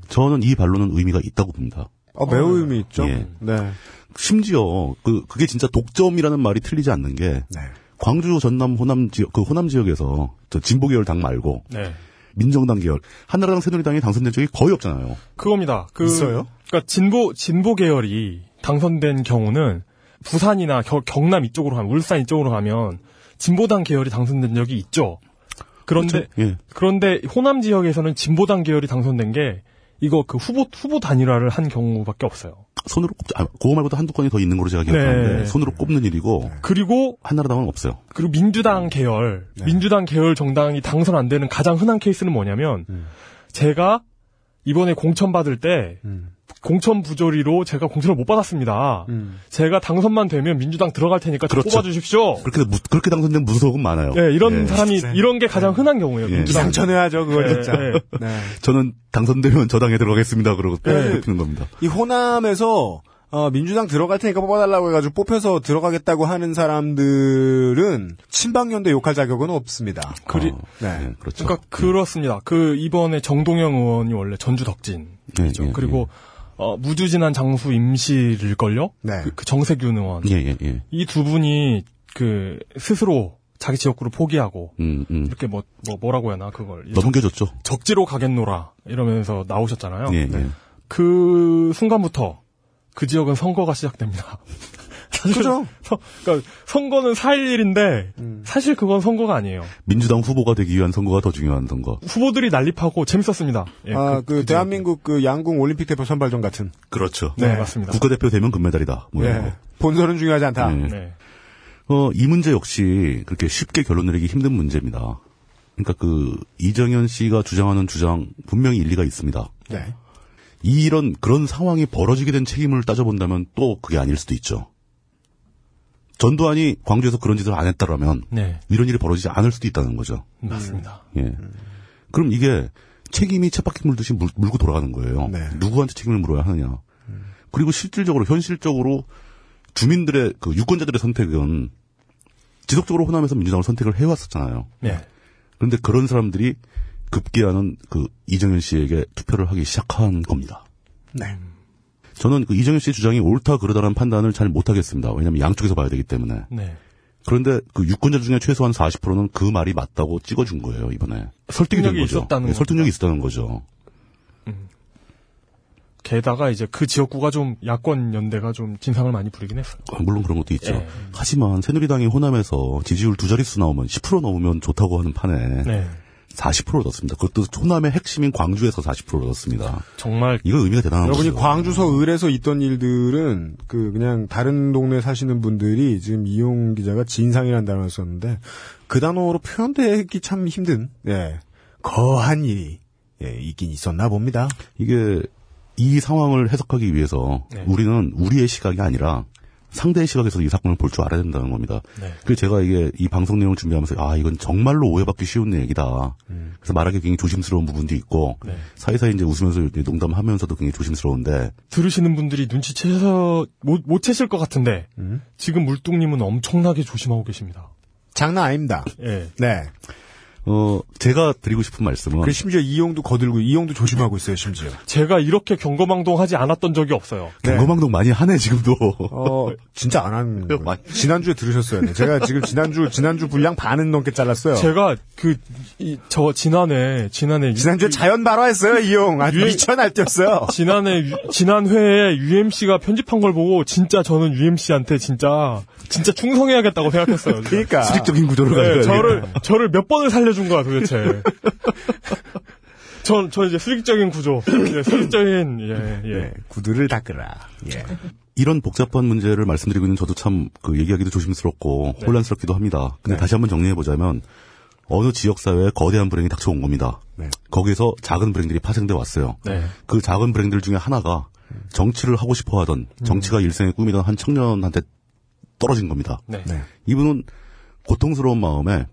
저는 이 반론은 의미가 있다고 봅니다.
아, 매우 의미 있죠.
예.
네.
심지어 그 그게 진짜 독점이라는 말이 틀리지 않는 게 광주 전남 호남 지역 그 호남 지역에서 저 진보 계열 당 말고
네.
민정당 계열 한나라당 새누리당이 당선된 적이 거의 없잖아요.
그겁니다. 그,
있어요?
그러니까 진보 진보 계열이 당선된 경우는 부산이나 겨- 경남 이쪽으로 가면 울산 이쪽으로 가면 진보당 계열이 당선된 적이 있죠. 그런데
그렇죠. 예.
그런데 호남 지역에서는 진보당 계열이 당선된 게 이거 그 후보 후보 단일화를 한 경우밖에 없어요.
손으로 꼽자 아, 그거 말고도 한두 건이 더 있는 걸로 제가 기억하는데
네.
손으로 꼽는 일이고
그리고
한나라당은 없어요.
그리고 민주당 계열,
네.
민주당 계열 정당이 당선 안 되는 가장 흔한 케이스는 뭐냐면,
음.
제가 이번에 공천 받을 때,
음.
공천 부조리로 제가 공천을 못 받았습니다. 제가 당선만 되면 민주당 들어갈 테니까 저
음. 그렇죠.
뽑아주십시오.
그렇게 무- 그렇게 당선된 무속은 많아요.
예, 이런
예.
사람이, 이런 게 가장 흔한 경우예요.
예.
민주당.
기상천외하죠, 그건
예,
진짜.
예.
네.
저는 당선되면 저당에 들어가겠습니다. 그러고
네.
예.
뽑히는 겁니다.
이 호남에서 어, 민주당 들어갈 테니까 뽑아달라고 해가지고 뽑혀서 들어가겠다고 하는 사람들은 친박연대 욕할 자격은 없습니다.
그리-
네.
그렇죠.
그러니까 그렇습니다. 그 이번에 정동영 의원이 원래 전주 덕진.
예,
죠
예, 네.
그리고 어, 무주진한 장수 임실일걸요? 그, 그 정세균 의원.
예, 예, 예.
이 두 분이 그 스스로 자기 지역구를 포기하고
음, 음.
이렇게 뭐, 뭐 라고 해야 하나 그걸
넘겨줬죠.
적지로 가겠노라 이러면서 나오셨잖아요.
네.
예, 예.
그 순간부터 그 지역은 선거가 시작됩니다. 사실
그죠.
선- 그러니까 선거는 4.11인데 사실 그건 선거가 아니에요.
민주당 후보가 되기 위한 선거가 더 중요한 선거.
후보들이 난립하고 재밌었습니다. 예,
아, 그, 대한민국 그 양궁 올림픽 대표 선발전 같은.
그렇죠.
네, 맞습니다.
국가대표 되면 금메달이다. 뭐 이런
네.
예.
거.
본선은 중요하지 않다.
네. 어, 이 문제 역시 그렇게 쉽게 결론 내리기 힘든 문제입니다. 그러니까 그 이정현 씨가 주장하는 주장 분명히 일리가 있습니다.
네.
이런 그런 상황이 벌어지게 된 책임을 따져본다면 또 그게 아닐 수도 있죠. 전두환이 광주에서 그런 짓을 안 했다라면
네.
이런 일이 벌어지지 않을 수도 있다는 거죠.
맞습니다.
예. 그럼 이게 책임이 쳇바퀴 물듯이 물, 고 돌아가는 거예요. 누구한테 책임을 물어야 하느냐. 그리고 실질적으로 현실적으로 주민들의 그 유권자들의 선택은 지속적으로 호남에서 민주당을 선택을 해왔었잖아요.
음.
네.
그런데 그런 사람들이 급기야는 그 이정현 씨에게 투표를 하기 시작한 겁니다.
네.
저는 그 이정현 씨 주장이 옳다 그르다라는 판단을 잘 못하겠습니다. 왜냐하면 양쪽에서 봐야 되기 때문에.
네.
그런데 그 유권자 중에 최소한 40%는 그 말이 맞다고 찍어준 거예요 이번에 설득이 된
설득력이
거죠.
있었다는
예,
겁니다.
설득력이 있었다는 거죠.
게다가 이제 그 지역구가 좀 야권 연대가 좀 진상을 많이 부리긴 했어요.
아, 물론 그런 것도 있죠.
예.
하지만 새누리당이 호남에서 지지율 두 자릿수 나오면 10% 넘으면 좋다고 하는 판에
네.
40%를 얻었습니다. 그것도 호남의 핵심인 광주에서 40%를 얻었습니다.
정말
이건 의미가 대단한
여러분이
거죠.
광주서 을에서 있던 일들은 그 그냥 다른 동네 사시는 분들이 지금 이용 기자가 진상이라는 단어를 썼는데 그 단어로 표현되기 참 힘든 예 거한 일이 예, 있긴 있었나 봅니다.
이게 이 상황을 해석하기 위해서
네.
우리는 우리의 시각이 아니라 상대의 시각에서 이 사건을 볼 줄 알아야 된다는 겁니다.
네.
그래서 제가 이게 이 방송 내용을 준비하면서 아 이건 정말로 오해받기 쉬운 얘기다. 그래서 말하기 굉장히 조심스러운 부분도 있고 사이사이 이제 웃으면서 이렇게 농담하면서도 굉장히 조심스러운데
들으시는 분들이 눈치채서 못, 못 채실 것 같은데
음?
지금 물뚱님은 엄청나게 조심하고 계십니다.
장난 아닙니다.
예.
네.
어 제가 드리고 싶은 말씀은
그 심지어 이용도 거들고 이용도 조심하고 있어요 심지어.
제가 이렇게 경거망동하지 않았던 적이 없어요.
경거망동 많이 하네 지금도.
어 진짜 안 하는 거예요. 지난주에 들으셨어요. 네. 제가 지금 지난주 지난주 분량 반은 넘게 잘랐어요.
제가 그 저 지난해 지난해
지난주에 자연 발화했어요 이용. 아 미쳐 날뛰었어요.
지난해 유- 지난 회에 UMC가 편집한 걸 보고 진짜 저는 UMC한테 진짜 진짜 충성해야겠다고 생각했어요. 네,
그러니까. 수직적인
구조로 가는 거야,
저를
이게.
저를 몇 번을 살려준 거야 도대체. 전, 전 이제 수직적인 구조, 예, 수직적인, 예,
네.
예.
구두를 닦으라. 예.
이런 복잡한 문제를 말씀드리고 있는 저도 참 그 얘기하기도 조심스럽고
네.
혼란스럽기도 합니다. 근데 다시 한번 정리해 보자면 어느 지역 사회에 거대한 불행이 닥쳐온 겁니다. 거기에서 작은 불행들이 파생돼 왔어요.
네. 음.
그 작은 불행들 중에 하나가 정치를 하고 싶어 하던 정치가 일생의 꿈이던 한 청년한테 떨어진 겁니다.
네.
이분은 고통스러운 마음에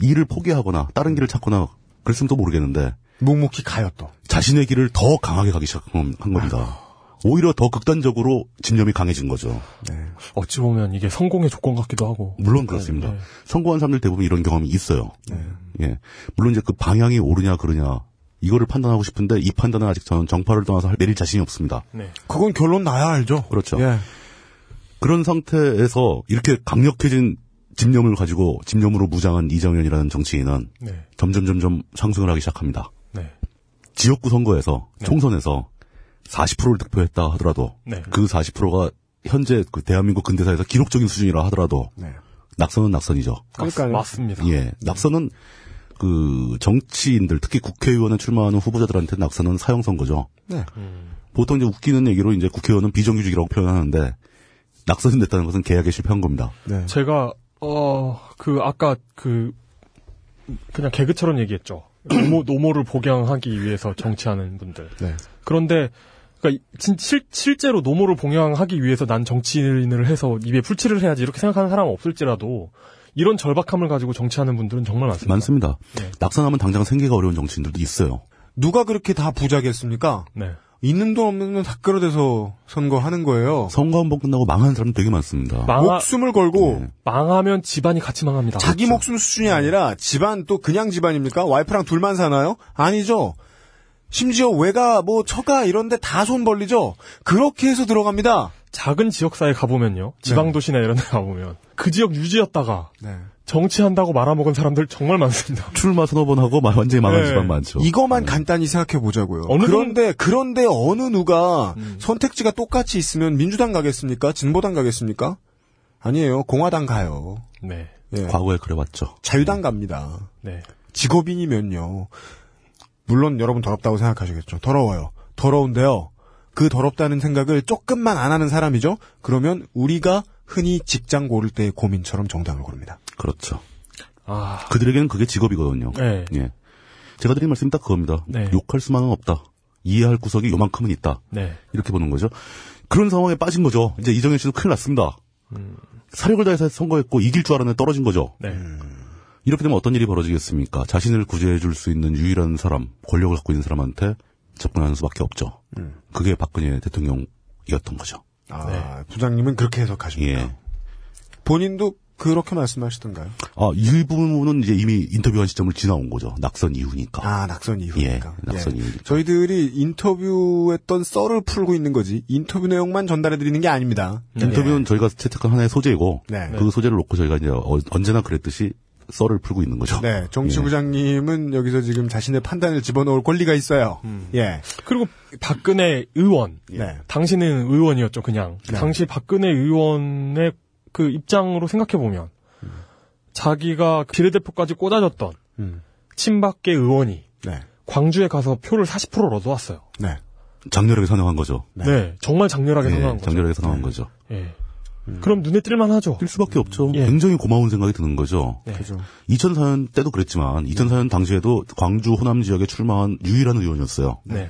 일을 포기하거나 다른 길을 찾거나 그랬으면 또 모르겠는데
묵묵히 가요 또.
자신의 길을 더 강하게 가기 시작한 겁니다.
아.
오히려 더 극단적으로 집념이 강해진 거죠.
어찌 보면 이게 성공의 조건 같기도 하고.
물론 그렇습니다.
네.
선거한 사람들 대부분 이런 경험이 있어요. 예. 물론 이제 그 방향이 옳으냐 그르냐 이거를 판단하고 싶은데 이 판단은 아직 저는 정파를 떠나서 할- 내릴 자신이 없습니다.
네.
그건 결론 나야 알죠. 예.
그렇죠.
예.
그런 상태에서 이렇게 강력해진 집념을 가지고 집념으로 무장한 이정현이라는 정치인은
네.
점점 점점 상승을 하기 시작합니다.
네.
지역구 선거에서 총선에서 40%를 득표했다 하더라도
네.
그 40%가 현재 그 대한민국 근대사에서 기록적인 수준이라 하더라도
네.
낙선은 낙선이죠.
그러니까요. 맞습니다. 네.
예, 낙선은 그 정치인들 특히 국회의원에 출마하는 후보자들한테 낙선은 사형 선거죠.
네.
보통 이제 웃기는 얘기로 이제 국회의원은 비정규직이라고 표현하는데 낙선이 됐다는 것은 계약에 실패한 겁니다.
그러니까. 제가 어 그 아까 그 그냥 개그처럼 얘기했죠. 노모, 노모를 복양하기 위해서 정치하는 분들.
네.
그런데 그러니까 이- 진, 실, 실제로 노모를 봉양하기 위해서 난 정치인을 해서 입에 풀칠을 해야지 이렇게 생각하는 사람은 없을지라도 이런 절박함을 가지고 정치하는 분들은 정말 많습니다.
많습니다.
네.
낙선하면 당장 생계가 어려운 정치인들도 있어요.
누가 그렇게 다 부자겠습니까?
네.
있는 돈 없는 돈 다 끌어대서 선거하는
어.
거예요.
선거 한 번 끝나고 망하는 사람도 되게 많습니다.
아. 목숨을 걸고
망하면 집안이 같이 망합니다.
그렇죠.
자기 목숨 수준이 아니라 집안 또 그냥 집안입니까? 와이프랑 둘만 사나요? 아니죠. 심지어 외가 뭐 처가 이런데 다 손 벌리죠. 그렇게 해서 들어갑니다.
작은 지역사에 가보면요. 지방도시나 이런 데 가보면 그 지역 유지였다가
네.
정치한다고 말아먹은 사람들 정말 많습니다.
출마 서너 번 하고 마- 완전히 망한
네.
집안 많죠.
이거만 간단히 생각해 보자고요.
어느 음.
그런데 그런데 어느 누가 선택지가 똑같이 있으면 민주당 가겠습니까? 진보당 가겠습니까? 아니에요. 공화당 가요.
네.
예.
과거에 그래봤죠.
자유당 갑니다.
네.
직업인이면요. 물론 여러분 더럽다고 생각하시겠죠. 더러워요. 더러운데요. 그 더럽다는 생각을 조금만 안 하는 사람이죠. 그러면 우리가 흔히 직장 고를 때의 고민처럼 정당을 고릅니다.
그렇죠.
아.
그들에게는 그게 직업이거든요.
네.
예. 제가 드린 말씀이 딱 그겁니다.
네.
욕할 수만은 없다. 이해할 구석이 요만큼은 있다.
네.
이렇게 보는 거죠. 그런 상황에 빠진 거죠. 이제 이정현 씨도 큰일 났습니다. 사력을 다해서 선거했고 이길 줄 알았는데 떨어진 거죠.
네.
이렇게 되면 어떤 일이 벌어지겠습니까? 자신을 구제해 줄 수 있는 유일한 사람, 권력을 갖고 있는 사람한테 접근하는 수밖에 없죠.
음.
그게 박근혜 대통령이었던 거죠. 예.
아,
네.
부장님은 그렇게 해석하십니까? 본인도 그렇게 말씀하시던가요?
아, 일부분은 이제 이미 인터뷰한 시점을 지나온 거죠. 낙선 이후니까.
아, 낙선 이후니까.
예,
예.
낙선 이후.
저희들이 인터뷰했던 썰을 풀고 있는 거지 인터뷰 내용만 전달해 드리는 게 아닙니다.
인터뷰는 저희가 채택한 하나의 소재이고
네.
그 소재를 놓고 저희가 이제 어- 언제나 그랬듯이 썰을 풀고 있는 거죠.
네, 정치
예.
부장님은 여기서 지금 자신의 판단을 집어넣을 권리가 있어요.
음.
예.
그리고 박근혜 의원.
예.
네.
당신은 의원이었죠, 그냥.
네.
당시 박근혜 의원의 그 입장으로 생각해보면, 자기가 그 비례대표까지 꽂아줬던
음.
친박계 의원이
예.
네.
광주에 가서 표를 40%를 얻어왔어요.
네.
장렬하게 선언한 거죠.
네. 정말 장렬하게
예,
선언한 거죠.
장렬하게 선언한 거죠.
예. 그럼 눈에 띌만 하죠.
뛸 수밖에 없죠. 굉장히 고마운 생각이 드는 거죠.
네. 그죠.
2004년 때도 그랬지만 2004년 당시에도 광주 호남 지역에 출마한 유일한 의원이었어요.
네.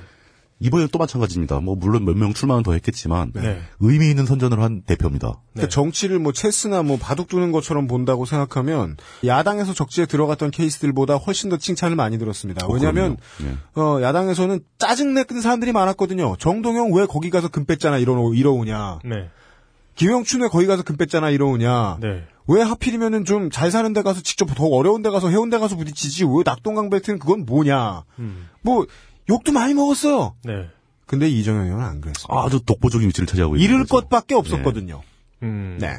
이번에 또 마찬가지입니다. 뭐 물론 몇 명 출마는 더 했겠지만
네.
의미 있는 선전을 한 대표입니다.
그러니까 정치를 뭐 체스나 뭐 바둑 두는 것처럼 본다고 생각하면 야당에서 적지에 들어갔던 케이스들보다 훨씬 더 칭찬을 많이 들었습니다.
어,
왜냐하면
그럼요. 예.
어, 야당에서는 짜증내는 사람들이 많았거든요. 정동영 왜 거기 가서 금 뺐잖아 이러, 이러우냐.
네.
김영춘 왜 거기 가서 금 뺐잖아 이러우냐.
네.
왜 하필이면은 좀 잘 사는 데 가서 직접 더 어려운 데 가서 해운 데 가서 부딪히지 왜 낙동강 벨트는 그건 뭐냐.
음.
뭐 욕도 많이 먹었어요.
네.
근데 이정현 의원은 안 그랬어요.
아주 독보적인 위치를 차지하고 있는
잃을
거죠.
것밖에 없었거든요.
음.
네.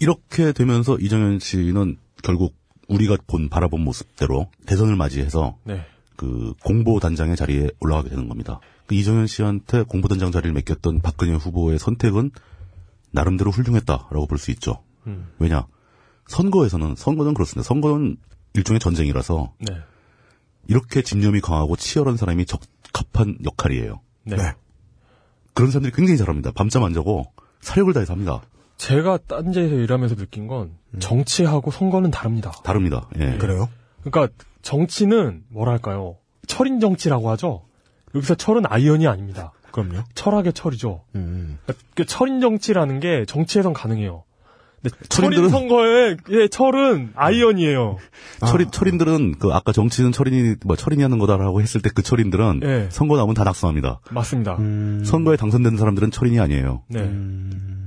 이렇게 되면서 이정현 씨는 결국 우리가 본 바라본 모습대로 대선을 맞이해서
네.
그 공보단장의 자리에 올라가게 되는 겁니다. 그 이정현 씨한테 공보단장 자리를 맡겼던 박근혜 후보의 선택은 나름대로 훌륭했다라고 볼 수 있죠.
음.
왜냐 선거에서는 선거는 그렇습니다. 선거는 일종의 전쟁이라서
네.
이렇게 집념이 강하고 치열한 사람이 적합한 역할이에요.
네.
그런 사람들이 굉장히 잘합니다. 밤잠 안 자고 사력을 다해서 합니다.
제가 딴지에서 일하면서 느낀 건 정치하고 선거는 음. 다릅니다.
다릅니다. 예.
그래요?
그러니까 정치는 뭐랄까요? 철인 정치라고 하죠. 여기서 철은 아이언이 아닙니다.
네. 그럼요.
철학의 철이죠.
음.
그러니까 그 철인 정치라는 게 정치에선 가능해요. 근데 그 철인
철인들은-
선거의 예, 철은 아이언이에요.
철인, 철인들은, 그, 아까 정치는 철인이, 뭐, 철인이 하는 거다라고 했을 때 그 철인들은
예.
선거 나오면 다 낙수합니다.
맞습니다.
선거에 당선되는 사람들은 철인이 아니에요.
네.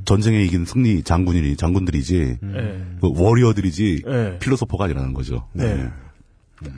전쟁에 이긴 승리 장군이, 장군들이지,
예.
그 워리어들이지,
예.
필로소퍼가 아니라는 거죠.
네.
예.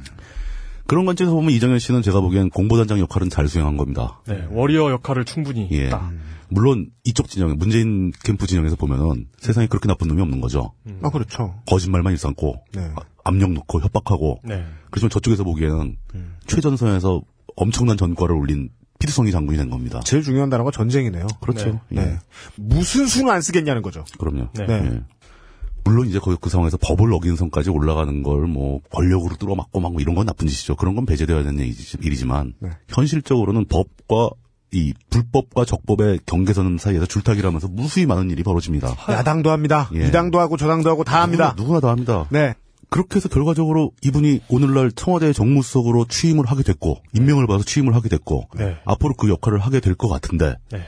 그런 관점에서 보면 이정현 씨는 제가 보기엔 공보단장 역할은 잘 수행한 겁니다.
네. 워리어 역할을 충분히
예.
했다.
물론, 이쪽 진영, 문재인 캠프 진영에서 보면은 세상에 그렇게 나쁜 놈이 없는 거죠.
음.
아 그렇죠.
거짓말만 일삼고,
네.
압력 넣고, 협박하고,
네. 음.
그렇지만 저쪽에서 보기에는 최전선에서 엄청난 전과를 올린 피드성이 장군이 된 겁니다.
제일 중요한 단어가 전쟁이네요.
그렇죠.
네.
예.
네. 무슨 수는 안 쓰겠냐는 거죠.
그럼요.
네.
예. 물론 이제 거기 그 상황에서 법을 어긴 선까지 올라가는 걸 뭐 권력으로 뚫어막고 막뭐 이런 건 나쁜 짓이죠. 그런 건 배제되어야 되는 얘기지- 일이지만 현실적으로는 법과 이 불법과 적법의 경계선 사이에서 줄타기라면서 무수히 많은 일이 벌어집니다.
야당도 합니다.
예.
이 당도 하고 저 당도 하고 다 합니다.
누구나, 누구나 다 합니다.
네.
그렇게 해서 결과적으로 이분이 오늘날 청와대 정무수석으로 취임을 하게 됐고 임명을 받아서 취임을 하게 됐고
네.
앞으로 그 역할을 하게 될 것 같은데
네.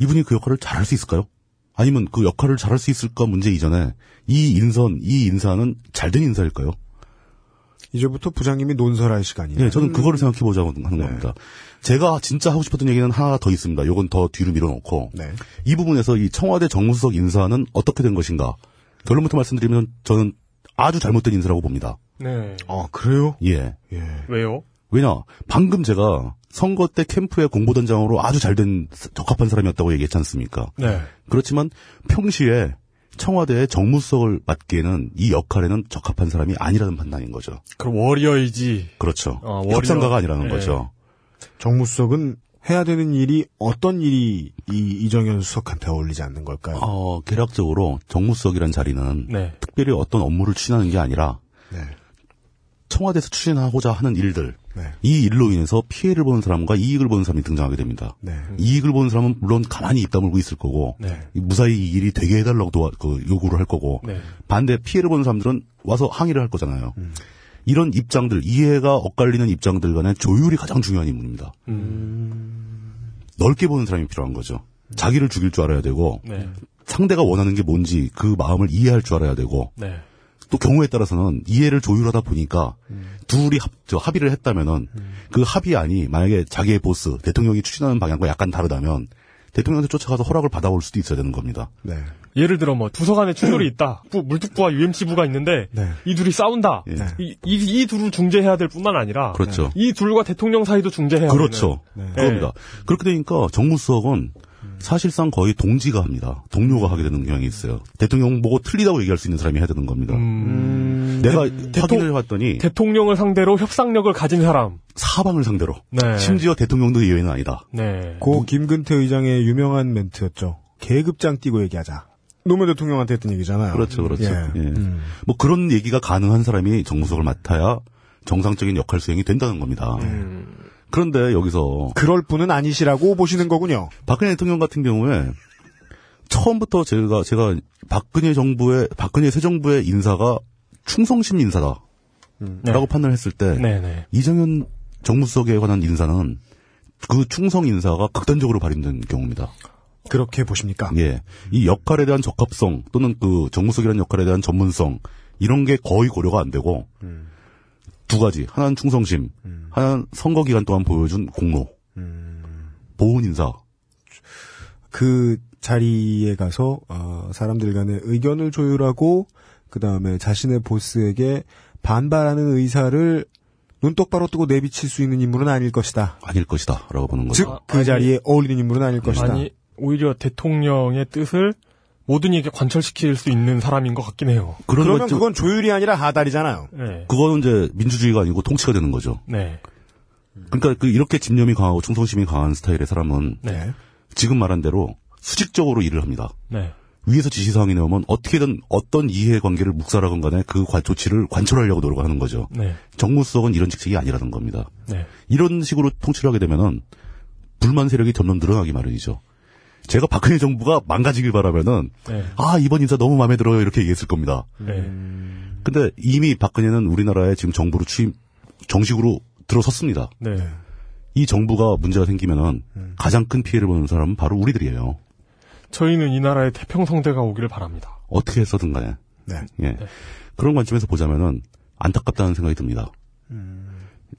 이분이 그 역할을 잘할 수 있을까요? 아니면 그 역할을 잘할 수 있을까 문제 이전에 이 인선, 이 인사는 잘된 인사일까요?
이제부터 부장님이 논설할 시간이에요.
네, 저는 그거를 생각해 보자고 하는 겁니다. 제가 진짜 하고 싶었던 얘기는 하나 더 있습니다. 요건 더 뒤로 밀어놓고
네.
이 부분에서 이 청와대 정무수석 인사는 어떻게 된 것인가? 결론부터 말씀드리면 저는 아주 잘못된 인사라고 봅니다.
네.
아 그래요?
예.
왜요?
왜냐 방금 제가 선거 때 캠프의 공보단장으로 아주 잘된 적합한 사람이었다고 얘기했지 않습니까?
네.
그렇지만 평시에 청와대의 정무수석을 맡기에는 이 역할에는 적합한 사람이 아니라는 판단인 거죠.
그럼 워리어이지.
그렇죠.
어, 워리어.
협상가가 아니라는
예.
거죠.
정무수석은 해야 되는 일이 어떤 일이 이 이정현 수석한테 어울리지 않는 걸까요?
어, 개략적으로 정무수석이란 자리는
네.
특별히 어떤 업무를 추진하는 게 아니라 청와대에서 추진하고자 하는 일들
네.
이 일로 인해서 피해를 보는 사람과 이익을 보는 사람이 등장하게 됩니다.
네.
이익을 보는 사람은 물론 가만히 입 다물고 있을 거고
네.
이 무사히 이 일이 되게 해달라고 도와- 그 요구를 할 거고
네. 음.
반대 피해를 보는 사람들은 와서 항의를 할 거잖아요. 이런 입장들 이해가 엇갈리는 입장들 간의 조율이 가장 중요한 임무입니다.
음.
넓게 보는 사람이 필요한 거죠. 자기를 죽일 줄 알아야 되고
네.
상대가 원하는 게 뭔지 그 마음을 이해할 줄 알아야 되고
네.
또 경우에 따라서는 이해를 조율하다 보니까 둘이 합, 저 합의를 했다면은 그 합의안이 만약에 자기의 보스 대통령이 추진하는 방향과 약간 다르다면 대통령한테 쫓아가서 허락을 받아올 수도 있어야 되는 겁니다.
네. 예를 들어 뭐 부서간에 충돌이 있다. 부, 물특부와 UMC부가 있는데 이 둘이 싸운다.
네. 예.
이, 이, 이 둘을 중재해야 될 뿐만 아니라
그렇죠.
이 둘과 대통령 사이도 중재해야
그렇죠.
되는.
그겁니다. 그렇게 되니까 정무수석은 사실상 거의 동지가 합니다. 동료가 하게 되는 경향이 있어요. 대통령 보고 틀리다고 얘기할 수 있는 사람이 해야 되는 겁니다. 내가 확인을 해봤더니
음. 대통령을 상대로 협상력을 가진 사람.
사방을 상대로.
네.
심지어 대통령도 예외는 아니다.
네.
고 김근태 의장의 유명한 멘트였죠. 계급장 띄고 얘기하자. 노무현 대통령한테 했던 얘기잖아요.
그렇죠, 그렇죠.
예.
예. 뭐 그런 얘기가 가능한 사람이 정무석을 맡아야 정상적인 역할 수행이 된다는 겁니다.
음.
그런데 여기서
그럴 분은 아니시라고 보시는 거군요.
박근혜 대통령 같은 경우에 처음부터 제가 제가 박근혜 정부의 박근혜 새 정부의 인사가 충성심 인사다라고
음.
판단을 했을 때
네네.
이정현 정무수석에 관한 인사는 그 충성 인사가 극단적으로 발휘된 경우입니다.
그렇게 보십니까?
예. 이 역할에 대한 적합성 또는 그 정무수석이라는 역할에 대한 전문성 이런 게 거의 고려가 안 되고 두 가지 하나는 충성심, 하나는 선거 기간 동안 보여준 공로, 보훈 인사
그 자리에 가서 어, 사람들 간의 의견을 조율하고 그 다음에 자신의 보스에게 반발하는 의사를 눈 똑바로 뜨고 내비칠 수 있는 인물은 아닐 것이다.
아닐 것이다라고 보는 거죠.
즉 그 자리에 어울리는 인물은 아닐 것이다.
아니 오히려 대통령의 뜻을 모든이에게 관철시킬 수 있는 사람인 것 같긴 해요.
그러면 그건 조율이 아니라 하달이잖아요.
네.
그거는 이제 민주주의가 아니고 통치가 되는 거죠.
네.
음.
그러니까 그 이렇게 집념이 강하고 충성심이 강한 스타일의 사람은
네.
지금 말한 대로 수직적으로 일을 합니다.
네.
위에서 지시사항이 나오면 어떻게든 어떤 이해관계를 묵살하건 간에 그 관- 조치를 관철하려고 노력하는 거죠.
네.
정무수석은 이런 직책이 아니라는 겁니다.
네.
이런 식으로 통치를 하게 되면은 불만 세력이 점점 늘어나기 마련이죠. 제가 박근혜 정부가 망가지길 바라면은
네.
아 이번 인사 너무 마음에 들어요 이렇게 얘기했을 겁니다. 음,
네.
근데 이미 박근혜는 우리나라에 지금 정부로 취임 정식으로 들어섰습니다.
네.
이 정부가 문제가 생기면은 가장 큰 피해를 보는 사람은 바로 우리들이에요.
저희는 이 나라에 태평성대가 오기를 바랍니다.
어떻게 해서든 간에. 예.
네.
그런 관점에서 보자면은 안타깝다는 생각이 듭니다.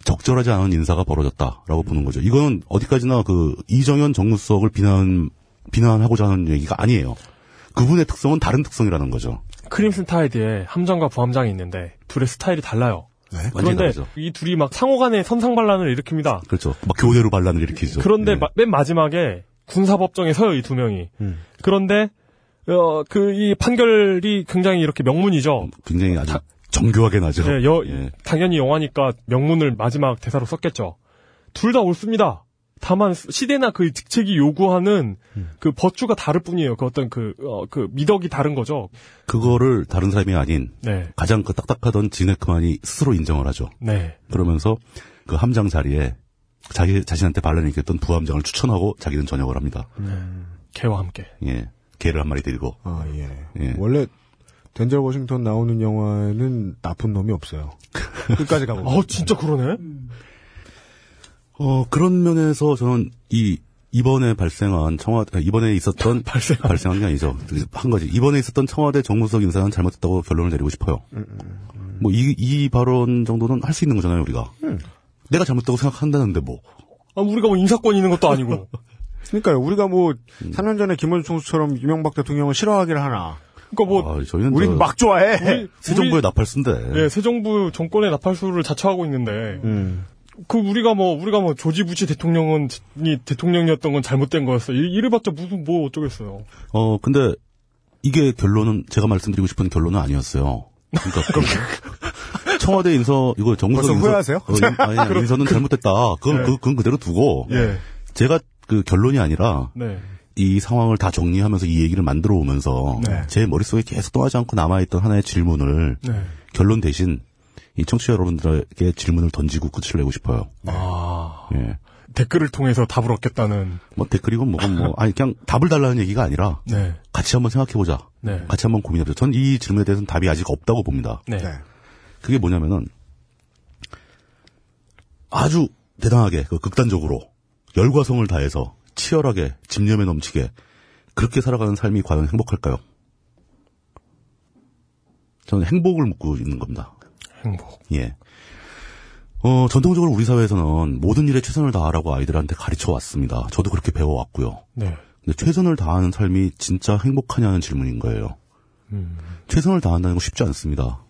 적절하지 않은 인사가 벌어졌다라고 보는 거죠. 이거는 어디까지나 그 이정현 정무수석을 비난 비난하고자 하는 얘기가 아니에요. 그분의 특성은 다른 특성이라는 거죠.
크림슨 타이드에 함장과 부함장이 있는데 둘의 스타일이 달라요.
완전히
그런데
다르죠.
이 둘이 막 상호간에 선상반란을 일으킵니다.
그렇죠. 막 교대로 반란을 일으키죠. 예.
그런데 마- 맨 마지막에 군사법정에 서요 이 두 명이.
음.
그런데 어, 그 이 판결이 굉장히 이렇게 명문이죠.
굉장히 아주 정교하게 나죠.
예, 여-
음, 예.
당연히 영화니까 명문을 마지막 대사로 썼겠죠. 둘 다 옳습니다. 다만 시대나 그 직책이 요구하는
음.
그 버추가 다를 뿐이에요. 그 어떤 그, 어, 그 미덕이 다른 거죠.
그거를 다른 사람이 아닌
네.
가장 그 딱딱하던 지네크만이 스스로 인정을 하죠.
네.
그러면서 그 함장 자리에 자기 자신한테 반란이 있겠던 부함장을 추천하고 자기는 전역을 합니다.
개와 함께.
예. 개를 한 마리 데리고.
아, 예.
예.
원래 덴젤 워싱턴 나오는 영화에는 나쁜 놈이 없어요. 끝까지 가보.
어, 진짜 그러네.
어, 그런 면에서 저는 이 이번에 발생한 청와대 아니, 이번에 있었던 발생한, 게 아니죠. 그 한 거지. 이번에 있었던 청와대 정무수석 인사는 잘못했다고 결론을 내리고 싶어요. 뭐 이 이 발언 정도는 할 수 있는 거잖아요, 우리가. 내가 잘못했다고 생각한다는데 뭐.
아, 우리가 뭐 인사권 있는 것도 아니고.
그러니까요. 우리가 뭐 3년 전에 김원준 총수처럼 이명박 대통령을 싫어하기를 하나.
그러니까 뭐
아, 저희는
우린
저-
막 좋아해.
우리-
새 정부의
우리-
나팔순데.
예, 새 정부 정권의 나팔수를 자처하고 있는데.
음.
그 우리가 뭐 우리가 뭐 조지 부시 대통령은 이 대통령이었던 건 잘못된 거였어. 이- 이래봤자 무슨 뭐 어쩌겠어요.
어, 근데 이게 결론은 제가 말씀드리고 싶은 결론은 아니었어요. 그러니까 그 청와대 인서 이거 정무석
벌써
인서
후회하세요?
어, 인, 아니, 아니,
그럼-
인서는
그-
잘못됐다. 그건
예.
그, 그건 그대로 두고
예.
제가 그 결론이 아니라
네.
이 상황을 다 정리하면서 이 얘기를 만들어 오면서
네.
제 머릿속에 계속 떠나지 않고 남아있던 하나의 질문을
네.
결론 대신 이 청취자 여러분들에게 질문을 던지고 끝을 내고 싶어요.
아,
예.
댓글을 통해서 답을 얻겠다는.
뭐 댓글이고 뭐고 뭐 아니 그냥 답을 달라는 얘기가 아니라
네.
같이 한번 생각해 보자.
네.
같이 한번 고민해 보자. 전 이 질문에 대해서는 답이 아직 없다고 봅니다.
네.
그게 뭐냐면은 아주 대단하게 그 극단적으로 열과성을 다해서 치열하게 집념에 넘치게 그렇게 살아가는 삶이 과연 행복할까요? 저는 행복을 묻고 있는 겁니다.
행복.
예. 어, 전통적으로 우리 사회에서는 모든 일에 최선을 다하라고 아이들한테 가르쳐 왔습니다. 저도 그렇게 배워왔고요.
네.
근데 최선을 다하는 삶이 진짜 행복하냐는 질문인 거예요. 최선을 다한다는 거 쉽지 않습니다.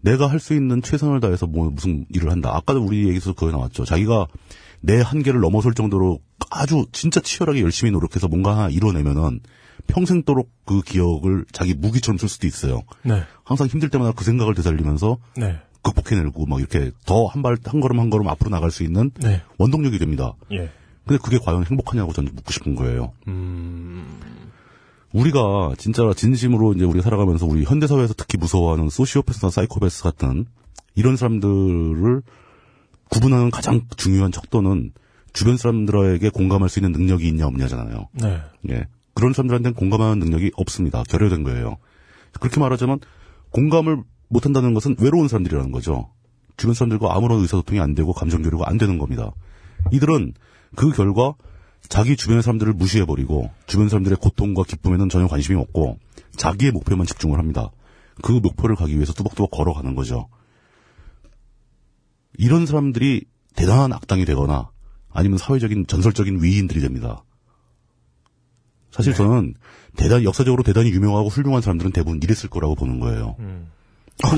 내가 할 수 있는 최선을 다해서 뭐 무슨 일을 한다. 아까도 우리 얘기에서 그거 나왔죠. 자기가 내 한계를 넘어설 정도로 아주 진짜 치열하게 열심히 노력해서 뭔가 하나 이뤄내면은 평생도록 그 기억을 자기 무기처럼 쓸 수도 있어요.
네.
항상 힘들 때마다 그 생각을 되살리면서
네.
극복해내고 막 이렇게 더 한 발, 한 걸음 한 걸음 앞으로 나갈 수 있는
네.
원동력이 됩니다.
예.
근데 그게 과연 행복하냐고 저는 묻고 싶은 거예요. 우리가 진짜 진심으로 이제 우리가 살아가면서 우리 현대 사회에서 특히 무서워하는 소시오패스나 사이코패스 같은 이런 사람들을 구분하는 가장 중요한 척도는 주변 사람들에게 공감할 수 있는 능력이 있냐 없냐잖아요.
네.
예. 그런 사람들한테는 공감하는 능력이 없습니다. 결여된 거예요. 그렇게 말하자면 공감을 못한다는 것은 외로운 사람들이라는 거죠. 주변 사람들과 아무런 의사소통이 안 되고 감정교류가 안 되는 겁니다. 이들은 그 결과 자기 주변의 사람들을 무시해버리고 주변 사람들의 고통과 기쁨에는 전혀 관심이 없고 자기의 목표만 집중을 합니다. 그 목표를 가기 위해서 뚜벅뚜벅 걸어가는 거죠. 이런 사람들이 대단한 악당이 되거나 아니면 사회적인 전설적인 위인들이 됩니다. 사실 저는 대단 역사적으로 대단히 유명하고 훌륭한 사람들은 대부분 이랬을 거라고 보는 거예요. 그냥 아,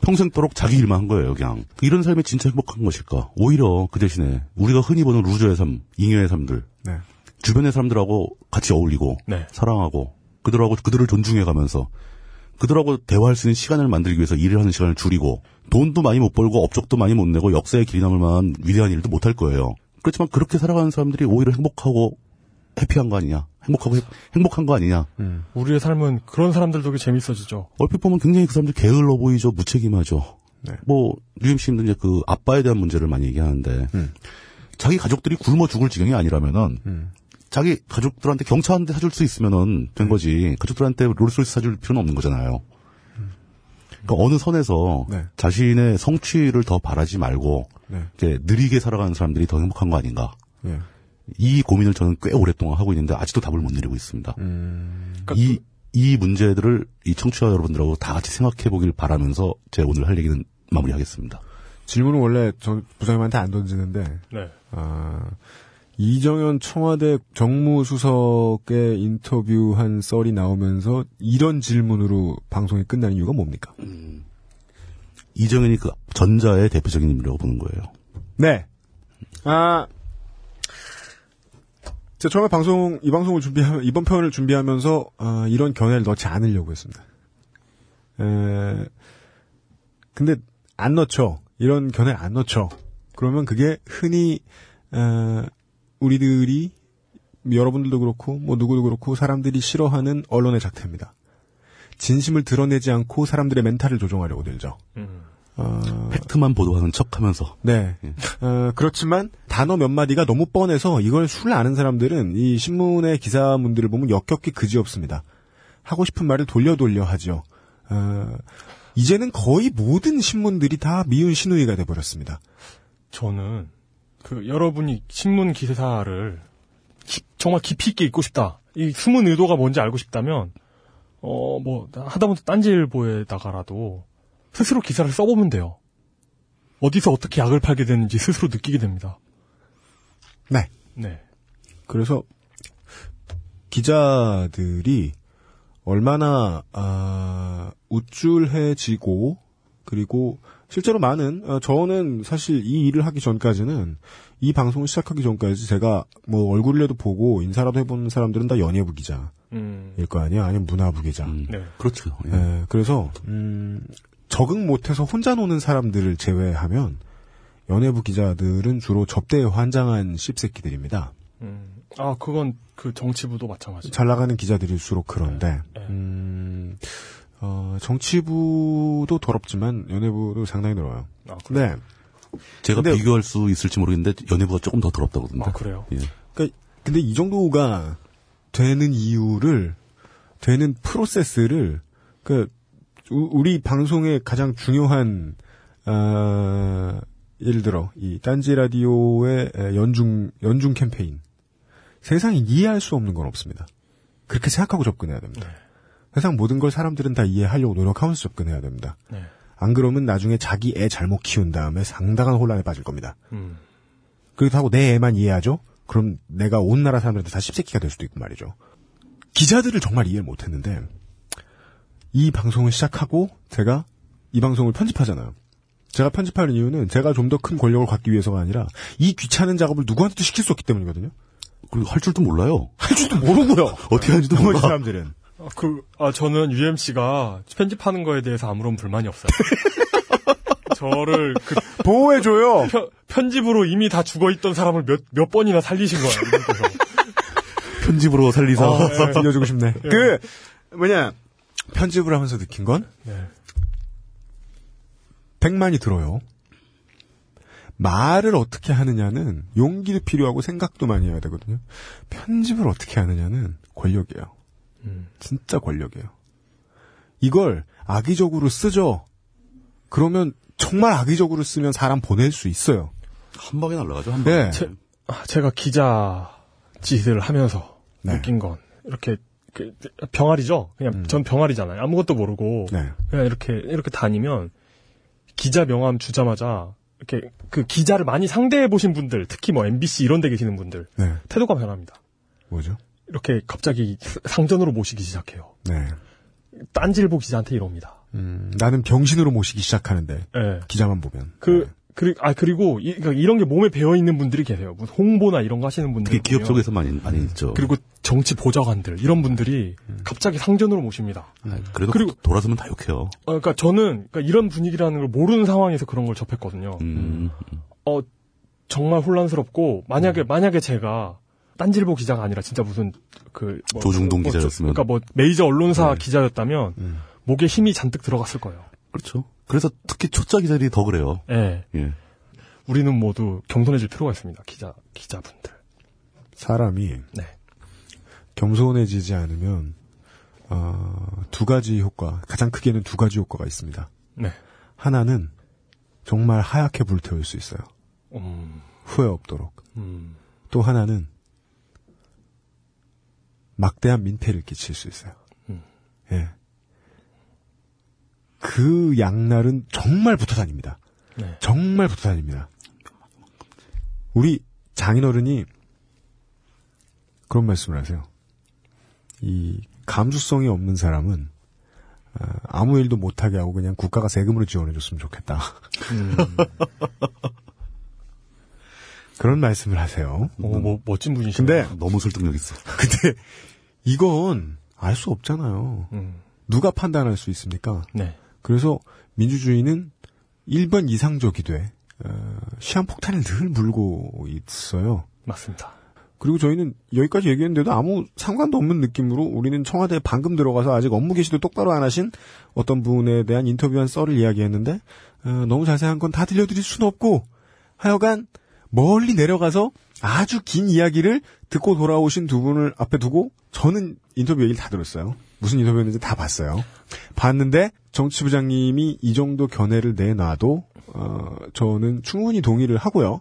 평생도록 자기 일만 한 거예요, 그냥. 이런 삶이 진짜 행복한 것일까? 오히려 그 대신에 우리가 흔히 보는 루저의 삶, 잉여의 삶들,
네.
주변의 사람들하고 같이 어울리고
네.
사랑하고 그들하고 그들을 존중해가면서 그들하고 대화할 수 있는 시간을 만들기 위해서 일을 하는 시간을 줄이고 돈도 많이 못 벌고 업적도 많이 못 내고 역사에 길이 남을 만한 위대한 일도 못 할 거예요. 그렇지만 그렇게 살아가는 사람들이 오히려 행복하고 해피한 거 아니냐? 행복하고 해- 행복한 거 아니냐?
우리의 삶은 그런 사람들 덕에 재밌어지죠.
얼핏 보면 굉장히 그 사람들 게을러 보이죠, 무책임하죠.
네.
뭐 유임씨는 이제 그 아빠에 대한 문제를 많이 얘기하는데
음.
자기 가족들이 굶어 죽을 지경이 아니라면은 자기 가족들한테 경차 한 대 사줄 수 있으면은
음.
된 거지 가족들한테 롤스로이스 사줄 필요는 없는 거잖아요. 그러니까 어느 선에서
네.
자신의 성취를 더 바라지 말고
네.
이렇게 느리게 살아가는 사람들이 더 행복한 거 아닌가.
예.
이 고민을 저는 꽤 오랫동안 하고 있는데 아직도 답을 못 내리고 있습니다.
음.
이, 이 문제들을 이 청취자 여러분들하고 다 같이 생각해 보길 바라면서 제 오늘 할 얘기는 마무리하겠습니다.
질문은 원래 전 부장님한테 안 던지는데
네.
아, 이정현 청와대 정무수석의 인터뷰한 썰이 나오면서 이런 질문으로 방송이 끝나는 이유가 뭡니까?
이정현이 그 전자의 대표적인 인물이라고 보는 거예요.
네. 아, 제가 처음에 방송, 이 방송을 준비하면, 이번 편을 준비하면서, 아, 이런 견해를 넣지 않으려고 했습니다. 에, 근데, 안 넣죠. 이런 견해를 안 넣죠. 그러면 그게 흔히, 아, 우리들이, 여러분들도 그렇고, 뭐 누구도 그렇고, 사람들이 싫어하는 언론의 작태입니다. 진심을 드러내지 않고 사람들의 멘탈을 조종하려고 들죠. 어,
팩트만 보도하는 척 하면서.
네. 어, 그렇지만 단어 몇 마디가 너무 뻔해서 이걸 술 아는 사람들은 이 신문의 기사문들을 보면 역겹기 그지없습니다. 하고 싶은 말을 돌려 돌려 하죠. 어, 이제는 거의 모든 신문들이 다 미운 신우이가 돼버렸습니다.
저는 그 여러분이 신문 기사를 깊- 정말 깊이 있게 읽고 싶다. 이 숨은 의도가 뭔지 알고 싶다면 어 뭐 하다못해 딴지일보에다가라도 스스로 기사를 써보면 돼요. 어디서 어떻게 약을 팔게 되는지 스스로 느끼게 됩니다.
네.
네.
그래서 기자들이 얼마나 아, 우쭐해지고 그리고 실제로 많은 어, 저는 사실 이 일을 하기 전까지는 이 방송을 시작하기 전까지 제가 뭐 얼굴이라도 보고 인사라도 해본 사람들은 다 연예부 기자.
음.
일 거 아니야? 아니면 문화부 기자.
그렇죠. 예.
예, 그래서 음, 적응 못해서 혼자 노는 사람들을 제외하면 연예부 기자들은 주로 접대에 환장한 씹새끼들입니다.
아, 그건 그 정치부도 마찬가지.
잘 나가는 기자들일수록 그런데 음, 어, 정치부도 더럽지만 연예부도 상당히 더러워요.
아,
네.
제가
근데-
비교할 수 있을지 모르겠는데 연예부가 조금 더 더럽다거든요. 아,
그래요?
예.
그러니까 근데 이 정도가 되는 이유를 되는 프로세스를 그 우- 우리 방송의 가장 중요한 아, 예를 들어 이 딴지 라디오의 에, 연중 연중 캠페인 세상이 이해할 수 없는 건 없습니다. 그렇게 생각하고 접근해야 됩니다. 세상 모든 걸 사람들은 다 이해하려고 노력하면서 접근해야 됩니다.
네.
안 그러면 나중에 자기 애 잘못 키운 다음에 상당한 혼란에 빠질 겁니다.
음.
그렇다고 내 애만 이해하죠? 그럼 내가 온 나라 사람들한테 다 씹새끼가 될 수도 있고 말이죠. 기자들을 정말 이해를 못했는데 이 방송을 시작하고 제가 이 방송을 편집하잖아요. 제가 편집하는 이유는 제가 좀 더 큰 권력을 갖기 위해서가 아니라 이 귀찮은 작업을 누구한테도 시킬 수 없기 때문이거든요.
그리고 할 줄도 몰라요.
할 줄도 모르고요.
어떻게 하는지도
나머지
몰라.
사람들은.
아, 그, 아, 저는 UMC가 편집하는 거에 대해서 아무런 불만이 없어요. 저를 그
보호해줘요.
편집으로 이미 다 죽어있던 사람을 몇, 몇 번이나 살리신 거예요. 이분께서.
편집으로 살리사.
아, 들려주고 싶네.
예.
그 뭐냐 편집을 하면서 느낀 건
네.
백만이 들어요. 말을 어떻게 하느냐는 용기도 필요하고 생각도 많이 해야 되거든요. 편집을 어떻게 하느냐는 권력이에요. 음. 진짜 권력이에요. 이걸 악의적으로 쓰죠. 그러면 정말 악의적으로 쓰면 사람 보낼 수 있어요.
한 방에 날라가죠. 한
네.
제, 아, 제가 기자 짓을 하면서
네. 음.
느낀 건 이렇게 그, 병아리죠. 그냥 전 병아리잖아요. 아무것도 모르고
네.
그냥 이렇게 이렇게 다니면 기자 명함 주자마자 이렇게 그 기자를 많이 상대해 보신 분들, 특히 뭐 MBC 이런 데 계시는 분들
네.
태도가 변합니다.
뭐죠?
이렇게 갑자기 상전으로 모시기 시작해요.
네.
딴질보 기자한테 이럽니다.
음, 나는 병신으로 모시기 시작하는데
예.
기자만 보면 네.
그
네.
그리 아 그리고 이, 런게 몸에 배어 있는 분들이 계세요. 무슨 홍보나 이런 거 하시는 분들.
특히 기업
보면.
쪽에서 많이 많이 있죠.
그리고 정치 보좌관들 이런 분들이
음.
갑자기 상전으로 모십니다.
아, 그래도
그리고-
돌아서면 다 욕해요.
어, 그러니까 저는 그러니까 이런 분위기라는 걸 모르는 상황에서 그런 걸 접했거든요.
음.
어 정말 혼란스럽고 만약에 만약에 제가 딴질보 기자가 아니라 진짜 무슨 그 뭐,
조중동
뭐, 저-
기자였으면. 네.
그러니까 뭐 메이저 언론사 기자였다면 목에 힘이 잔뜩 들어갔을 거예요.
그렇죠. 그래서 특히 초짜 기자들이 더 그래요.
예.
예.
우리는 모두 경선해줄 필요가 있습니다. 기자 기자분들.
사람이
네.
겸손해지지 않으면 어, 두 가지 효과 가장 크게는 두 가지 효과가 있습니다.
네.
하나는 정말 하얗게 불태울 수 있어요.
음.
후회 없도록.
음.
또 하나는 막대한 민폐를 끼칠 수 있어요.
음.
예. 그 양날은 정말 붙어 다닙니다.
네.
정말 붙어 다닙니다. 우리 장인어른이 그런 말씀을 하세요. 이 감수성이 없는 사람은 아, 아무 일도 못하게 하고 그냥 국가가 세금으로 지원해줬으면 좋겠다.
음.
그런 말씀을 하세요.
오, 뭐 멋진 분이시네.
근데
너무 설득력 있어.
근데 이건 알 수 없잖아요.
음.
누가 판단할 수 있습니까?
네.
그래서 민주주의는 1번 이상적이되 어, 시한폭탄을 늘 물고 있어요.
맞습니다.
그리고 저희는 여기까지 얘기했는데도 아무 상관도 없는 느낌으로 우리는 청와대에 방금 들어가서 아직 업무 개시도 똑바로 안 하신 어떤 분에 대한 인터뷰한 썰을 이야기했는데 어, 너무 자세한 건 다 들려드릴 수는 없고 하여간 멀리 내려가서 아주 긴 이야기를 듣고 돌아오신 두 분을 앞에 두고 저는 인터뷰 얘기를 다 들었어요. 무슨 인터뷰였는지 다 봤어요. 봤는데 정치부장님이 이 정도 견해를 내놔도 어, 저는 충분히 동의를 하고요.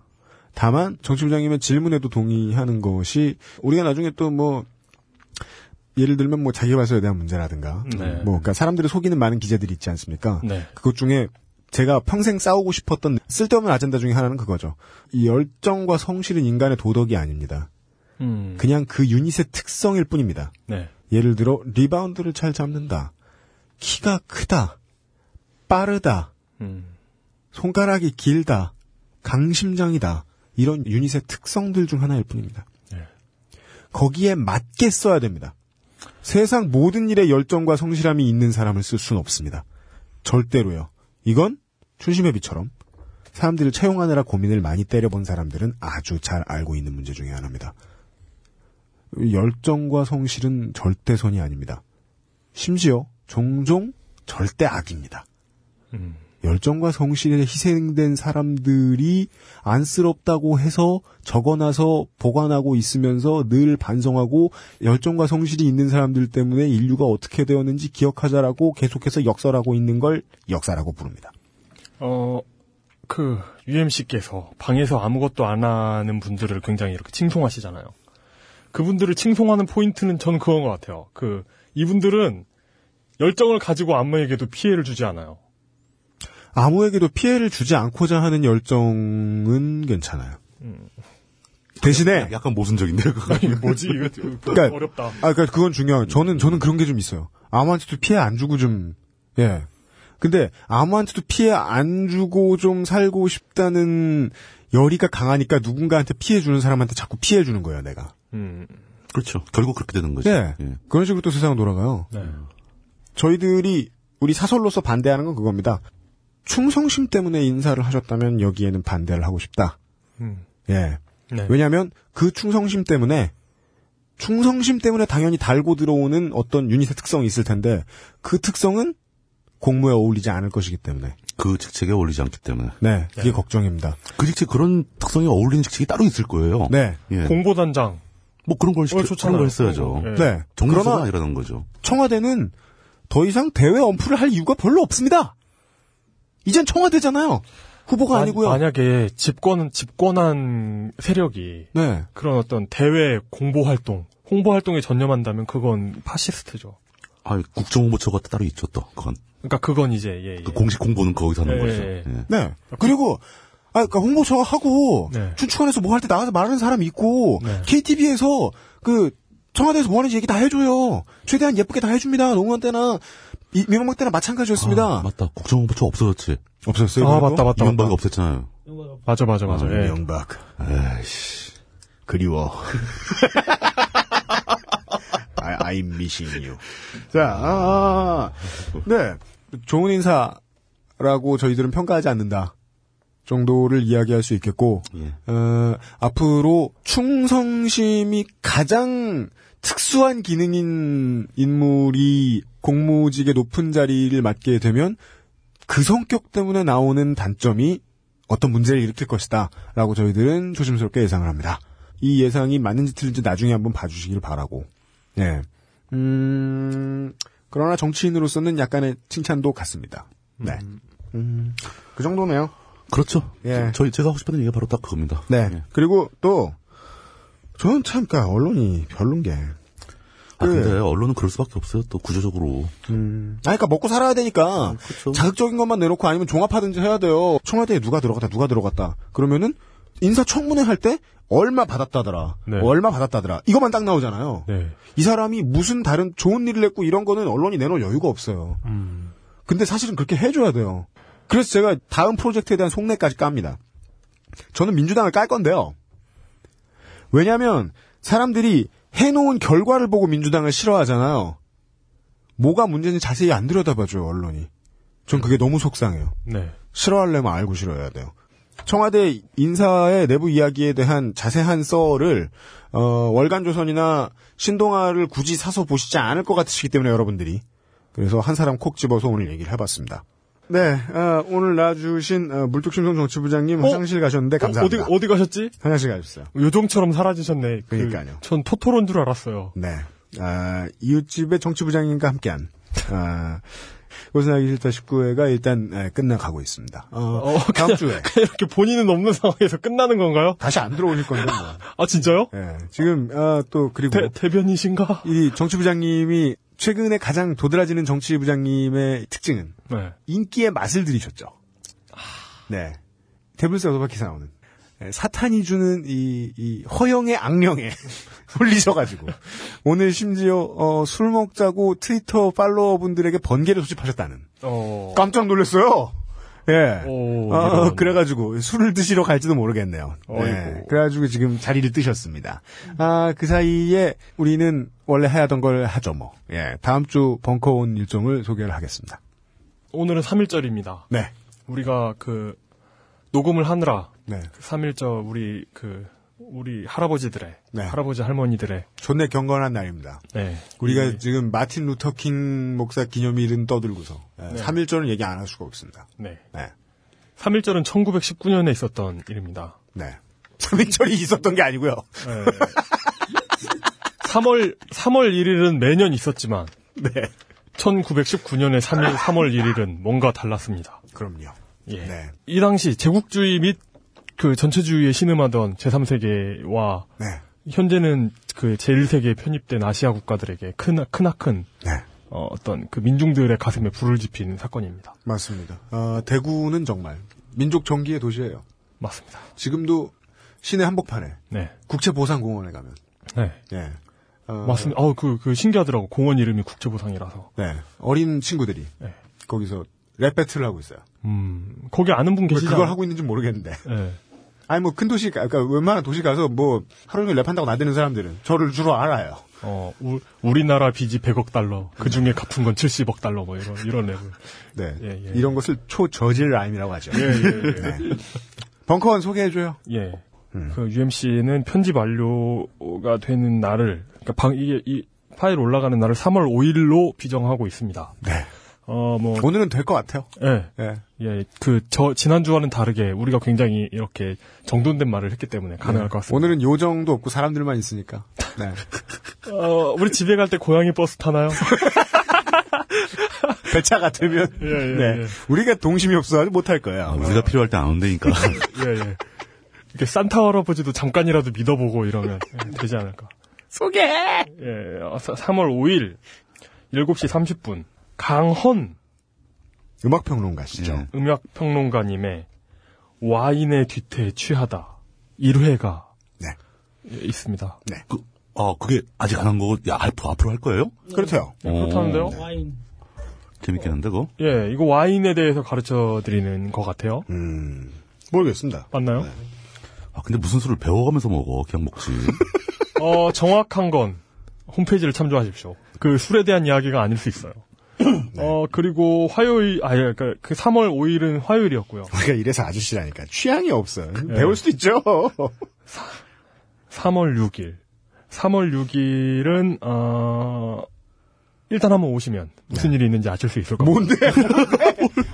다만 정치부장님의 질문에도 동의하는 것이 우리가 나중에 또 뭐 예를 들면 뭐 자기발서에 대한 문제라든가
네.
뭐 그러니까 사람들을 속이는 많은 기자들이 있지 않습니까?
네.
그것 중에 제가 평생 싸우고 싶었던 쓸데없는 아젠다 중에 하나는 그거죠. 이 열정과 성실은 인간의 도덕이 아닙니다.
음.
그냥 그 유닛의 특성일 뿐입니다.
네.
예를 들어 리바운드를 잘 잡는다. 키가 크다. 빠르다.
음.
손가락이 길다, 강심장이다 이런 유닛의 특성들 중 하나일 뿐입니다. 거기에 맞게 써야 됩니다. 세상 모든 일에 열정과 성실함이 있는 사람을 쓸 수는 없습니다. 절대로요. 이건 춘심의 비처럼 사람들을 채용하느라 고민을 많이 때려본 사람들은 아주 잘 알고 있는 문제 중에 하나입니다. 열정과 성실은 절대선이 아닙니다. 심지어 종종 절대 악입니다. 열정과 성실에 희생된 사람들이 안쓰럽다고 해서 적어놔서 보관하고 있으면서 늘 반성하고 열정과 성실이 있는 사람들 때문에 인류가 어떻게 되었는지 기억하자라고 계속해서 역설하고 있는 걸 역사라고 부릅니다.
어, 그, UMC께서 방에서 아무것도 안 하는 분들을 굉장히 이렇게 칭송하시잖아요. 그분들을 칭송하는 포인트는 저는 그건 것 같아요. 그, 이분들은 열정을 가지고 안무에게도 피해를 주지 않아요.
아무에게도 피해를 주지 않고자 하는 열정은 괜찮아요. 대신에
음. 약간 모순적인데요. 그거.
아니, 뭐지? 이거 좀
그러니까-
어렵다.
아, 그러니까 그건 중요해요. 저는 저는 그런 게 좀 있어요. 아무한테도 피해 안 주고 좀 예. 근데 아무한테도 피해 안 주고 좀 살고 싶다는 열의가 강하니까 누군가한테 피해 주는 사람한테 자꾸 피해 주는 거예요, 내가.
음.
그렇죠. 결국 그렇게 되는 거죠. 예.
네. 그런 식으로 또 세상은 돌아가요. 저희들이 우리 사설로서 반대하는 건 그겁니다. 충성심 때문에 인사를 하셨다면 여기에는 반대를 하고 싶다.
음.
예.
네.
왜냐하면 그 충성심 때문에 충성심 때문에 당연히 달고 들어오는 어떤 유닛의 특성이 있을 텐데 그 특성은 공무에 어울리지 않을 것이기 때문에
그 직책에 어울리지 않기 때문에.
네, 이게 걱정입니다.
그 직책 그런 특성에 어울리는 직책이 따로 있을 거예요.
네.
예.
공보단장.
뭐 그런 걸 시켜,
어, 좋잖아요.
그런 걸 했어야죠.
예.
네.
정서가
그러나-
아니라는 거죠.
청와대는 더 이상 대외 언프를 할 이유가 별로 없습니다. 이젠 청와대잖아요. 후보가
만-
아니고요.
만약에 집권 집권한 세력이
네.
그런 어떤 대외 공보 활동, 홍보 활동에 전념한다면 그건 파시스트죠.
아, 국정홍보처가 따로 있죠, 또. 그건.
그러니까 그건 이제 예, 예.
그 공식 홍보는 거기서 하는
예,
거죠.
예.
예.
네. 그리고 아, 그러니까 홍보처가 하고
네.
춘추관에서 뭐 할 때 나가서 말하는 사람 이 있고 KTV에서 그 청와대에서 뭐 하는지 얘기 다 해줘요. 최대한 예쁘게 다 해줍니다. 노무현 때나 이- 이명박 때나 마찬가지였습니다.
아, 맞다. 국정홍보처 없어졌지.
없었어요,
아,
그래도?
맞다, 맞다. 이명박이
맞다.
없앴잖아요.
맞아, 맞아, 맞아. 예.
이명박. 에이씨. 그리워. I, I'm missing you. 자, 아, 아, 아. 네. 좋은 인사라고 저희들은 평가하지 않는다. 정도를 이야기할 수 있겠고, 어, 앞으로 충성심이 가장 특수한 기능인 인물이 공무직의 높은 자리를 맡게 되면 그 성격 때문에 나오는 단점이 어떤 문제를 일으킬 것이다. 라고 저희들은 조심스럽게 예상을 합니다. 이 예상이 맞는지 틀린지 나중에 한번 봐주시길 바라고. 예. 음, 그러나 정치인으로서는 약간의 칭찬도 같습니다. 네. 음, 그 정도네요.
그렇죠.
예.
저희, 제가 하고 싶었던 얘기가 바로 딱 그겁니다.
네. 그리고 또, 저는 참, 그니까, 언론이 별론 게.
아,
네.
근데 언론은 그럴 수밖에 없어요, 또 구조적으로.
음. 아, 그니까, 먹고 살아야 되니까. 자극적인 것만 내놓고 아니면 종합하든지 해야 돼요. 청와대에 누가 들어갔다, 누가 들어갔다. 그러면은, 인사청문회 할 때, 얼마 받았다더라. 얼마 받았다더라. 이것만 딱 나오잖아요. 네. 이 사람이 무슨 다른 좋은 일을 했고 이런 거는 언론이 내놓을 여유가 없어요. 근데 사실은 그렇게 해줘야 돼요. 그래서 제가 다음 프로젝트에 대한 속내까지 깝니다. 저는 민주당을 깔 건데요. 왜냐하면 사람들이 해놓은 결과를 보고 민주당을 싫어하잖아요. 뭐가 문제인지 자세히 안 들여다봐줘요 언론이. 전 그게 너무 속상해요.
네.
싫어하려면 알고 싫어야 돼요. 청와대 인사의 내부 이야기에 대한 자세한 썰을 어, 월간조선이나 신동아를 굳이 사서 보시지 않을 것 같으시기 때문에 여러분들이 그래서 한 사람 콕 집어서 오늘 얘기를 해봤습니다. 네, 아, 오늘 나와주신 어, 물뚝심성 정치부장님 화장실 가셨는데 네, 감사합니다.
어디, 어디 가셨지?
화장실 가셨어요.
요정처럼 사라지셨네. 그,
그러니까요.
전 토토론 줄 알았어요.
네, 아, 이웃집의 정치부장님과 함께한 아, 고생하기 싫다 19회가 일단 예, 끝나가고 있습니다. 어, 다음
그냥- 그냥
주에.
이렇게 본인은 없는 상황에서 끝나는 건가요?
다시 안 들어오실 건데. 뭐.
아 진짜요?
예, 지금 아, 또 그리고
대, 변이신가
이 정치부장님이 최근에 가장 도드라지는 정치부장님의 특징은
네.
인기의 맛을 들이셨죠. 네, 데블스 오토바키에 나오는 예, 사탄이 주는 이, 이 허영의 악령에 홀리셔가지고 오늘 심지어 어, 술 먹자고 트위터 팔로워분들에게 번개를 소집하셨다는.
어.
깜짝 놀랐어요. 예. 어,
이런.
그래가지고 술을 드시러 갈지도 모르겠네요. 네.
어이구.
그래가지고 지금 자리를 뜨셨습니다. 아, 그 사이에 우리는 원래 하던 걸 하죠, 뭐. 예. 다음 주 벙커 온 일정을 소개를 하겠습니다.
오늘은 3일절입니다.
네.
우리가 그 녹음을 하느라
네.
3일절 우리 그 우리 할아버지들의
네.
할아버지 할머니들의
존내 경건한 날입니다.
네.
우리가 지금 마틴 루터킹 목사 기념일은 떠들고서 예,
네.
3.1절은 얘기 안 할 수가 없습니다.
네.
네.
3일절은 1919년에 있었던 일입니다.
네. 3.1절이 있었던 게 아니고요.
네. 3월 3월 1일은 매년 있었지만
네.
1919년의 3일 3월 1일은 뭔가 달랐습니다.
그럼요.
예.
네.
이 당시 제국주의 및 그 전체주의에 신음하던 제3세계와
네.
현재는 그 제1세계에 편입된 아시아 국가들에게 큰, 크나큰
네.
어, 어떤 그 민중들의 가슴에 불을 지피는 사건입니다.
맞습니다. 어, 대구는 정말 민족 정기의 도시예요.
맞습니다.
지금도 시내 한복판에
네.
국제보상공원에 가면
네.
예. 어,
맞습니다. 어, 그, 그 신기하더라고. 공원 이름이 국제보상이라서.
네. 어린 친구들이
네.
거기서 랩 배틀을 하고 있어요.
음, 거기 아는 분
왜
계시죠?
그걸 하고 있는지 모르겠는데.
네.
아니 뭐 큰 도시 가- 그러니까 웬만한 도시 가서 뭐 하루 종일 랩한다고 나대는 사람들은 저를 주로 알아요.
어, 우, 우리나라 빚이 100억 달러, 그 중에 갚은 건 70억 달러, 뭐 이런, 이런 랩을.
네.
예, 예.
이런 것을 초저질 라임이라고 하죠.
예, 예, 예.
네. 벙커원 소개해줘요.
예.
음.
그 UMC는 편집 완료가 되는 날을 그러니까 방 이게 이 파일 올라가는 날을 3월 5일로 비정하고 있습니다.
네.
어 뭐
오늘은 될 것 같아요.
예.
예.
예. 그 저 지난주와는 다르게 우리가 굉장히 이렇게 정돈된 말을 했기 때문에 가능할 것 같습니다.
네. 오늘은 요정도 없고 사람들만 있으니까. 네.
어, 우리 집에 갈 때 고양이 버스 타나요?
배차 같으면
예,
네.
예.
우리가 동심이 없어가지고 못할 거예요. 아마.
우리가 필요할 때 안 온다니까.
예, 예. 이렇게 산타 할아버지도 잠깐이라도 믿어보고 이러면 예, 되지 않을까.
네. 소개해!
예, 어, 사- 3월 5일 7시 30분 강헌
음악평론가시죠.
음악 평론가님의 와인의 뒤태에 취하다 1회가
네.
있습니다.
그, 아, 그게 아직 안 한 거고, 야, 앞으로, 앞으로 할 거예요?
그렇대요.
예, 그렇다는데요.
오, 재밌겠는데, 그거?
예, 이거 와인에 대해서 가르쳐 드리는 것 같아요.
음, 모르겠습니다.
맞나요?
아, 근데 무슨 술을 배워가면서 먹어, 그냥 먹지.
어, 정확한 건 홈페이지를 참조하십시오. 그 술에 대한 이야기가 아닐 수 있어요.
네.
어, 그리고 화요일, 아, 예, 그, 그 3월 5일은 화요일이었고요.
우리가 이래서 아저씨라니까 취향이 없어요. 배울 수도 있죠.
3월 6일. 3월 6일은, 어, 일단 한번 오시면 무슨 일이 있는지 아실 수 있을 겁니다.
네. 뭔데?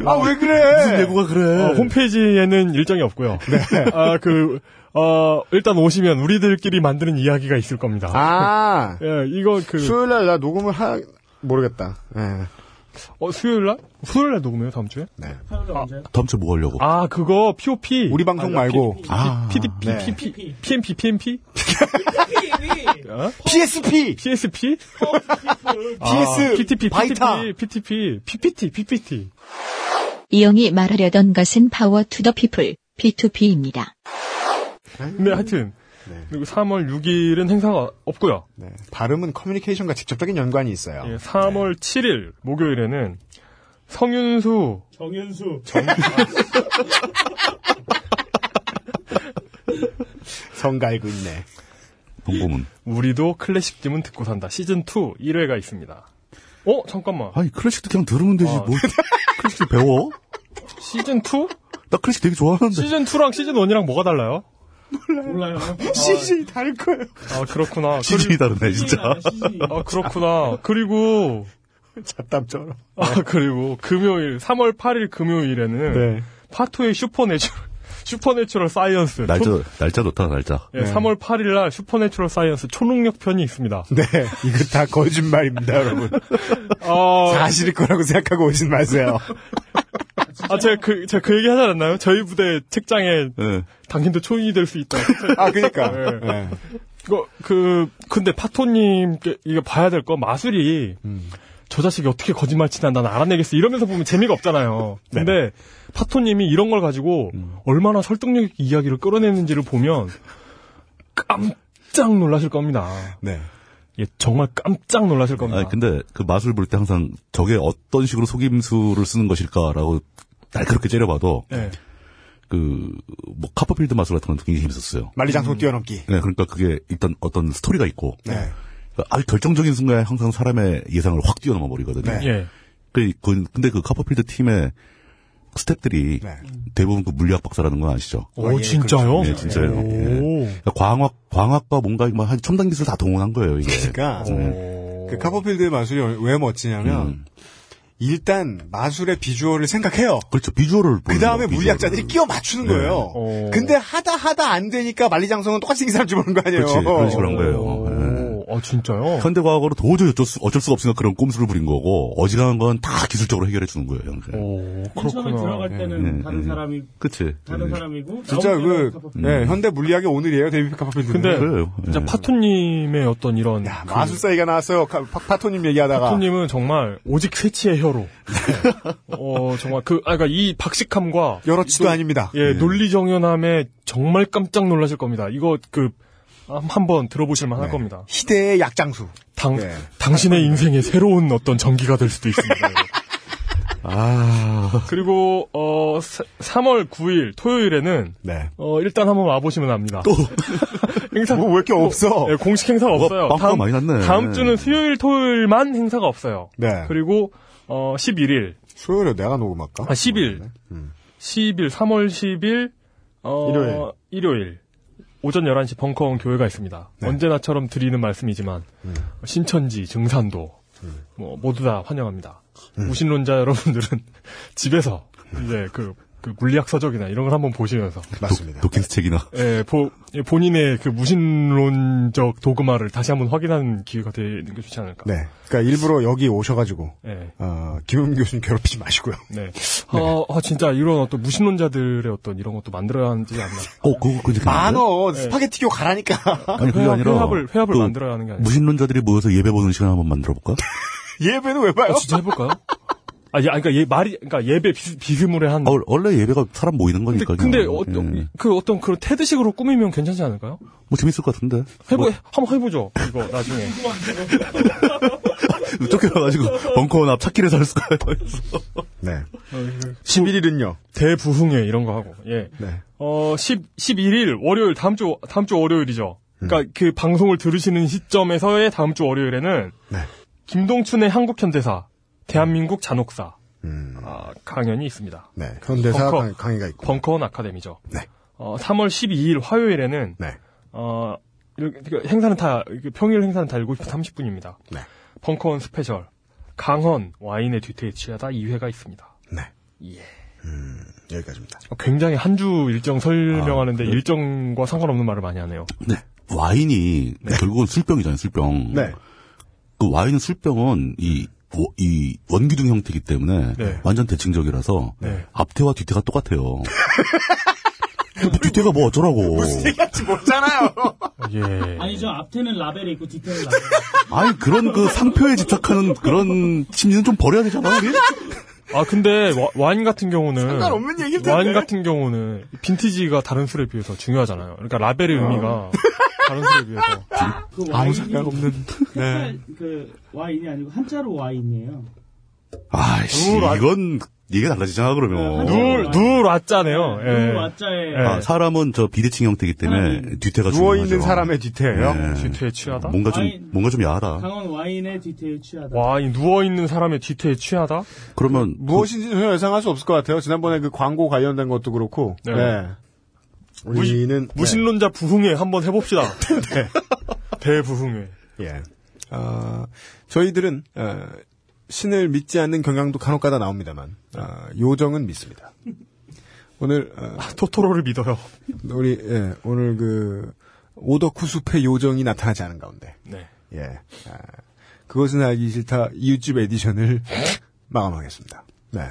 아, 왜 그래? 무슨
예고가 그래?
어, 홈페이지에는 일정이 없고요.
네.
아, 그, 어, 일단 오시면 우리들끼리 만드는 이야기가 있을 겁니다.
아.
예, 이거 그.
수요일 날 나 녹음을 하 모르겠다. 예.
어, 수요일날? 수요일날 녹음해요, 다음 주에?
네.
다음 주에 뭐 하려고?
아, 그거, POP.
우리 방송 말고.
아,
PDP,
네.
PP, PMP, PMP? 어?
PSP!
PSP?
PS,
PTP,
바이타.
PTP, PTP, PPT, PPT.
이영이 말하려던 것은 파워 투 더 피플, P2P입니다.
근데 하여튼. 그리고 3월 6일은 행사가 없고요.
네. 발음은 커뮤니케이션과 직접적인 연관이 있어요.
예, 3월 7일 목요일에는 성윤수
정윤수.
성갈고 있네.
본고문.
우리도 클래식 팀은 듣고 산다 시즌 2 1회가 있습니다. 어 잠깐만
아니, 클래식도 그냥 들으면 되지.
아.
뭐, 클래식 배워?
시즌 2?
나 클래식 되게 좋아하는데.
시즌 2랑 시즌 1이랑 뭐가 달라요?
몰라요.
CJ 다를 거예요.
아 그렇구나.
시즌이 다르네, 진짜.
아 그렇구나. 그리고
잡담처럼.
아 그리고 금요일 3월 8일 금요일에는
네.
파토의 슈퍼내추럴 슈퍼내추럴 사이언스
날짜,
초-
날짜 좋다, 날짜.
예, 3월 8일 날 슈퍼내추럴 사이언스 초능력 편이 있습니다.
네. 이거 다 거짓말입니다, 여러분.
어,
사실일 거라고 생각하고 오진 마세요.
아 제가 그 제가 그 얘기 하지 않았나요? 저희 부대 책장에
예.
당신도 초인이 될 수 있다.
아, 그니까.
네.
네.
이거 그 근데 파토님께 이거 봐야 될 거 마술이 저 자식이 어떻게 거짓말 치나 난 알아내겠어 이러면서 보면 재미가 없잖아요. 근데 파토님이 이런 걸 가지고 얼마나 설득력 있게 이야기를 끌어내는지를 보면 깜짝 놀라실 겁니다. 아,
네.
예, 정말 깜짝 놀라실 겁니다.
아니, 근데 그 마술 볼 때 항상 저게 어떤 식으로 속임수를 쓰는 것일까라고 날카롭게 째려봐도
예.
그뭐 카퍼필드 마술 같은 건 굉장히 재밌었어요.
만리장성
음.
뛰어넘기.
네, 그러니까 그게 일단 어떤 스토리가 있고
네.
그러니까 아주 결정적인 순간에 항상 사람의 예상을 확 뛰어넘어 버리거든요.
네. 예.
그, 그, 근데 그 카퍼필드 팀의 스탭들이
네.
대부분 그 물리학 박사라는 건 아시죠?
오, 어,
예.
예, 진짜요?
네, 진짜요.
오.
그러니까 과학, 과학과 뭔가 막한 첨단 기술 다 동원한 거예요, 이게.
그러니까
네.
그 카퍼필드의 마술이 얼- 왜 멋지냐면
음.
일단 마술의 비주얼을 생각해요.
그렇죠. 비주얼을
그 다음에
거예요,
물리학자들이
비주얼을.
끼워 맞추는
네.
거예요. 근데 하다 하다 안 되니까 만리장성은 똑같이 생긴 사람 집어넣은 거 아니에요?
그렇지, 그런 식으로 한 거예요.
아, 진짜요?
현대 과학으로 도저히 어쩔 수, 어쩔 수가 없으니까 그런 꼼수를 부린 거고 어지간한 건 다 기술적으로 해결해 주는 거예요. 그냥.
맨 처음에 들어갈 때는
예,
다른
예.
사람이
그치.
다른
예.
사람이고
진짜
나오면
그
카퍼필드.
예,
음.
현대 물리학의 오늘이에요. 데이비 카퍼필드.
근데 네. 진짜 파토님의 어떤 이런 그
아, 마술사 얘기가 나왔어요. 카- 파, 파토님 얘기하다가
파토님은 정말 오직 쇠치의 혀로. 어 정말 그 아까 이 박식함과
열어치도
이 노-
아닙니다.
예, 논리 정연함에 정말 깜짝 놀라실 겁니다. 이거 그 한- 한번 들어보실 만할 겁니다.
시대의 약장수.
당 당신의 인생에 새로운 어떤 전기가 될 수도 있습니다.
아.
그리고 어 3월 9일 토요일에는
네.
어 일단 한번 와보시면 압니다. 또 행사
뭐왜 이렇게 없어?
예, 공식 행사가
뭐가
없어요.
빵꾸가 많이 났네.
다음 주는 수요일 토요일만 행사가 없어요.
네.
그리고 어 11일
수요일에 내가 녹음할까?
아
네.
10일 10일 3월 10일 어
일요일.
일요일. 오전 11시 벙커원 교회가 있습니다.
네.
언제나처럼 드리는 말씀이지만
음.
신천지, 증산도 뭐 모두 다 환영합니다.
음.
무신론자 여러분들은 집에서 이제 그, 그 물리학 서적이나 이런 걸 한번 보시면서
맞습니다.
도킨스 책이나
예, 보- 예, 본인의 그 무신론적 도그마를 다시 한번 확인하는 기회가 되는 게 좋지 않을까.
네. 그러니까 일부러 여기 오셔가지고
네.
어, 김용 교수님 괴롭히지 마시고요.
네. 어, 아, 진짜 이런 어떤 무신론자들의 어떤 이런 것도 만들어야 하지 않나.
꼭 그거 그렇게
만어 스파게티교 가라니까.
아니 그게
회합-
아니라
회합을- 회합을
그
만들어야 하는 게 아니라.
무신론자들이 모여서 예배 보는 시간 한번 만들어 볼까? 아,
예배는 왜 봐요?
아, 진짜 해볼까요? 아, 예, 아, 그러니까 예, 말이, 그러니까 예배 비, 비스무레 한.
원래 예배가 사람 모이는 거니까.
근데
그냥.
어,
예.
그 어떤 그런 테드식으로 꾸미면 괜찮지 않을까요?
뭐 재밌을 것 같은데.
해보, 한번 해보죠. 이거 나중에.
뭐, 쫓겨나가지고 벙커원 앞 찾기를 살 수가 있어.
네. 11일은요.
대부흥회 이런 거 하고. 예.
네.
어, 10, 11일 월요일 다음 주 다음 주 월요일이죠. 그러니까 그 방송을 들으시는 시점에서의 다음 주 월요일에는 김동춘의 한국현대사 대한민국 잔혹사 아, 강연이 있습니다.
네. 현대사
벙커.
음, 강, 강의가 있고.
벙커원 아카데미죠.
네.
어, 3월 12일 화요일에는
네.
어, 이렇게- 그러니까 행사는 다 이렇게 평일 행사는 다 7시 30분입니다.
네.
벙커원 스페셜 강헌 와인의 뒤태에 취하다 2회가 있습니다.
네. 예. 음, 여기까지입니다.
어, 굉장히 한 주 일정 설명하는데
아, 그래?
일정과 상관없는 말을 많이 하네요.
네. 와인이 결국은 술병이잖아요. 술병.
네.
그 와인은 술병은 이, 워- 이 원기둥 형태이기 때문에
네.
완전 대칭적이라서
네.
앞태와 뒤태가 똑같아요. 뒤태가 뭐 어쩌라고.
얘기할지 모르잖아요.
예.
아니 저 앞에는 라벨이 있고 뒤태는 라벨.
아니 그런 그 상표에 집착하는 그런 심리는 좀 버려야 되잖아. 우리.
아 근데 와- 와인 같은 경우는
상관없는 얘기일 텐데.
와인 같은 경우는 빈티지가 다른 술에 비해서 중요하잖아요. 그러니까 라벨의 의미가 다른 술에 비해서
그
아무
와인이
상관없는.
네.
색깔 그 와인이 아니고 한자로 와인이에요.
아이씨
어,
이건 얘기가 달라지잖아 그러면.
네,
누울 누울 왔잖아요. 예.
그 와자에
아, 사람은 저 비대칭 형태이기 때문에 뒤태가
음. 누워 있는
중요하죠.
사람의 뒤태예요. 음.
네.
뒤태에 취하다.
뭔가 좀
와인.
뭔가 좀 야하다.
강원 와인의 뒤태에 취하다.
와, 이 누워 있는 사람의 뒤태에 취하다.
네.
그러면
무엇인지 전혀 예상할 수 없을 것 같아요. 지난번에 그 광고 관련된 것도 그렇고.
네.
네. 우리는
무신론자 부흥회 한번 해봅시다. 대부흥회.
네. 예. 어, 저희들은 어, 신을 믿지 않는 경향도 간혹가다 나옵니다만 어, 요정은 믿습니다. 오늘 어,
아, 토토로를 믿어요.
우리 예, 오늘 그 오덕후 숲의 요정이 나타나지 않은 가운데
네.
예 아, 그것은 알기 싫다 이웃집 에디션을
네?
마감하겠습니다. 네.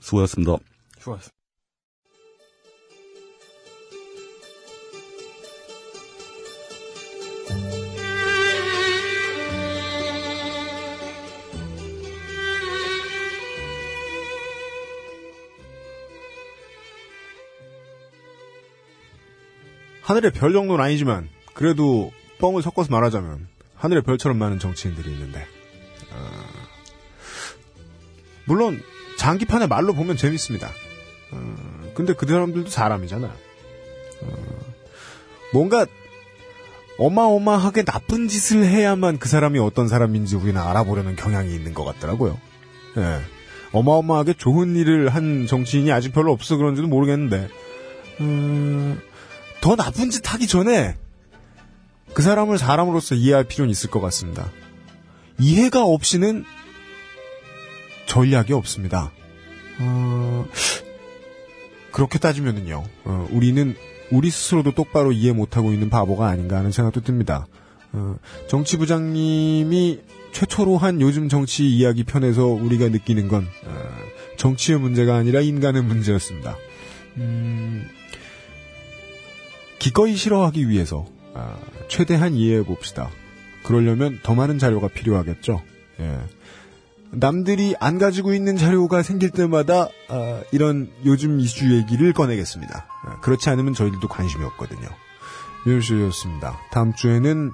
수고하셨습니다.
수고하셨습니다.
하늘의 별 정도는 아니지만 그래도 뻥을 섞어서 말하자면 하늘의 별처럼 많은 정치인들이 있는데 어, 물론 장기판에 말로 보면 재밌습니다. 어, 근데 그 사람들도 사람이잖아요. 어, 뭔가 어마어마하게 나쁜 짓을 해야만 그 사람이 어떤 사람인지 우리는 알아보려는 경향이 있는 것 같더라고요. 예. 어마어마하게 좋은 일을 한 정치인이 아직 별로 없어 그런지도 모르겠는데, 음, 더 나쁜 짓 하기 전에 그 사람을 사람으로서 이해할 필요는 있을 것 같습니다. 이해가 없이는 전략이 없습니다. 어, 그렇게 따지면은요, 어, 우리는 우리 스스로도 똑바로 이해 못하고 있는 바보가 아닌가 하는 생각도 듭니다. 어, 정치부장님이 최초로 한 요즘 정치 이야기 편에서 우리가 느끼는 건 어, 정치의 문제가 아니라 인간의 문제였습니다. 음, 기꺼이 싫어하기 위해서 아, 최대한 이해해 봅시다. 그러려면 더 많은 자료가 필요하겠죠. 예. 남들이 안 가지고 있는 자료가 생길 때마다 아, 이런 요즘 이슈 얘기를 꺼내겠습니다. 아, 그렇지 않으면 저희들도 관심이 없거든요. 유현씨였습니다. 다음 주에는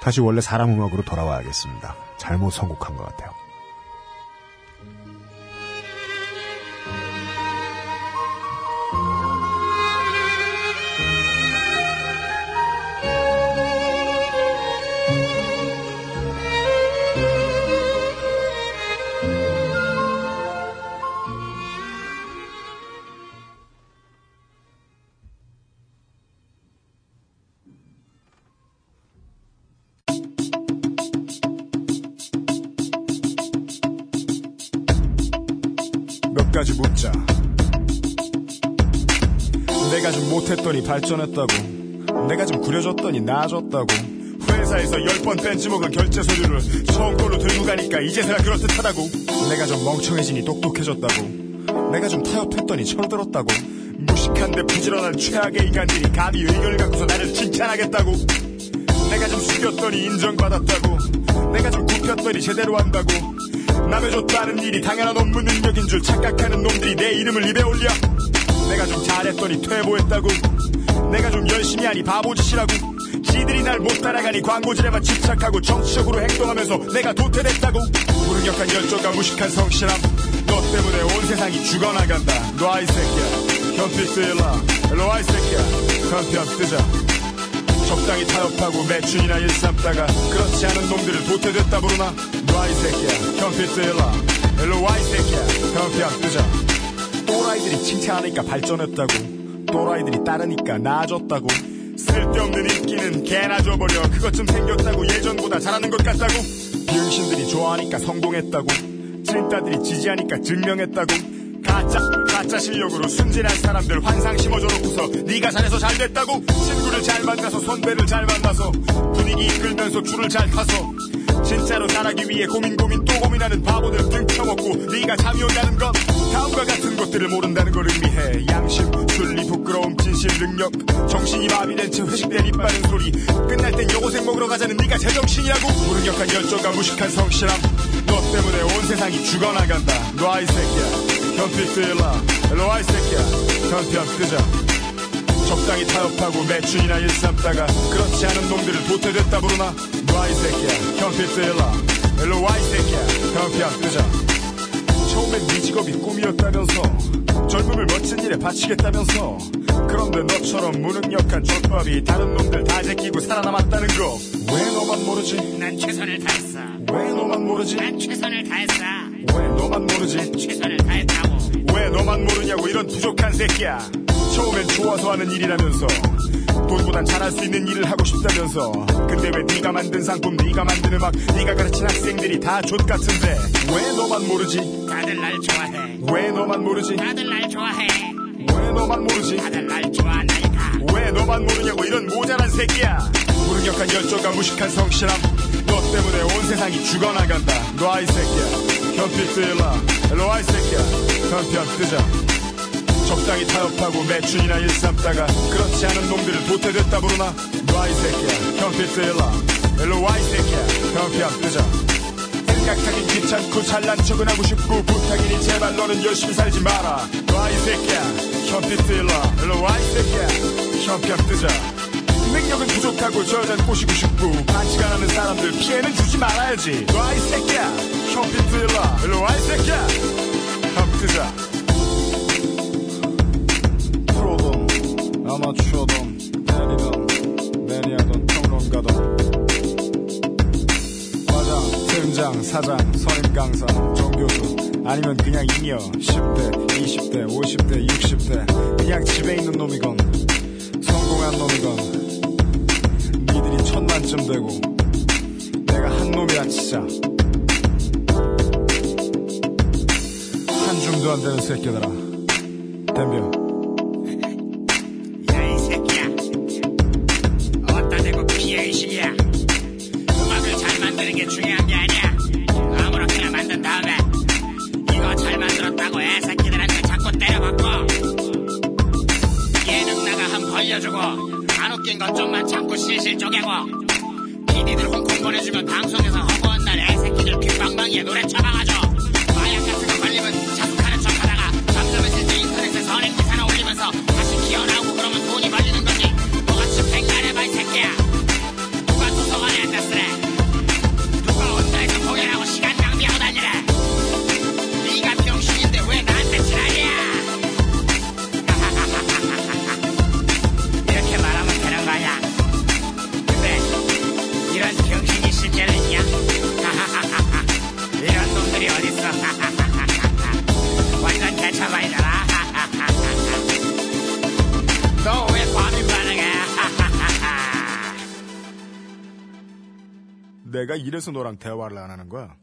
다시 원래 사람 음악으로 돌아와야겠습니다. 잘못 선곡한 것 같아요. 몇 가지 묻자. 내가 좀 못했더니 발전했다고. 내가 좀 구려졌더니 나아졌다고. 회사에서 열 번 뺀지 먹은 결제 서류를 처음 걸로 들고 가니까 이제서야 그럴듯하다고. 내가 좀 멍청해지니 똑똑해졌다고. 내가 좀 타협했더니 철들었다고. 무식한데 부지런한 최악의 인간들이 감히 의견을 갖고서 나를 칭찬하겠다고. 내가 좀 숙였더니 인정받았다고. 내가 좀 굽혔더니 제대로 한다고. 남의 줬다는 일이 당연한 업무 능력인 줄 착각하는 놈들이 내 이름을 입에 올려 내가 좀 잘했더니 퇴보했다고 내가 좀 열심히 하니 바보짓이라고 지들이 날 못 따라가니 광고질에만 집착하고 정치적으로 행동하면서 내가 도태됐다고 무능력한 열정과 무식한 성실함 너 때문에 온 세상이 죽어나간다 너 아이 새끼야 현필 뜨일라 일로 와이 새끼야 현편 뜨자 적당히 타협하고 매춘이나 일삼다가 그렇지 않은 놈들을 도태됐다 부르나 와이 새끼야 현필 쓰일라 일로 와이 새끼야 현피야 뜨자 또라이들이 칭찬하니까 발전했다고 또라이들이 따르니까 나아졌다고 쓸데없는 인기는 개나 줘버려 그것 좀 생겼다고 예전보다 잘하는 것 같다고 비응신들이 좋아하니까 성공했다고 찐따들이 지지하니까 증명했다고 가짜 가짜 실력으로 순진한 사람들 환상 심어줘놓고서 네가 잘해서 잘 됐다고 친구를 잘 만나서 선배를 잘 만나서 분위기 이끌면서 줄을 잘 타서 진짜로 잘하기 위해 고민 고민 또 고민하는 바보들 등쳐먹고 네가 잠이 온다는 건 다음과 같은 것들을 모른다는 걸 의미해 양심 순리 부끄러움 진실 능력 정신이 마비된 채 회식된 입 빠른 소리 끝날 땐 여고생 먹으러 가자는 네가 제정신이라고 무능력한 열정과 무식한 성실함 너 때문에 온 세상이 죽어나간다 너 아이 새끼야 현필 뜨일라 일로 와이 새끼야 현편 뜨자 적당히 타협하고 매춘이나 일삼다가 그렇지 않은 놈들을 도태됐다 부르나 와이 새끼야 현필 쓰일라 일로 와이 새끼야 현피야 뜨자 처음엔 네 직업이 꿈이었다면서 젊음을 멋진 일에 바치겠다면서 그런데 너처럼 무능력한 족밥이 다른 놈들 다 제끼고 살아남았다는 거 왜 너만 모르지
난 최선을 다했어.
왜 너만 모르지
난 최선을 다했어.
왜 너만 모르지
최선을 다했다고.
왜 너만 모르냐고 이런 부족한 새끼야 처음엔 좋아서 하는 일이라면서 돈보단 잘할 수 있는 일을 하고 싶다면서 근데 왜 네가 만든 상품 네가 만든 음악 네가 가르친 학생들이 다 족같은데 왜 너만 모르지
다들 날 좋아해.
왜 너만 모르지
다들 날 좋아해.
왜 너만 모르지
다들 날 좋아하니까.
왜 너만 모르냐고 이런 모자란 새끼야 무능력한 열정과 무식한 성실함 너 때문에 온 세상이 죽어나간다 너 아이 새끼야 현필 뜨일라 일로 와이 새끼야 현편 뜨자 적당히 타협하고 매춘이나 일삼다가 그렇지 않은 놈들을 도태됐다 부르나 너 아이 새끼야 현필 뜨일라 일로 와이 새끼야 현편 뜨자 생각하긴 귀찮고 잘난 척은 하고 싶고 부탁이니 제발 너는 열심히 살지 마라 와이 새끼야 현필 뜨일라 일로 와이 새끼야 현편 뜨자 능력은 부족하고 저 여잔 꼬시고 싶고 반칙 안 하는 사람들 피해는 주지 말아야지 와이 새끼야 현필 들라 일로 와이 새끼야 쓰자. 프로든 아마추어든 대리든 매니아든 평론가든 과장, 팀장, 사장, 선임 강사, 정교수 아니면 그냥 잉여 10대, 20대, 50대, 60대 그냥 집에 있는 놈이건 성공한 놈이건 니들이 천만쯤 되고 내가 한 놈이라 치자 한 줌도 안 되는 새끼들아. 덤벼.
야 이 새끼야 어따 대고 피해 이 시기야 음악을 잘 만드는 게 중요한 게 아니야 아무렇게나 만든 다음에 이거 잘 만들었다고 애 새끼들한테 자꾸 때려박고 예능 나가 한 벌려주고 안 웃긴 것 좀만 참고 실실 쪼개고 PD들 홍콩 보내주면 방송에서 허구한 날 애 새끼들 귓방망이에 노래 쳐박아줘 마약 같은 거 걸리면 자숙하는 척하다가 잠잠해질 때 인터넷에 선행 기사나 올리면서 다시 기어나오고 그러면 돈이 벌리는 거지 너같이 백날 해봐 이 새끼야 누가 도서관에 앉았으래 누가 온다해서 공연하고 시간 낭비하고 다니래 네가 병신인데 왜 나한테 지랄이야 이렇게 말하면 되는 거 아니야 근데 이런 병신이 실제로 있냐 이런 놈들이 어딨어 완전 개차반이잖아 너 왜 과민 반응해
내가 이래서 너랑 대화를 안 하는 거야.